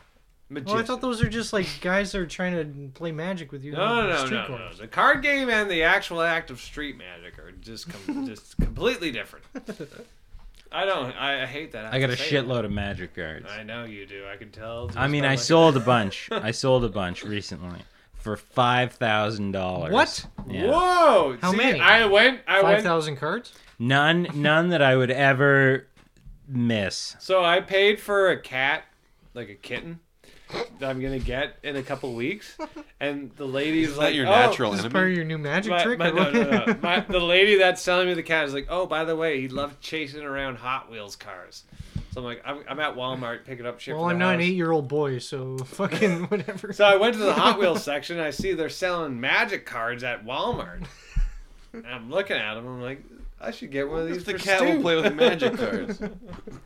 Speaker 6: Well, I thought those are just like guys that are trying to play magic with you.
Speaker 7: No,
Speaker 6: on
Speaker 7: no,
Speaker 6: the
Speaker 7: no,
Speaker 6: street
Speaker 7: no, no.
Speaker 6: corners.
Speaker 7: The card game and the actual act of street magic are just com- just completely different. I don't. I, I hate that.
Speaker 8: I got a
Speaker 7: have to say that.
Speaker 8: shitload of magic cards.
Speaker 7: I know you do. I can tell.
Speaker 8: I mean, I sold a bunch. I sold a bunch recently for five thousand dollars.
Speaker 6: What?
Speaker 7: Whoa!
Speaker 6: How
Speaker 7: See,
Speaker 6: many?
Speaker 7: I went. I
Speaker 6: Five
Speaker 7: went.
Speaker 6: thousand cards.
Speaker 8: None, none that I would ever miss.
Speaker 7: So I paid for a cat, like a kitten, that I'm gonna get in a couple weeks, and the lady's
Speaker 5: Isn't that
Speaker 7: like,
Speaker 5: your
Speaker 7: "Oh,
Speaker 5: natural
Speaker 6: This is part of your new magic
Speaker 7: my,
Speaker 6: trick.
Speaker 7: my-
Speaker 6: I
Speaker 7: no,
Speaker 6: love
Speaker 7: no,
Speaker 6: it.
Speaker 7: no, no. My- the lady that's selling me the cat is like, oh, by the way, he loved chasing around Hot Wheels cars. So I'm like, I'm, I'm at Walmart picking up shit.
Speaker 6: Well,
Speaker 7: for the
Speaker 6: I'm not an
Speaker 7: house.
Speaker 6: eight-year-old boy, so fucking whatever.
Speaker 7: So I went to the Hot Wheels section. I see they're selling magic cards at Walmart. And I'm looking at them. I'm like, I should get one of these.
Speaker 5: the
Speaker 7: for
Speaker 5: cat will
Speaker 7: Stu.
Speaker 5: play with the magic cards.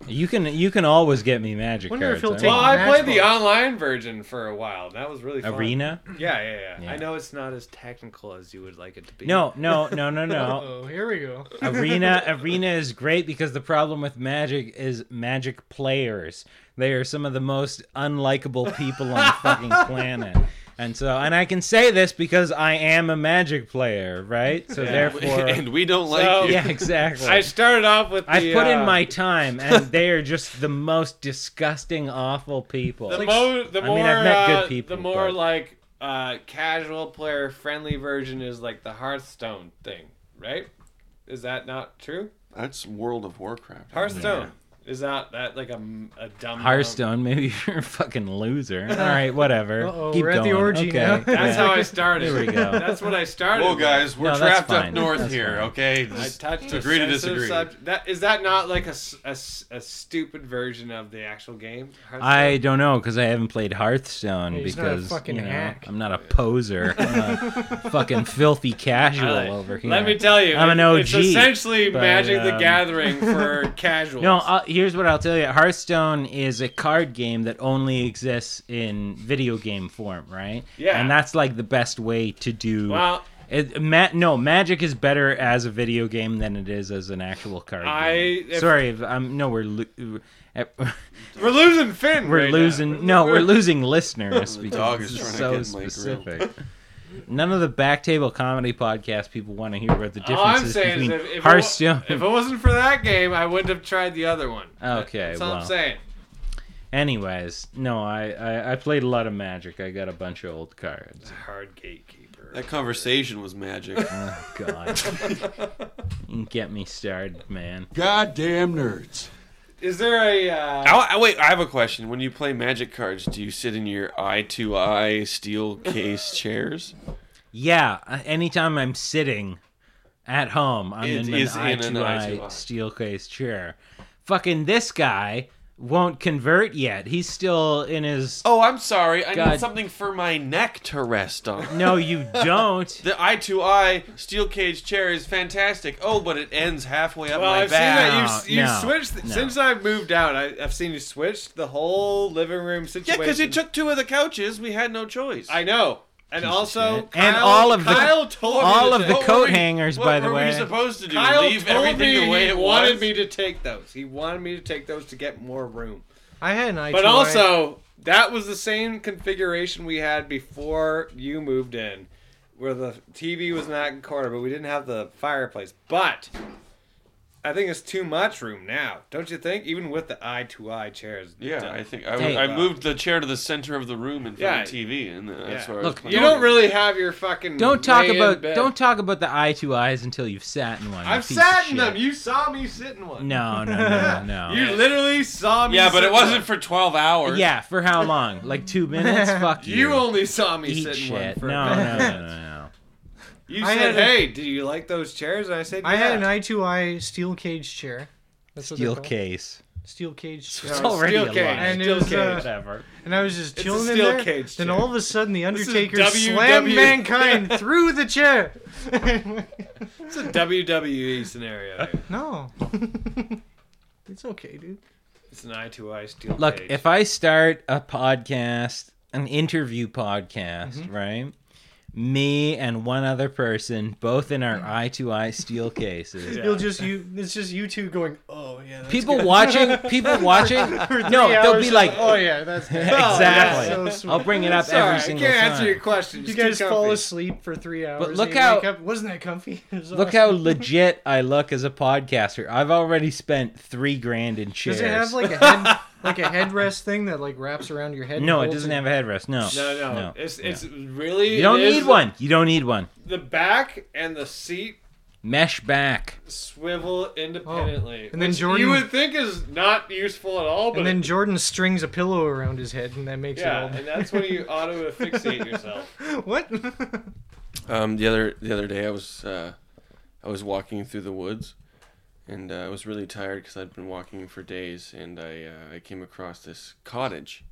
Speaker 8: You can, you can always get me magic
Speaker 6: Wonder
Speaker 8: cards.
Speaker 6: if he'll
Speaker 8: I
Speaker 6: take
Speaker 8: don't-
Speaker 7: well, I played the
Speaker 6: Matchbox.
Speaker 7: online version for a while. That was really fun.
Speaker 8: Arena?
Speaker 7: Yeah, yeah, yeah,
Speaker 8: Yeah.
Speaker 7: I know it's not as technical as you would like it to be.
Speaker 8: No, no, no, no, no.
Speaker 6: Oh, here we go.
Speaker 8: Arena Arena is great because the problem with Magic is Magic players. They are some of the most unlikable people on the fucking planet. And so and I can say this because I am a Magic player, right? So
Speaker 5: Yeah.
Speaker 8: therefore
Speaker 5: And we don't like
Speaker 7: So-
Speaker 5: you.
Speaker 8: Yeah, exactly.
Speaker 7: I started off with. The,
Speaker 8: I've put in
Speaker 7: uh,
Speaker 8: my time and they are just the most disgusting awful people.
Speaker 7: The, mo- the
Speaker 8: I
Speaker 7: more,
Speaker 8: mean, I've met
Speaker 7: uh,
Speaker 8: good people.
Speaker 7: the more
Speaker 8: but-
Speaker 7: like uh, casual player friendly version is like the Hearthstone thing, right? Is that not true?
Speaker 5: That's World of Warcraft.
Speaker 7: Hearthstone is that that like a, a dumb
Speaker 8: Hearthstone, maybe you're a fucking loser. All right, whatever.
Speaker 6: Uh-oh,
Speaker 8: Keep
Speaker 6: we're at the
Speaker 8: going.
Speaker 6: orgy
Speaker 8: okay.
Speaker 6: now.
Speaker 7: That's
Speaker 8: yeah.
Speaker 7: how I started.
Speaker 8: There we go.
Speaker 7: That's what I started.
Speaker 5: Whoa,
Speaker 7: with.
Speaker 5: guys, we're
Speaker 8: No, that's
Speaker 5: trapped up
Speaker 8: fine.
Speaker 5: north
Speaker 8: That's
Speaker 5: here.
Speaker 8: fine.
Speaker 5: Okay,
Speaker 7: I
Speaker 5: Just
Speaker 7: touched
Speaker 5: agree to
Speaker 7: a sensitive
Speaker 5: disagree.
Speaker 7: subject. That is that not like a, s- a s- a stupid version of the actual game?
Speaker 8: I don't know because I haven't played Hearthstone
Speaker 6: He's not a
Speaker 8: because
Speaker 6: fucking
Speaker 8: you know,
Speaker 6: hack.
Speaker 8: I'm not a poser. I'm a fucking filthy casual
Speaker 7: Alright,
Speaker 8: over here.
Speaker 7: Let me tell you,
Speaker 8: I'm an OG.
Speaker 7: It's essentially
Speaker 8: but,
Speaker 7: Magic the
Speaker 8: um,
Speaker 7: Gathering for casuals.
Speaker 8: No, i here's what I'll tell you. Hearthstone is a card game that only exists in video game form, right?
Speaker 7: Yeah.
Speaker 8: And that's like the best way to do.
Speaker 7: Well-
Speaker 8: it, ma- no, Magic is better as a video game than it is as an actual card
Speaker 7: I-
Speaker 8: game.
Speaker 7: if-
Speaker 8: Sorry, if- I'm no, we're. Lo-
Speaker 7: we're losing Finn.
Speaker 8: we're
Speaker 7: right now.
Speaker 8: losing no we're losing listeners
Speaker 5: The
Speaker 8: because
Speaker 5: dog
Speaker 8: this
Speaker 5: is
Speaker 8: is
Speaker 5: trying
Speaker 8: so
Speaker 5: to get in my grill.
Speaker 8: specific none of the backtable comedy podcast people want to hear about the
Speaker 7: All I'm
Speaker 8: differences
Speaker 7: saying is,
Speaker 8: between
Speaker 7: if, if, it wa-
Speaker 8: hearthstone
Speaker 7: if it wasn't for that game, I wouldn't have tried the other one.
Speaker 8: Okay,
Speaker 7: that's all
Speaker 8: well.
Speaker 7: I'm saying.
Speaker 8: anyways no I, I i played a lot of magic i got a bunch of old cards
Speaker 7: Hard gatekeeper.
Speaker 5: That conversation was magic.
Speaker 8: oh god you can get me started man
Speaker 1: Goddamn nerds.
Speaker 7: Is there a? Uh,
Speaker 5: I, I- wait, I have a question. When you play magic cards, do you sit in your eye to eye steel case chairs?
Speaker 8: yeah uh, anytime i'm sitting at home i'm
Speaker 5: It
Speaker 8: in
Speaker 5: is
Speaker 8: an
Speaker 5: in an
Speaker 8: eye-to-eye
Speaker 5: eye-to-eye.
Speaker 8: steel case chair fucking this guy won't convert yet he's still in his
Speaker 5: Oh, I'm sorry. I
Speaker 8: God.
Speaker 5: need something for my neck to rest on.
Speaker 8: No, you don't.
Speaker 5: The eye to eye steel cage chair is fantastic. Oh, but it ends halfway up
Speaker 7: well,
Speaker 5: my
Speaker 7: I've
Speaker 5: back.
Speaker 7: seen that you you
Speaker 8: No,
Speaker 7: switched
Speaker 8: no.
Speaker 7: since I've moved out. I, I've seen you switch the whole living room
Speaker 5: Yeah,
Speaker 7: situation.
Speaker 5: because he took two of the couches. We had no choice.
Speaker 7: I know. And
Speaker 8: Piece of
Speaker 7: also,
Speaker 8: shit. And
Speaker 7: Kyle-
Speaker 8: all of the-
Speaker 7: Kyle told me
Speaker 8: all
Speaker 7: to
Speaker 8: of the
Speaker 7: take-
Speaker 8: coat
Speaker 7: what were we-
Speaker 8: hangers,
Speaker 5: What
Speaker 8: by the
Speaker 5: were
Speaker 8: way.
Speaker 5: we supposed to do?
Speaker 7: Kyle
Speaker 5: Leave
Speaker 7: told
Speaker 5: everything
Speaker 7: me
Speaker 5: the way
Speaker 7: he
Speaker 5: it
Speaker 7: wanted
Speaker 5: was?
Speaker 7: me to take those. He wanted me to take those to get more room.
Speaker 6: I had an eye.
Speaker 7: But
Speaker 6: to eye.
Speaker 7: also, that was the same configuration we had before you moved in, where the TV was not in corner, but we didn't have the fireplace. But I think it's too much room now, don't you think? Even with the eye to eye chairs.
Speaker 5: Yeah, I think I,
Speaker 8: Hey.
Speaker 5: I moved the chair to the center of the room in front
Speaker 7: Yeah.
Speaker 5: of TV, and that's
Speaker 7: Yeah.
Speaker 5: where
Speaker 8: Look,
Speaker 5: I was
Speaker 7: You don't really have your fucking.
Speaker 8: Don't talk
Speaker 7: lay-in
Speaker 8: about
Speaker 7: bed.
Speaker 8: don't talk about the eye to eyes until you've sat in one. you
Speaker 7: I've
Speaker 8: piece
Speaker 7: sat
Speaker 8: of shit.
Speaker 7: in them. You saw me sit in one.
Speaker 8: No, no, no, no.
Speaker 7: You literally saw me.
Speaker 5: Yeah, but
Speaker 7: sit
Speaker 5: it
Speaker 7: in
Speaker 5: wasn't
Speaker 7: one.
Speaker 5: for 12 hours.
Speaker 8: yeah, for how long? Like two minutes? Fuck you.
Speaker 7: You only saw me
Speaker 8: Eat
Speaker 7: sit in one
Speaker 8: shit.
Speaker 7: for.
Speaker 8: no, no, no, no, no.
Speaker 7: You
Speaker 6: I
Speaker 7: said,
Speaker 6: had a-
Speaker 7: "Hey, do you like those chairs?" And I said,
Speaker 6: I had
Speaker 7: "Yeah."
Speaker 6: an eye to eye steel cage chair That's what
Speaker 8: Steel
Speaker 6: they're called.
Speaker 8: cage.
Speaker 6: Steel cage.
Speaker 8: It's already a lie.
Speaker 6: And it
Speaker 8: Steel
Speaker 6: was,
Speaker 8: cage,
Speaker 6: uh,
Speaker 8: whatever.
Speaker 6: And I was just
Speaker 8: It's a
Speaker 6: chilling
Speaker 8: steel
Speaker 6: in there.
Speaker 8: cage
Speaker 6: then
Speaker 8: chair.
Speaker 6: all of a sudden, the
Speaker 8: This is
Speaker 6: Undertaker
Speaker 8: WW.
Speaker 6: slammed mankind through the chair.
Speaker 7: It's a WWE scenario. here.
Speaker 6: no, it's okay, dude.
Speaker 7: It's an eye to eye steel
Speaker 8: Look,
Speaker 7: cage.
Speaker 8: if I start a podcast, an interview podcast,
Speaker 6: Mm-hmm.
Speaker 8: right? Me and one other person, both in
Speaker 6: Mm.
Speaker 8: our eye to eye steel cases.
Speaker 6: You'll just you. It's just you two going. Oh yeah. that's
Speaker 8: People
Speaker 6: good."
Speaker 8: watching, people watching.
Speaker 6: For
Speaker 8: no,
Speaker 6: three
Speaker 8: they'll
Speaker 6: hours,
Speaker 8: be like,
Speaker 6: "Oh yeah, that's good."
Speaker 8: exactly.
Speaker 6: Oh, that's so
Speaker 8: I'll
Speaker 6: sweet.
Speaker 8: bring it up
Speaker 6: Sorry,
Speaker 8: every single time.
Speaker 7: question.
Speaker 6: You
Speaker 7: Just
Speaker 6: guys
Speaker 7: keep
Speaker 6: fall
Speaker 7: comfy.
Speaker 6: asleep for three hours. and
Speaker 8: look
Speaker 6: you
Speaker 8: how-
Speaker 6: wake up- wasn't that comfy? It was
Speaker 8: Look
Speaker 6: awesome.
Speaker 8: how legit I look as a podcaster. I've already spent three grand in chairs.
Speaker 6: Does it have like a head, like a headrest thing that like wraps around your head?
Speaker 8: no,
Speaker 6: and
Speaker 8: it
Speaker 6: holds
Speaker 8: doesn't have a headrest. No,
Speaker 7: No, no. It's, it's really.
Speaker 8: you don't
Speaker 7: it is
Speaker 8: need
Speaker 7: the-
Speaker 8: one. You don't need one.
Speaker 7: The back and the seat
Speaker 8: Mesh back.
Speaker 7: swivel independently.
Speaker 6: Oh. And then
Speaker 7: which
Speaker 6: Jordan-
Speaker 7: You would think is not useful at all, but
Speaker 6: And then Jordan strings a pillow around his head, and that makes
Speaker 7: yeah,
Speaker 6: it all.
Speaker 7: and that's when you auto asphyxiate yourself.
Speaker 6: what?
Speaker 5: Um, the other the other day, I was uh, I was walking through the woods, and uh, I was really tired because I'd been walking for days, and I uh, I came across this cottage,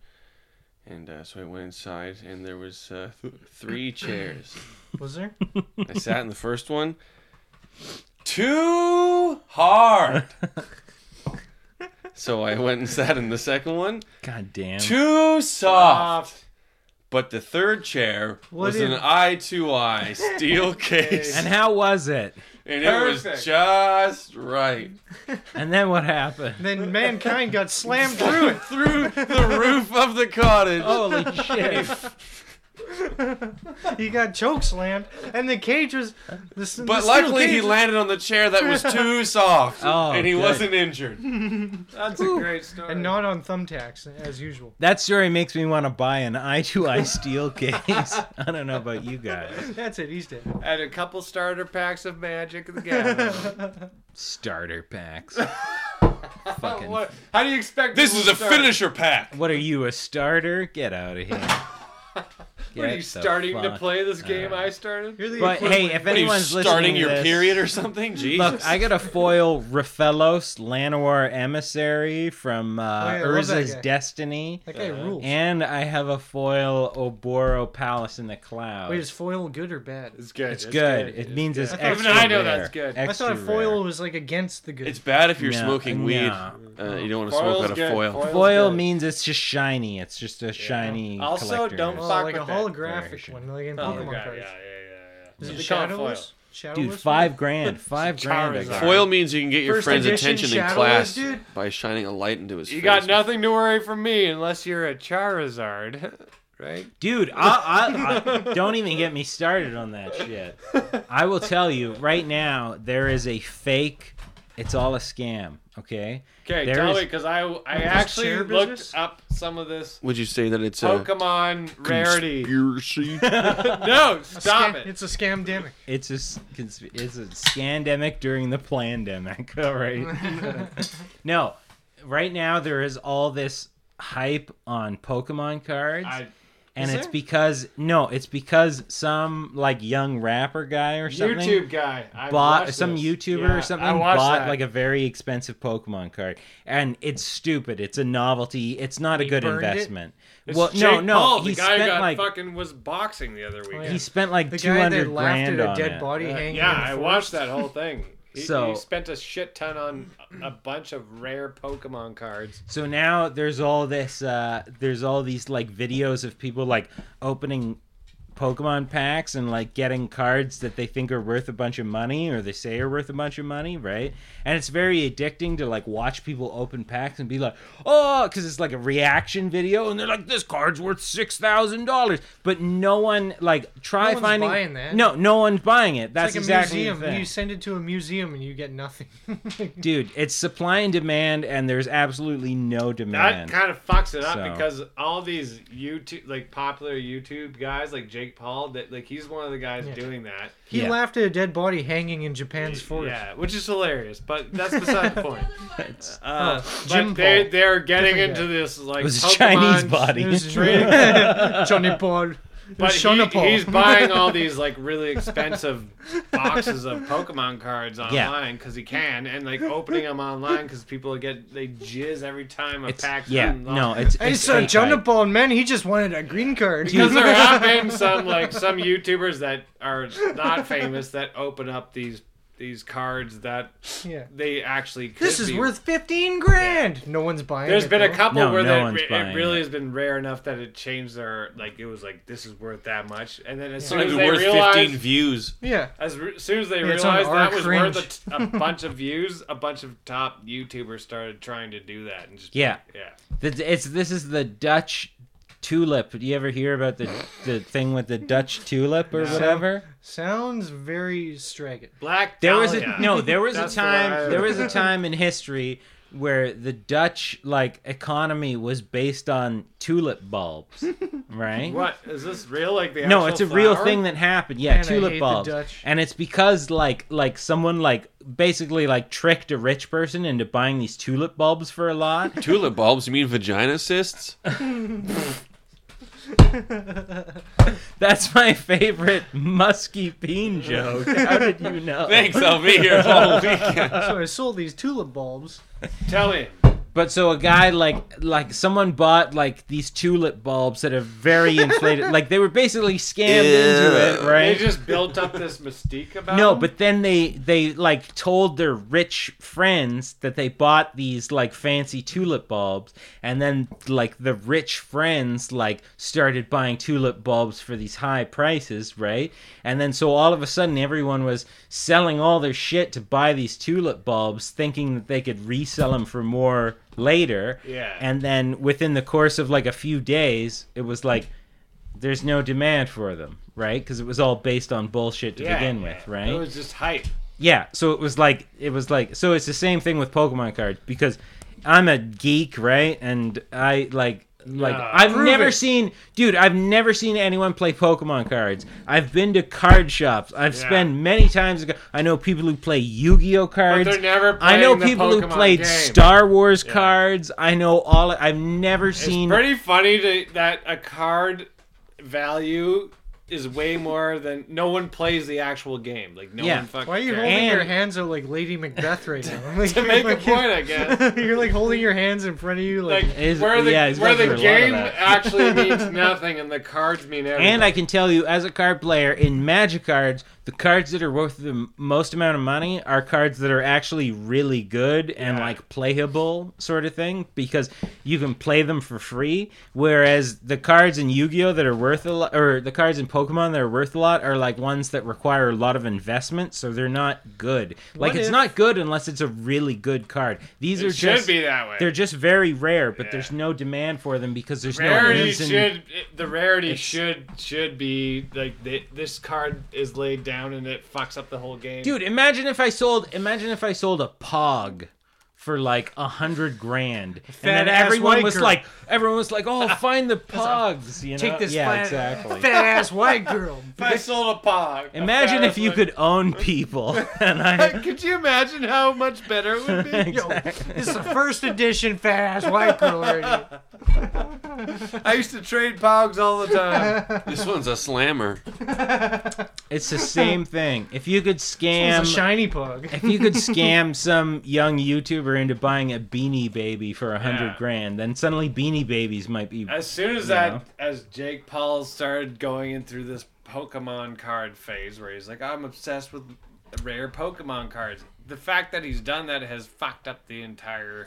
Speaker 5: and uh, so I went inside, and there was uh, th- three chairs.
Speaker 6: Was there?
Speaker 5: I sat in the first one. Too hard. so I went and sat in the second one.
Speaker 8: God damn.
Speaker 5: Too
Speaker 6: Uh,
Speaker 5: soft. But the third chair
Speaker 8: What
Speaker 5: was
Speaker 8: in-
Speaker 5: an eye to eye steel case.
Speaker 8: And how was it?
Speaker 5: And it
Speaker 6: Perfect.
Speaker 5: was just right.
Speaker 8: And then what happened?
Speaker 6: then mankind got slammed through it,
Speaker 5: through the roof of the cottage.
Speaker 7: Oh,
Speaker 8: Holy shit!
Speaker 6: he got choke slammed, and the cage was. This,
Speaker 5: But luckily, he landed on the chair that was too soft,
Speaker 8: Oh,
Speaker 5: and he
Speaker 8: good.
Speaker 5: wasn't injured.
Speaker 7: That's a great story.
Speaker 6: And not on thumbtacks as usual.
Speaker 8: That story makes me want to buy an eye to eye steel case. I don't know about you guys.
Speaker 6: That's it. He's dead.
Speaker 7: And a couple starter packs of Magic the Gathering.
Speaker 8: Starter packs. Fucking.
Speaker 7: What- How do you expect
Speaker 5: This
Speaker 7: people
Speaker 5: is
Speaker 7: to
Speaker 5: a
Speaker 7: start?
Speaker 5: finisher pack.
Speaker 8: What are you, a starter? Get out of here.
Speaker 7: What
Speaker 8: Get
Speaker 7: are you
Speaker 8: the
Speaker 7: starting to
Speaker 8: fuck
Speaker 7: play this game I started?
Speaker 6: You're the
Speaker 8: But hey, if
Speaker 5: What are you,
Speaker 8: anyone's
Speaker 5: starting
Speaker 8: listening to
Speaker 5: your
Speaker 8: this-
Speaker 5: period or something? Jesus.
Speaker 8: Look, I got to foil Rafelos, Llanowar Emissary from uh,
Speaker 6: Oh, yeah, I love that
Speaker 8: Urza's
Speaker 6: guy.
Speaker 8: Destiny.
Speaker 6: That guy rules.
Speaker 8: And I have a foil Oboro Palace in the Cloud.
Speaker 6: Wait, is foil good or bad?
Speaker 7: It's good.
Speaker 8: It's good. It means it's
Speaker 6: I thought-
Speaker 8: extra
Speaker 7: I know
Speaker 8: rare.
Speaker 7: that's good.
Speaker 6: I
Speaker 8: Extra
Speaker 6: thought foil
Speaker 8: rare.
Speaker 6: was like against the good.
Speaker 5: It's bad if you're
Speaker 8: No,
Speaker 5: smoking weed.
Speaker 8: no.
Speaker 5: Uh, you don't want to
Speaker 7: Foil's
Speaker 5: smoke out of
Speaker 7: good.
Speaker 5: foil.
Speaker 7: Foil's
Speaker 8: Foil
Speaker 7: good.
Speaker 8: means it's just shiny. It's just a shiny.
Speaker 7: Also,
Speaker 8: collector's-
Speaker 7: don't
Speaker 6: Oh,
Speaker 7: fuck
Speaker 6: like a
Speaker 7: with that
Speaker 6: holographic one, like in
Speaker 7: Oh,
Speaker 6: Pokemon
Speaker 7: yeah, yeah,
Speaker 6: cards.
Speaker 7: yeah,
Speaker 6: Is it
Speaker 7: It's called
Speaker 6: shadowless?
Speaker 7: foil.
Speaker 8: Dude,
Speaker 6: Shadowless one?
Speaker 8: five grand. Five grand. I got.
Speaker 5: Foil means you can get your
Speaker 6: First
Speaker 5: friend's
Speaker 6: edition
Speaker 5: attention in
Speaker 6: Shadowless,
Speaker 5: class
Speaker 6: dude.
Speaker 5: by shining a light into his
Speaker 7: You
Speaker 5: face.
Speaker 7: got nothing to worry from me unless you're a Charizard, right?
Speaker 8: Dude, I, I, I, don't even get me started on that shit. I will tell you right now, there is a fake. It's all a scam. Okay.
Speaker 7: Okay,
Speaker 8: There
Speaker 7: tell
Speaker 8: is-
Speaker 7: me because I I
Speaker 6: This
Speaker 7: actually
Speaker 6: chair
Speaker 7: looked
Speaker 6: business?
Speaker 7: up some of this
Speaker 5: Would you say that it's uh, a
Speaker 7: Pokemon rarity.
Speaker 5: conspiracy?
Speaker 7: no,
Speaker 6: A
Speaker 7: stop
Speaker 6: scam-
Speaker 7: it.
Speaker 6: It's a scamdemic.
Speaker 8: It's a s- cons- it's a scandemic during the pandemic. All right. no, right now there is all this hype on Pokemon cards.
Speaker 7: I-
Speaker 8: and
Speaker 6: Is
Speaker 8: it's
Speaker 6: there?
Speaker 8: because no, it's because some like young rapper guy or something
Speaker 7: YouTube guy. I
Speaker 8: bought
Speaker 7: watched
Speaker 8: some
Speaker 7: this.
Speaker 8: YouTuber
Speaker 7: Yeah,
Speaker 8: or something
Speaker 7: I watched
Speaker 8: bought
Speaker 7: that.
Speaker 8: like a very expensive Pokemon card, and it's stupid. It's a novelty. It's not a
Speaker 6: He
Speaker 8: good
Speaker 6: burned it?
Speaker 8: investment.
Speaker 7: It's
Speaker 8: well,
Speaker 7: Jake
Speaker 8: no, no,
Speaker 7: Paul,
Speaker 8: he
Speaker 7: the guy who
Speaker 8: spent
Speaker 7: got
Speaker 8: like
Speaker 7: fucking was boxing the
Speaker 6: Oh,
Speaker 7: other weekend.
Speaker 8: he spent like
Speaker 6: The
Speaker 8: two
Speaker 6: guy that
Speaker 8: hundred
Speaker 6: laughed
Speaker 8: grand
Speaker 6: at a
Speaker 8: on
Speaker 6: dead
Speaker 8: it.
Speaker 6: body hanging.
Speaker 7: Uh, Yeah,
Speaker 6: in the
Speaker 7: I
Speaker 6: forest.
Speaker 7: watched that whole thing. He,
Speaker 8: So-
Speaker 7: he spent a shit ton on a bunch of rare Pokemon cards.
Speaker 8: So now there's all this, uh, there's all these like videos of people like opening Pokemon packs and like getting cards that they think are worth a bunch of money or they say are worth a bunch of money, right? And it's very addicting to like watch people open packs and be like, oh, because it's like a reaction video and they're like, this card's worth six thousand dollars, but no one like try
Speaker 6: No one's
Speaker 8: finding
Speaker 6: buying that.
Speaker 8: no, no one's buying it. That's
Speaker 6: It's like
Speaker 8: exactly
Speaker 6: a
Speaker 8: the
Speaker 6: museum.
Speaker 8: thing
Speaker 6: You send it to a museum and you get nothing.
Speaker 8: dude it's supply and demand and there's absolutely no
Speaker 7: That
Speaker 8: demand
Speaker 7: kind of fucks it up
Speaker 8: So-
Speaker 7: because all these YouTube, like popular YouTube guys, like Jake Paul, that like he's one of the guys doing that.
Speaker 6: he
Speaker 8: Yeah.
Speaker 6: laughed at a dead body hanging in Japan's forest.
Speaker 7: Yeah, which is hilarious, but that's beside the point. Uh, but
Speaker 6: Oh, Jim
Speaker 7: they
Speaker 6: Paul.
Speaker 7: they're getting
Speaker 6: Different
Speaker 7: into this like
Speaker 8: it was a
Speaker 7: Pokemon
Speaker 8: chinese body
Speaker 6: It was just- Johnny Paul.
Speaker 7: But
Speaker 6: It's
Speaker 7: he-
Speaker 6: Shonapol.
Speaker 7: he's buying all these like really expensive boxes of Pokemon cards online because he can, and like opening them online because people get they jizz every time a pack's
Speaker 8: yeah,
Speaker 7: unlocked.
Speaker 8: no, it's-
Speaker 6: I saw Jonah Ball, man, he just wanted a green card.
Speaker 7: Because there have been some like some YouTubers that are not famous that open up these these cards that
Speaker 6: Yeah.
Speaker 7: they actually could
Speaker 6: This is
Speaker 7: be-
Speaker 6: worth fifteen grand. No one's buying.
Speaker 7: There's
Speaker 6: it,
Speaker 7: been a
Speaker 6: though.
Speaker 7: couple where
Speaker 8: no
Speaker 7: that
Speaker 8: one's
Speaker 7: it
Speaker 8: buying
Speaker 7: really has been rare enough that it changed their like it was like this is worth that much, and then as soon
Speaker 5: Sometimes
Speaker 7: as
Speaker 5: it's
Speaker 7: they
Speaker 5: worth
Speaker 7: realized,
Speaker 5: 15 views.
Speaker 6: Yeah.
Speaker 7: as re- soon as they
Speaker 6: Yeah, it's on
Speaker 7: realized
Speaker 6: our
Speaker 7: that was
Speaker 6: cringe.
Speaker 7: worth a, t- a bunch of views, a bunch of top YouTubers started trying to do that and just
Speaker 8: Yeah.
Speaker 7: yeah.
Speaker 8: Th- It's this is the Dutch tulip. Do you ever hear about the the thing with the Dutch tulip or
Speaker 6: Sound-
Speaker 8: whatever?
Speaker 6: Sounds very stragged.
Speaker 7: Black.
Speaker 8: There was a no. There was a time. There was a time in history where the Dutch like economy was based on tulip bulbs, right?
Speaker 7: What is this real? Like the
Speaker 8: no
Speaker 7: actual
Speaker 8: it's a real
Speaker 7: flower?
Speaker 8: thing that happened yeah
Speaker 7: Man, I hate
Speaker 8: tulip
Speaker 7: the
Speaker 8: bulbs
Speaker 7: Dutch.
Speaker 8: and it's because like like someone like basically like tricked a rich person into buying these tulip bulbs for a lot
Speaker 5: Tulip bulbs? You mean vagina cysts?
Speaker 8: that's my favorite musky bean joke how did you know
Speaker 6: So I sold these tulip bulbs.
Speaker 7: Tell me.
Speaker 8: But so a guy like like someone bought like these tulip bulbs that are very inflated, like they were basically scammed into it, right?
Speaker 7: They just built up this mystique about
Speaker 8: No,
Speaker 7: them?
Speaker 8: but then they they like told their rich friends that they bought these like fancy tulip bulbs, and then like the rich friends like started buying tulip bulbs for these high prices, right? And then so all of a sudden everyone was selling all their shit to buy these tulip bulbs, thinking that they could resell them for more later.
Speaker 7: Yeah.
Speaker 8: And then within the course of like a few days, it was like there's no demand for them, right? Because it was all based on bullshit to
Speaker 7: Yeah,
Speaker 8: begin
Speaker 7: yeah.
Speaker 8: with, right?
Speaker 7: It was just hype.
Speaker 8: Yeah, so it was like it was like so it's the same thing with Pokemon cards because I'm a geek, right? And I like like
Speaker 6: Nah,
Speaker 8: I've
Speaker 6: prove
Speaker 8: never
Speaker 6: it.
Speaker 8: seen dude, I've never seen anyone play Pokemon cards. I've been to card shops. I've
Speaker 7: Yeah.
Speaker 8: spent many times ago. I know people who play Yu-Gi-Oh cards.
Speaker 7: they're never
Speaker 8: I know
Speaker 7: playing the
Speaker 8: people who
Speaker 7: Pokemon
Speaker 8: played
Speaker 7: game.
Speaker 8: Star Wars cards. I know all I've never seen
Speaker 7: It's pretty funny to, that a card value is way more than no one plays the actual game. Like no one fucking.
Speaker 6: Why are you
Speaker 7: cares.
Speaker 6: holding your hands out like Lady Macbeth right now? Like,
Speaker 7: To make a
Speaker 6: like-
Speaker 7: point, I guess.
Speaker 6: you're like holding your hands in front of you, like,
Speaker 7: Like, where the where the game actually means nothing and the cards mean everything.
Speaker 8: And I can tell you, as a card player, in Magic cards, the cards that are worth the m- most amount of money are cards that are actually really good and like playable, sort of thing, because you can play them for free. Whereas the cards in Yu Gi Oh! that are worth a lot, or the cards in Pokemon that are worth a lot, are like ones that require a lot of investment, so they're not good. Like,
Speaker 7: What
Speaker 8: it's
Speaker 7: if-
Speaker 8: not good unless it's a really good card. These
Speaker 7: It
Speaker 8: are
Speaker 7: should
Speaker 8: just.
Speaker 7: be that way.
Speaker 8: They're just very rare, but there's no demand for them because there's no
Speaker 7: Rarity
Speaker 8: reason.
Speaker 7: should the rarity should should be like th this card is laid down and it fucks up the whole game.
Speaker 8: Dude, imagine if I sold imagine if I sold a pog for like a hundred grand.
Speaker 6: Fat
Speaker 8: And then
Speaker 6: ass
Speaker 8: everyone
Speaker 6: white
Speaker 8: was
Speaker 6: girl.
Speaker 8: like everyone was like, Oh find the pogs, you know?
Speaker 6: Take this
Speaker 8: yeah,
Speaker 6: fat-
Speaker 8: exactly.
Speaker 6: fat ass white girl.
Speaker 7: If I sold a pog. a
Speaker 8: Imagine if
Speaker 7: fat-ass
Speaker 8: you
Speaker 7: one-
Speaker 8: could own people and I
Speaker 7: Could you imagine how much better it would be?
Speaker 6: Yo, this is the first edition fat ass white girl already.
Speaker 7: I used to trade pogs all the time.
Speaker 5: This one's a slammer.
Speaker 8: It's the same thing. If you could
Speaker 6: This
Speaker 8: scam
Speaker 6: one's a shiny pug.
Speaker 8: if you could scam some young YouTuber into buying a beanie baby for a hundred grand, then suddenly beanie babies might be
Speaker 7: As soon as
Speaker 8: you
Speaker 7: that,
Speaker 8: know.
Speaker 7: as Jake Paul started going in through this Pokemon card phase, where he's like, "I'm obsessed with rare Pokemon cards." The fact that he's done that has fucked up the entire.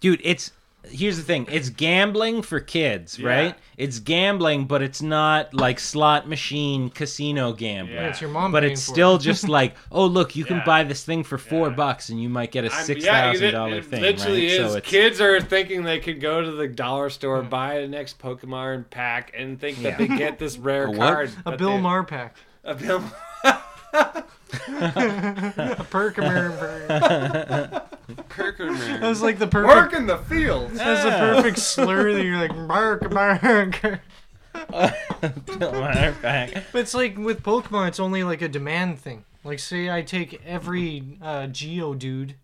Speaker 8: dude it's here's the thing it's gambling for kids
Speaker 7: Yeah.
Speaker 8: right it's gambling but it's not like slot machine casino gambling
Speaker 7: Yeah, it's your
Speaker 6: mom
Speaker 8: but
Speaker 6: paying
Speaker 8: it's
Speaker 6: for
Speaker 8: still
Speaker 6: it.
Speaker 8: just like oh look you
Speaker 7: Yeah.
Speaker 8: can buy this thing for four bucks and you might get a
Speaker 7: I'm-
Speaker 8: six
Speaker 7: yeah,
Speaker 8: thousand thousand dollar
Speaker 7: it, it
Speaker 8: thing
Speaker 7: Literally
Speaker 8: right
Speaker 7: is.
Speaker 8: so it's
Speaker 7: Kids are thinking they could go to the dollar store, buy the next Pokemon pack, and think that
Speaker 6: Yeah.
Speaker 7: they get this rare
Speaker 6: A what?
Speaker 7: card.
Speaker 6: A
Speaker 7: that
Speaker 6: Bill
Speaker 7: they-
Speaker 6: Maher pack.
Speaker 7: A Bill.
Speaker 6: a Perkimer.
Speaker 5: Perkimer.
Speaker 6: That was like the perfect
Speaker 7: Work in the fields.
Speaker 6: That's the
Speaker 7: Yeah.
Speaker 6: perfect slur that you're like bark bark.
Speaker 8: Bill Maher pack.
Speaker 6: But it's like with Pokemon, it's only like a demand thing. Like say I take every uh, Geo dude,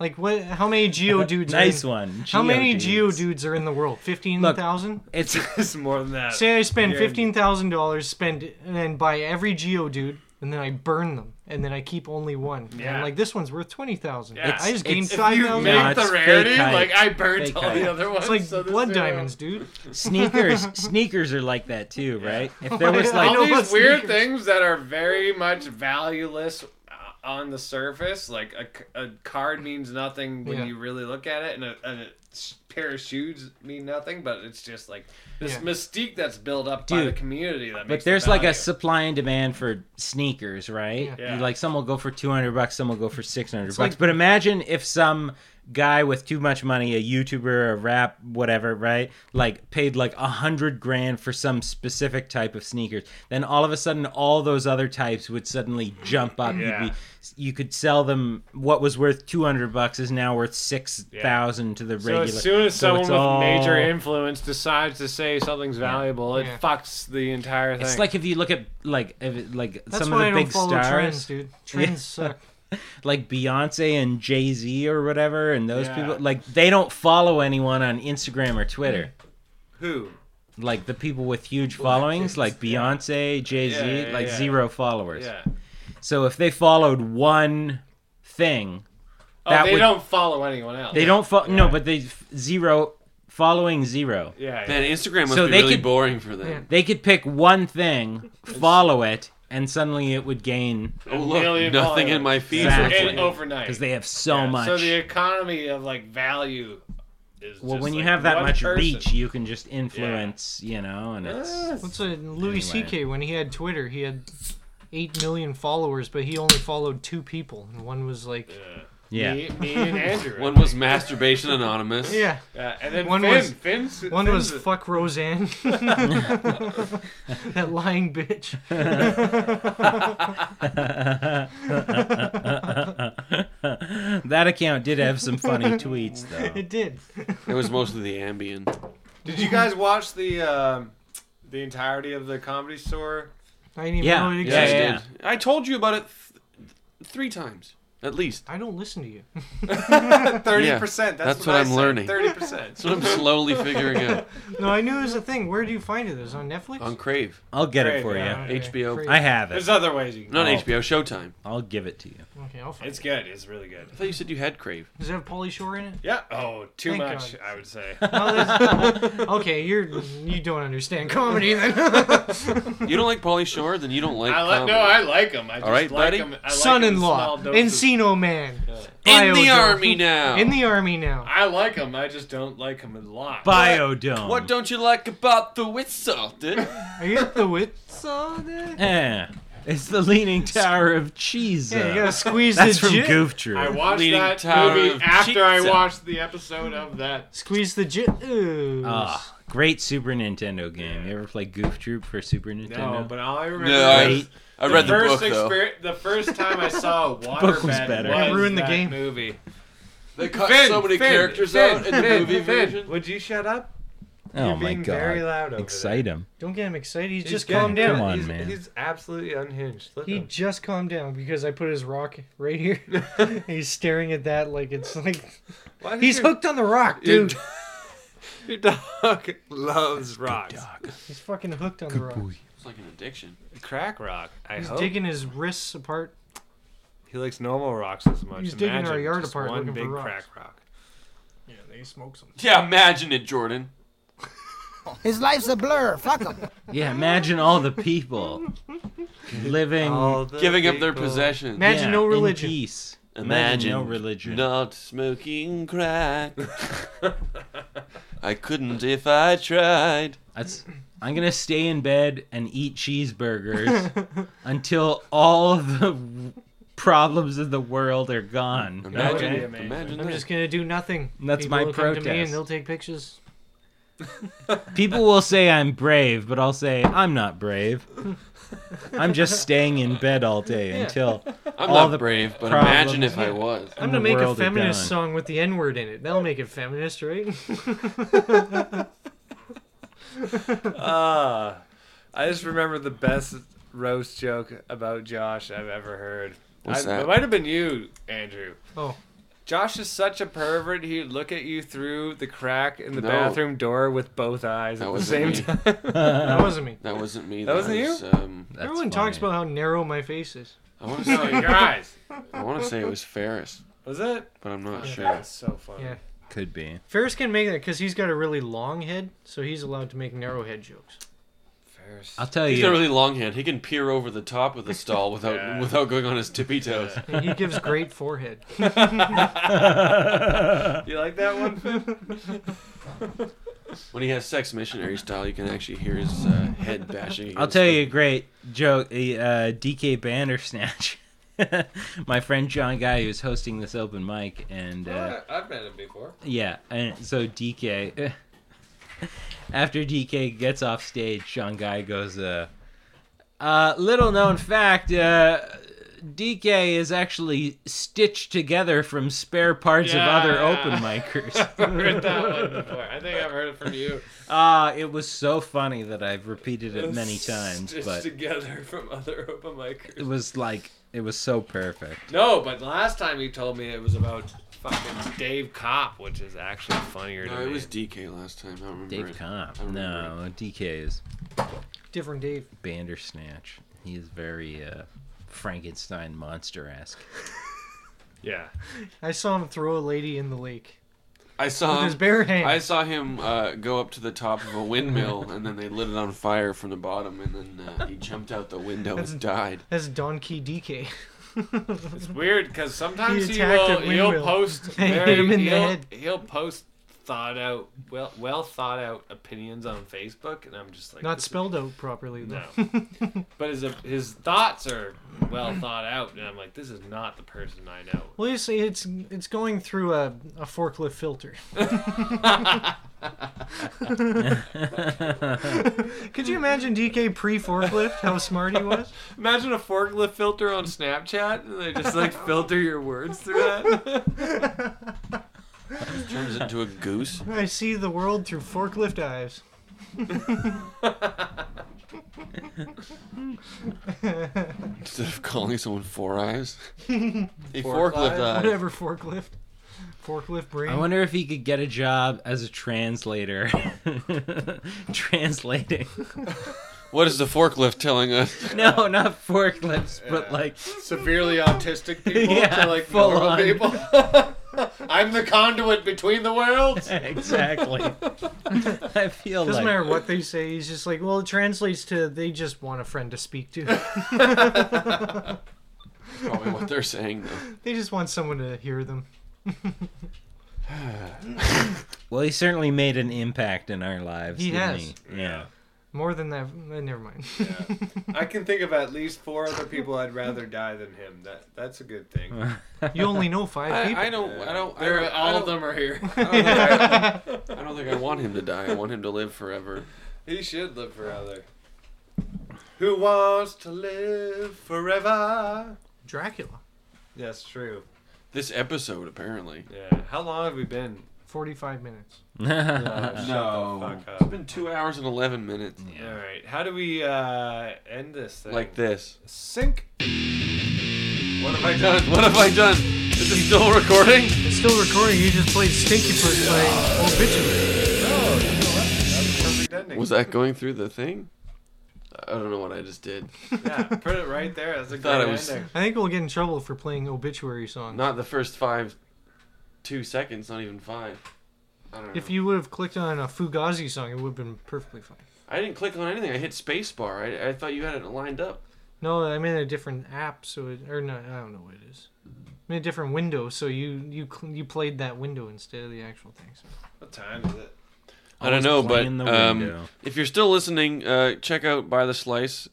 Speaker 6: Like what? How many Geo dudes?
Speaker 8: Nice
Speaker 6: are in,
Speaker 8: one,
Speaker 6: How many Geo
Speaker 8: Geodudes.
Speaker 6: dudes are in the world? Fifteen thousand.
Speaker 7: It's, it's more than that.
Speaker 6: Say I spend
Speaker 7: You're-
Speaker 6: fifteen thousand dollars, spend and buy every Geo dude, and then I burn them, and then I keep only one. Yeah.
Speaker 7: Yeah.
Speaker 6: like this one's worth twenty thousand.
Speaker 7: Yeah.
Speaker 6: I just
Speaker 7: It's-
Speaker 6: gained
Speaker 7: if you
Speaker 6: five thousand.
Speaker 7: make No, the it's fake rarity, hype. like, I burned
Speaker 8: Fake all the hype.
Speaker 7: other
Speaker 6: It's
Speaker 7: ones,
Speaker 6: like
Speaker 7: so there's
Speaker 6: blood
Speaker 7: zero.
Speaker 6: diamonds, dude.
Speaker 8: Sneakers, sneakers are like that too, right? If there was like
Speaker 7: all these weird things that are very much valueless uh, on the surface, like a, c- a card means nothing when
Speaker 6: Yeah.
Speaker 7: you really look at it, and a, and a s- pair of shoes mean nothing, but it's just like this
Speaker 6: Yeah.
Speaker 7: mystique that's built up by
Speaker 8: Dude,
Speaker 7: the community. That
Speaker 8: But
Speaker 7: makes
Speaker 8: there's
Speaker 7: the
Speaker 8: like
Speaker 7: value.
Speaker 8: a supply and demand for sneakers, right?
Speaker 7: Yeah.
Speaker 8: You- Like some will go for 200 bucks, some will go for 600
Speaker 6: It's
Speaker 8: bucks.
Speaker 6: like-
Speaker 8: but imagine if some guy with too much money, a YouTuber, a rap, whatever, right? Like paid like a hundred grand for some specific type of sneakers. Then all of a sudden, all those other types would suddenly jump up.
Speaker 7: Yeah.
Speaker 8: You'd be, you could sell them. What was worth 200 bucks is now worth 6,000 to the
Speaker 7: So
Speaker 8: regular.
Speaker 7: as soon as someone
Speaker 8: it's
Speaker 7: with major
Speaker 8: all-
Speaker 7: influence decides to say something's valuable, it fucks the entire thing.
Speaker 8: It's like if you look at like if it- like
Speaker 6: That's
Speaker 8: some
Speaker 6: why I
Speaker 8: of the
Speaker 6: don't
Speaker 8: big
Speaker 6: follow
Speaker 8: stars,
Speaker 6: trends, dude. Trends
Speaker 8: Yeah. like Beyonce and Jay Z or whatever, and those
Speaker 7: Yeah.
Speaker 8: people like they don't follow anyone on Instagram or Twitter.
Speaker 7: Mm. who?
Speaker 8: Like the people with huge followings, like Beyonce, Jay Z,
Speaker 7: Yeah, yeah,
Speaker 8: like
Speaker 7: yeah.
Speaker 8: zero followers.
Speaker 7: Yeah.
Speaker 8: So if they followed one thing,
Speaker 7: Oh, they don't follow anyone else.
Speaker 8: They don't follow. No, but they f- zero following zero.
Speaker 7: Yeah,
Speaker 5: Man, Instagram must be
Speaker 8: they
Speaker 5: really boring for them. Yeah.
Speaker 8: They could pick one thing, follow it, and suddenly it would gain.
Speaker 5: Oh, look, Million nothing in followers. my feed
Speaker 7: And
Speaker 5: oh,
Speaker 7: overnight.
Speaker 8: because they have so much.
Speaker 7: So the economy of like value is
Speaker 8: well,
Speaker 7: just,
Speaker 8: when you
Speaker 7: like,
Speaker 8: have that
Speaker 7: one
Speaker 8: much
Speaker 7: person. Ah,
Speaker 8: reach, you can just influence, you know, and it's
Speaker 6: What's a Louis
Speaker 8: Anyway.
Speaker 6: C.K. when he had Twitter? He had eight million followers, but he only followed two people, and one was like,
Speaker 8: Yeah.
Speaker 7: Me- me and Andrew.
Speaker 5: One was Masturbation Anonymous.
Speaker 6: Yeah.
Speaker 7: Yeah, and then
Speaker 6: one
Speaker 7: Finn-
Speaker 6: was
Speaker 7: Finn's-
Speaker 6: one was
Speaker 7: Finn's-
Speaker 6: fuck Roseanne. that lying bitch.
Speaker 8: that account did have some funny tweets, though.
Speaker 6: It did.
Speaker 5: It was mostly the Ambien.
Speaker 7: Did you guys watch the um, the entirety of the Comedy Store?
Speaker 6: I didn't even
Speaker 5: Yeah.
Speaker 6: know it
Speaker 5: Yeah,
Speaker 6: existed.
Speaker 5: yeah, yeah. I told you about it th- three times at least.
Speaker 6: I don't listen to you.
Speaker 7: Thirty percent.
Speaker 5: Yeah,
Speaker 7: That's,
Speaker 5: that's what I'm learning.
Speaker 7: Thirty percent.
Speaker 5: That's what I'm slowly figuring out.
Speaker 6: No, I knew it was a thing. Where do you find it? It was on Netflix.
Speaker 5: On Crave.
Speaker 8: I'll get it for you.
Speaker 5: HBO.
Speaker 8: I have it.
Speaker 7: There's other ways you can.
Speaker 5: Not
Speaker 8: I'll-
Speaker 5: HBO, Showtime.
Speaker 8: I'll give it to you.
Speaker 6: Okay, I'll find
Speaker 7: It's good. It's really good.
Speaker 5: I thought you said you had Crave.
Speaker 6: Does it have Polly Shore in it?
Speaker 7: Yeah. Oh, too
Speaker 6: Thank
Speaker 7: much.
Speaker 6: God.
Speaker 7: I would say.
Speaker 6: No, that's- okay, you're you don't understand comedy then.
Speaker 5: You don't like Pauly Shore, then you don't like.
Speaker 7: I like-
Speaker 5: comedy.
Speaker 7: no, I like 'em. I just
Speaker 5: All right,
Speaker 7: like
Speaker 5: buddy.
Speaker 7: 'em- I like
Speaker 6: Son-in-law,
Speaker 7: small
Speaker 6: Encino
Speaker 7: doses.
Speaker 6: Man,
Speaker 5: In the
Speaker 6: Biodome.
Speaker 5: army now.
Speaker 6: In the army now.
Speaker 7: I like him. I just don't like him a lot.
Speaker 8: Biodome.
Speaker 5: What don't you like about the Witzel, dude?
Speaker 6: Are you at the wit saw there?
Speaker 8: Eh, it's the Leaning Tower of Cheese.
Speaker 6: Yeah, you gotta squeeze
Speaker 8: That's
Speaker 6: the
Speaker 8: from
Speaker 6: jit.
Speaker 8: Goof Troop.
Speaker 7: I watched
Speaker 6: Leaning
Speaker 7: that
Speaker 6: Tower
Speaker 7: movie
Speaker 6: of
Speaker 7: after I
Speaker 6: Pizza.
Speaker 7: watched the episode of that.
Speaker 6: Squeeze the jit. Ooh.
Speaker 8: Ah, great Super Nintendo game. You ever play Goof Troop for Super Nintendo?
Speaker 7: No, but all I remember.
Speaker 8: No, I-
Speaker 7: was
Speaker 8: I read the
Speaker 7: first
Speaker 8: book, though.
Speaker 7: experi- The first time I saw a
Speaker 8: The
Speaker 7: waterbed
Speaker 8: book was better.
Speaker 7: was
Speaker 8: It ruined the
Speaker 7: that
Speaker 8: game.
Speaker 7: movie.
Speaker 5: They cut so many characters out in the
Speaker 7: Finn,
Speaker 5: movie
Speaker 7: Finn,
Speaker 5: version.
Speaker 7: Would you shut up?
Speaker 8: oh
Speaker 7: You're
Speaker 8: my
Speaker 7: being
Speaker 8: god!
Speaker 7: very loud over
Speaker 8: Excite him.
Speaker 6: Don't get him excited. He's,
Speaker 7: He's
Speaker 6: just
Speaker 7: getting-
Speaker 6: calmed down.
Speaker 8: Come on,
Speaker 6: He's-
Speaker 8: man.
Speaker 7: He's absolutely unhinged. Let
Speaker 6: He
Speaker 7: him.
Speaker 6: just calmed down because I put his rock right here. he's staring at that like it's like
Speaker 7: Why did
Speaker 6: he's
Speaker 7: your-
Speaker 6: hooked on the rock,
Speaker 7: your-
Speaker 6: dude.
Speaker 7: Your dog loves rocks.
Speaker 6: He's fucking hooked on the rock.
Speaker 5: It's like an addiction.
Speaker 7: Crack rock. I
Speaker 6: He's
Speaker 5: Oh.
Speaker 7: hope.
Speaker 6: digging his wrists apart.
Speaker 7: He likes normal rocks as much.
Speaker 6: He's digging our
Speaker 7: Imagine
Speaker 6: yard
Speaker 7: just
Speaker 6: apart
Speaker 7: One
Speaker 6: looking for
Speaker 7: big
Speaker 6: rocks.
Speaker 7: crack rock.
Speaker 6: Yeah, they smoke some.
Speaker 5: Yeah, imagine it, Jordan.
Speaker 14: His life's a blur. Fuck him.
Speaker 8: Yeah, imagine all the people living,
Speaker 5: Giving up their possessions.
Speaker 8: Yeah, in peace.
Speaker 5: Imagine,
Speaker 8: no religion.
Speaker 5: Not smoking crack. I couldn't if I tried.
Speaker 8: That's. I'm gonna stay in bed and eat cheeseburgers until all the problems of the world are gone.
Speaker 5: Imagine-
Speaker 8: okay?
Speaker 5: imagine
Speaker 6: I'm just gonna do nothing.
Speaker 8: That's
Speaker 6: People
Speaker 8: my
Speaker 6: will come to me
Speaker 8: protest.
Speaker 6: and they'll take pictures.
Speaker 8: People will say I'm brave, but I'll say I'm not brave. I'm just staying in bed all day
Speaker 6: Yeah.
Speaker 8: until
Speaker 5: I'm
Speaker 8: all
Speaker 5: not
Speaker 8: the
Speaker 5: brave, but
Speaker 8: problems
Speaker 5: imagine if I was.
Speaker 8: in
Speaker 6: I'm
Speaker 8: the
Speaker 6: gonna make a
Speaker 8: world are
Speaker 6: feminist
Speaker 8: gone.
Speaker 6: song with the N word in it. That'll make it feminist, right?
Speaker 8: Uh-huh.
Speaker 7: Ah, I just remember the best roast joke about Josh I've ever heard.
Speaker 5: What's
Speaker 7: I-
Speaker 5: that?
Speaker 7: It might have been you, Andrew.
Speaker 6: Oh.
Speaker 7: Josh is such a pervert. He'd look at you through the crack in the
Speaker 5: No.
Speaker 7: bathroom door with both eyes at the same
Speaker 5: wasn't
Speaker 7: time.
Speaker 5: me. That wasn't me. That wasn't me.
Speaker 7: That
Speaker 5: That
Speaker 7: wasn't
Speaker 5: was,
Speaker 7: you.
Speaker 5: um, That's
Speaker 6: Everyone talks about how narrow my face is.
Speaker 5: I want to say
Speaker 7: your eyes.
Speaker 5: I want to say it was Ferris.
Speaker 7: Was it?
Speaker 5: But I'm not
Speaker 6: Yeah.
Speaker 5: sure.
Speaker 6: That's so funny. Yeah.
Speaker 8: Could be.
Speaker 6: Ferris can make that because he's got a really long head, so he's allowed to make narrow head jokes.
Speaker 7: Ferris.
Speaker 8: I'll tell
Speaker 5: He's
Speaker 8: you.
Speaker 5: not really longhand. He can peer over the top of the stall without without going on his tippy toes.
Speaker 6: And he gives great forehead.
Speaker 7: You like that one, Finn?
Speaker 5: When he has sex missionary style, you can actually hear his uh, head bashing.
Speaker 8: I'll
Speaker 5: against
Speaker 8: tell
Speaker 5: the-
Speaker 8: you a great joke. a, Uh, DK Bandersnatch. My friend John Guy, who's hosting this open mic, and uh,
Speaker 7: I've met him before.
Speaker 8: yeah, and so DK. after DK gets off stage, John Guy goes, uh, uh, "Little known fact, uh, DK is actually stitched together from spare parts
Speaker 7: Yeah,
Speaker 8: of other
Speaker 7: yeah.
Speaker 8: open micers."
Speaker 7: I've heard that one before. I think I've heard it from you.
Speaker 8: Ah, it was so funny that I've repeated it many times,
Speaker 7: Stitched
Speaker 8: but
Speaker 7: together from other open micers.
Speaker 8: it was like it was so perfect.
Speaker 7: No, but last time you told me it was about fucking Dave Cop, which is actually funnier.
Speaker 5: No,
Speaker 7: to
Speaker 5: it
Speaker 7: me.
Speaker 5: was DK last time. I remember.
Speaker 8: Dave
Speaker 5: it.
Speaker 8: Comp.
Speaker 5: I remember it.
Speaker 8: No, DK is
Speaker 6: Different Dave.
Speaker 8: Bandersnatch. He is very uh, Frankenstein monster esque.
Speaker 7: Yeah.
Speaker 6: I saw him throw a lady in the lake.
Speaker 5: I saw
Speaker 8: Um,
Speaker 6: With his
Speaker 5: him-
Speaker 6: bare hands.
Speaker 5: I saw him uh, go up to the top of a windmill, and then they lit it on fire from the bottom, and then uh, he jumped out the window
Speaker 6: That's-
Speaker 5: and died.
Speaker 6: That's Donkey DK.
Speaker 7: It's weird because sometimes
Speaker 6: He
Speaker 7: he
Speaker 6: attacked
Speaker 7: will
Speaker 6: a
Speaker 7: he'll
Speaker 6: windmill.
Speaker 7: post
Speaker 6: They hit
Speaker 7: very,
Speaker 6: him in the
Speaker 7: he'll,
Speaker 6: head.
Speaker 7: he'll post thought out well well thought out opinions on Facebook, and I'm just like
Speaker 6: Not
Speaker 7: this is-
Speaker 6: spelled out properly though.
Speaker 7: but his his thoughts are well thought out, and I'm like this is not the person I know.
Speaker 6: Well, you see, it's it's going through a, a forklift filter. Could you imagine DK pre forklift? How smart he was.
Speaker 7: Imagine a forklift filter on Snapchat, and they just like filter your words through that.
Speaker 5: Turns into a goose.
Speaker 6: I see the world through forklift eyes.
Speaker 5: Instead of calling someone four eyes, he
Speaker 6: Fork
Speaker 5: forklift
Speaker 6: eyes?
Speaker 5: eyes.
Speaker 6: Whatever forklift, forklift brain.
Speaker 8: I wonder if he could get a job as a translator, translating.
Speaker 5: What is the forklift telling us?
Speaker 8: No, not forklifts, but like
Speaker 7: severely autistic
Speaker 8: people Yeah, to, like, full normal on. people.
Speaker 7: I'm the conduit between the worlds.
Speaker 8: Exactly. I feel like
Speaker 6: Doesn't matter what they say. He's just like, well, it translates to they just want a friend to speak to.
Speaker 5: Probably what they're saying though.
Speaker 6: they just want someone to hear them.
Speaker 8: Well, he certainly made an impact in our lives.
Speaker 6: He
Speaker 8: didn't
Speaker 6: has.
Speaker 8: He? Yeah.
Speaker 6: More than that, eh, never mind.
Speaker 7: I can think of at least four other people I'd rather die than him. That that's a good thing.
Speaker 6: You only know five people.
Speaker 5: I, I don't. I don't. I
Speaker 7: They're-
Speaker 5: don't- I
Speaker 7: all of
Speaker 5: don't-
Speaker 7: them are here.
Speaker 5: I don't, think I, I don't think I want him to die. I want him to live forever.
Speaker 7: He should live forever. Who wants to live forever?
Speaker 6: Dracula.
Speaker 7: That's true.
Speaker 5: This episode, apparently.
Speaker 7: Yeah. How long have we been?
Speaker 6: Forty-five minutes.
Speaker 7: shut
Speaker 5: No.
Speaker 7: the fuck
Speaker 5: It's
Speaker 7: up.
Speaker 5: been two hours and eleven minutes.
Speaker 7: All right. How do we uh, end this thing?
Speaker 5: Like this.
Speaker 7: Sync. What have I
Speaker 5: Done. What have I done? Is it still recording?
Speaker 6: It's still recording. You just played Stinky Foot by Obituary.
Speaker 5: Was that going through the thing? I don't know what I just did.
Speaker 7: Yeah, put it right there. That's a
Speaker 5: Thought
Speaker 7: good
Speaker 5: it was-
Speaker 7: ending.
Speaker 6: I think we'll get in trouble for playing obituary songs.
Speaker 5: Not the first five, two seconds. Not even five. I don't know.
Speaker 6: If you would have clicked on a Fugazi song, it would have been perfectly fine.
Speaker 5: I didn't click on anything. I hit spacebar. I, I thought you had it lined up.
Speaker 6: No, I'm in a different app, so it, or no, I don't know what it is. I'm in a different window, so you you cl- you played that window instead of the actual thing. So.
Speaker 7: What time is it?
Speaker 5: I don't know, but
Speaker 8: playing the window.
Speaker 5: um, if you're still listening, uh, check out By the Slice.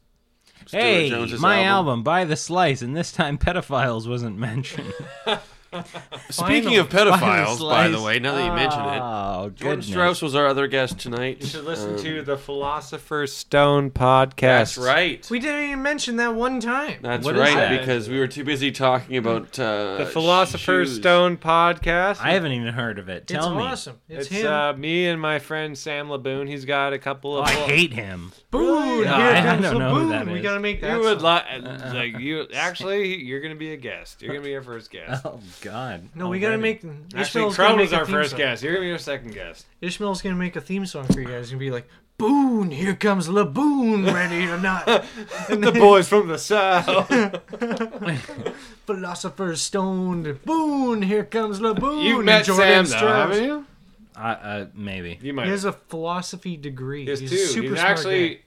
Speaker 5: Stuart
Speaker 8: Hey,
Speaker 5: Jones's
Speaker 8: my album. Buy the Slice, and this time pedophiles wasn't mentioned.
Speaker 5: Speaking of
Speaker 8: Finally.
Speaker 5: pedophiles, by
Speaker 8: Finally
Speaker 5: the way, now that you mention it,
Speaker 8: Oh,
Speaker 5: Jordan
Speaker 8: goodness.
Speaker 5: Strauss was our other guest tonight.
Speaker 7: You should listen
Speaker 5: Um,
Speaker 7: to the Philosopher's Stone podcast.
Speaker 5: That's right.
Speaker 6: We didn't even mention that one time.
Speaker 5: That's
Speaker 8: What is
Speaker 5: right,
Speaker 8: that?
Speaker 5: because we were too busy talking about uh,
Speaker 7: The Philosopher's
Speaker 5: shoes.
Speaker 7: Stone podcast.
Speaker 8: I haven't even heard of it. Tell
Speaker 6: it's
Speaker 8: me.
Speaker 6: awesome. It's,
Speaker 7: It's,
Speaker 6: him.
Speaker 7: uh, me and my friend Sam Laboon. He's got a couple
Speaker 8: Oh,
Speaker 7: of.
Speaker 8: I hate him.
Speaker 6: Boone.
Speaker 8: No,
Speaker 6: Here
Speaker 8: I- I
Speaker 6: comes
Speaker 8: don't
Speaker 6: the
Speaker 8: know who
Speaker 6: Boone.
Speaker 8: that
Speaker 6: We
Speaker 8: is.
Speaker 6: gotta make that.
Speaker 7: You would
Speaker 6: song. uh,
Speaker 7: like, like you. Actually, you're gonna be a guest. You're gonna be our first guest.
Speaker 8: Oh God.
Speaker 6: No, we gotta make.
Speaker 7: Actually,
Speaker 6: Ishmael's
Speaker 7: Crown
Speaker 6: Uh, gonna make
Speaker 7: was our
Speaker 6: a theme
Speaker 7: first
Speaker 6: song.
Speaker 7: guest. You're gonna be our second guest.
Speaker 6: Ishmael's gonna make a theme song for you guys. He's gonna be like, "Boone, here comes Laboon, ready or not." And
Speaker 7: the
Speaker 6: then-
Speaker 7: boys from the south.
Speaker 6: Philosopher's stoned. Boone, here comes Laboon.
Speaker 7: You've
Speaker 6: and
Speaker 7: met
Speaker 6: Jordan
Speaker 7: Sam, though,
Speaker 6: Strauss.
Speaker 7: haven't you?
Speaker 8: Uh, uh, maybe.
Speaker 7: You
Speaker 6: He has a philosophy degree.
Speaker 7: He has
Speaker 6: He's
Speaker 7: two.
Speaker 6: a super
Speaker 7: He's
Speaker 6: smart
Speaker 7: actually,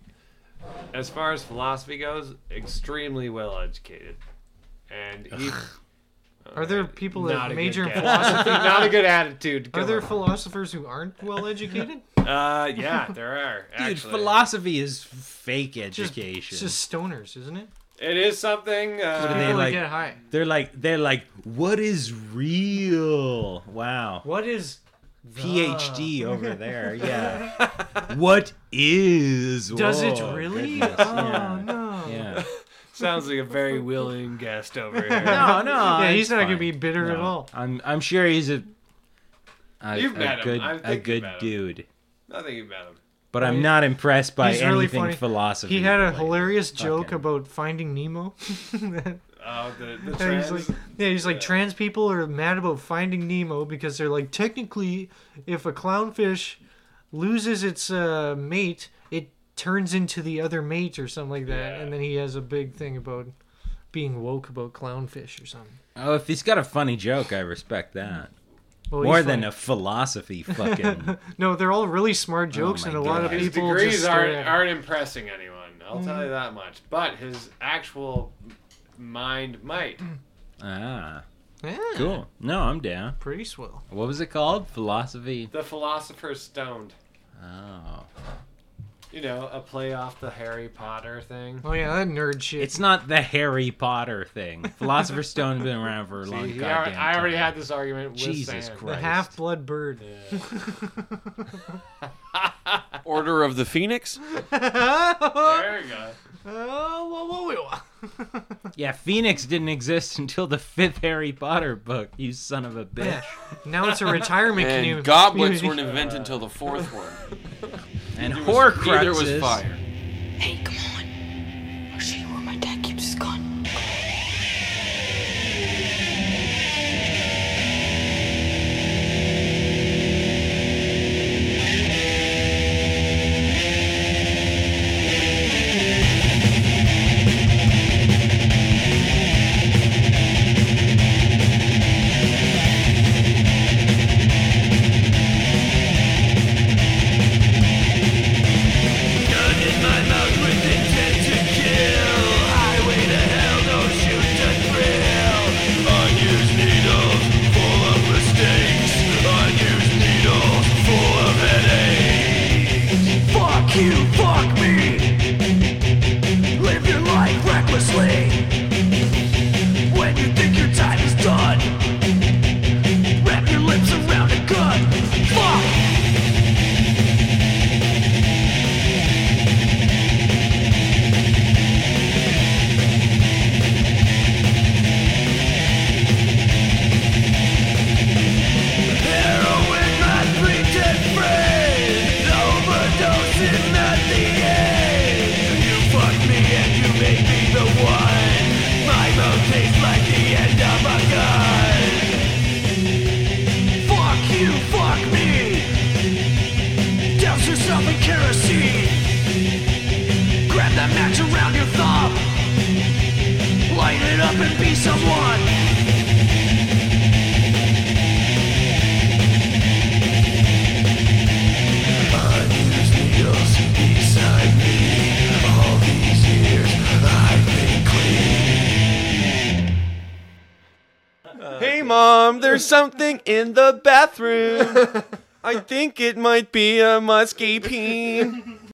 Speaker 7: as far as philosophy goes, extremely well educated. And he.
Speaker 6: guy. Are there people
Speaker 7: Not a
Speaker 6: that
Speaker 7: good
Speaker 6: major in
Speaker 7: guess.
Speaker 6: philosophy?
Speaker 7: Not a good attitude.
Speaker 6: Are
Speaker 7: Come
Speaker 6: there
Speaker 7: on.
Speaker 6: philosophers who aren't well educated?
Speaker 7: Uh, yeah, there are.
Speaker 8: Dude,
Speaker 7: Actually.
Speaker 8: philosophy is fake education.
Speaker 6: It's just stoners, isn't it?
Speaker 7: it is something. Uh,
Speaker 8: What are they like?
Speaker 6: get high.
Speaker 8: They're like they're like what is real? Wow.
Speaker 6: What is
Speaker 8: PhD over there? Yeah. what is?
Speaker 7: Does it
Speaker 8: Whoa,
Speaker 7: really?
Speaker 8: goodness,
Speaker 7: Oh,
Speaker 8: yeah.
Speaker 6: no.
Speaker 8: Yeah.
Speaker 7: Sounds like a very willing guest over here.
Speaker 6: No, no, Yeah, he's
Speaker 8: it's
Speaker 6: not gonna
Speaker 8: fine.
Speaker 6: be bitter at all.
Speaker 8: I'm I'm sure he's a a,
Speaker 7: You've
Speaker 8: a
Speaker 7: met him.
Speaker 8: good
Speaker 7: I
Speaker 8: a
Speaker 7: think
Speaker 8: good
Speaker 7: you've met him.
Speaker 8: dude.
Speaker 7: I think you met him.
Speaker 8: But I'm not impressed by
Speaker 6: He's
Speaker 8: anything
Speaker 6: really funny.
Speaker 8: philosophy.
Speaker 6: He had a
Speaker 8: related.
Speaker 6: hilarious
Speaker 8: Fuck
Speaker 6: joke
Speaker 8: him.
Speaker 6: about finding Nemo.
Speaker 7: Oh, the, the
Speaker 6: And
Speaker 7: trans.
Speaker 6: he's like, yeah, he's like trans people are mad about Finding Nemo because they're like technically, if a clownfish loses its uh, mate, it turns into the other mate or something like that. And then he has a big thing about being woke about clownfish or something.
Speaker 8: Oh, if he's got a funny joke, I respect that.
Speaker 6: Well, he's
Speaker 8: More than
Speaker 6: funny.
Speaker 8: a philosophy fucking.
Speaker 6: no, they're all really smart jokes,
Speaker 8: Oh my
Speaker 6: and a lot of
Speaker 8: God.
Speaker 7: his
Speaker 6: people
Speaker 7: degrees
Speaker 6: just
Speaker 7: aren't,
Speaker 6: uh,
Speaker 7: aren't impressing anyone. I'll tell you that much. But his actual mind might.
Speaker 8: ah.
Speaker 6: Yeah.
Speaker 8: Cool. No, I'm down.
Speaker 6: Pretty swell.
Speaker 8: What was it called? Philosophy.
Speaker 7: The Philosopher's Stoned.
Speaker 8: Oh.
Speaker 7: You know, a play off the Harry Potter thing.
Speaker 6: Oh yeah, that nerd shit.
Speaker 8: It's not the Harry Potter thing. Philosopher's Stone's been around for a
Speaker 7: See,
Speaker 8: long
Speaker 7: he
Speaker 8: goddamn
Speaker 7: alre-
Speaker 8: time.
Speaker 7: I already had this argument with
Speaker 8: Jesus
Speaker 7: Sam.
Speaker 8: Christ.
Speaker 6: half blood bird.
Speaker 5: Order of the Phoenix?
Speaker 7: there you go.
Speaker 6: Oh, Uh, whoa, whoa, whoa.
Speaker 8: Yeah, Phoenix didn't exist until the fifth Harry Potter book. You son of a bitch.
Speaker 6: Yeah. Now it's a retirement
Speaker 5: and
Speaker 6: commu-
Speaker 5: goblets
Speaker 6: community.
Speaker 5: weren't invented until the fourth one.
Speaker 8: And
Speaker 5: Neither was- neither
Speaker 8: Horcruxes.
Speaker 5: was fire.
Speaker 15: Hey, come on. I'll show you where my dad keeps his gun.
Speaker 1: Fuck you, fuck me. Live your life recklessly. When you think your time is done, wrap your lips around a gun. Fuck! Fuck you, fuck me! Douse yourself in kerosene. Grab that match around your thumb. Light it up and be someone. Unused needles beside me. All these years I've been clean.
Speaker 5: hey, Mom, there's something in the bathroom. I think it might be a musky peen.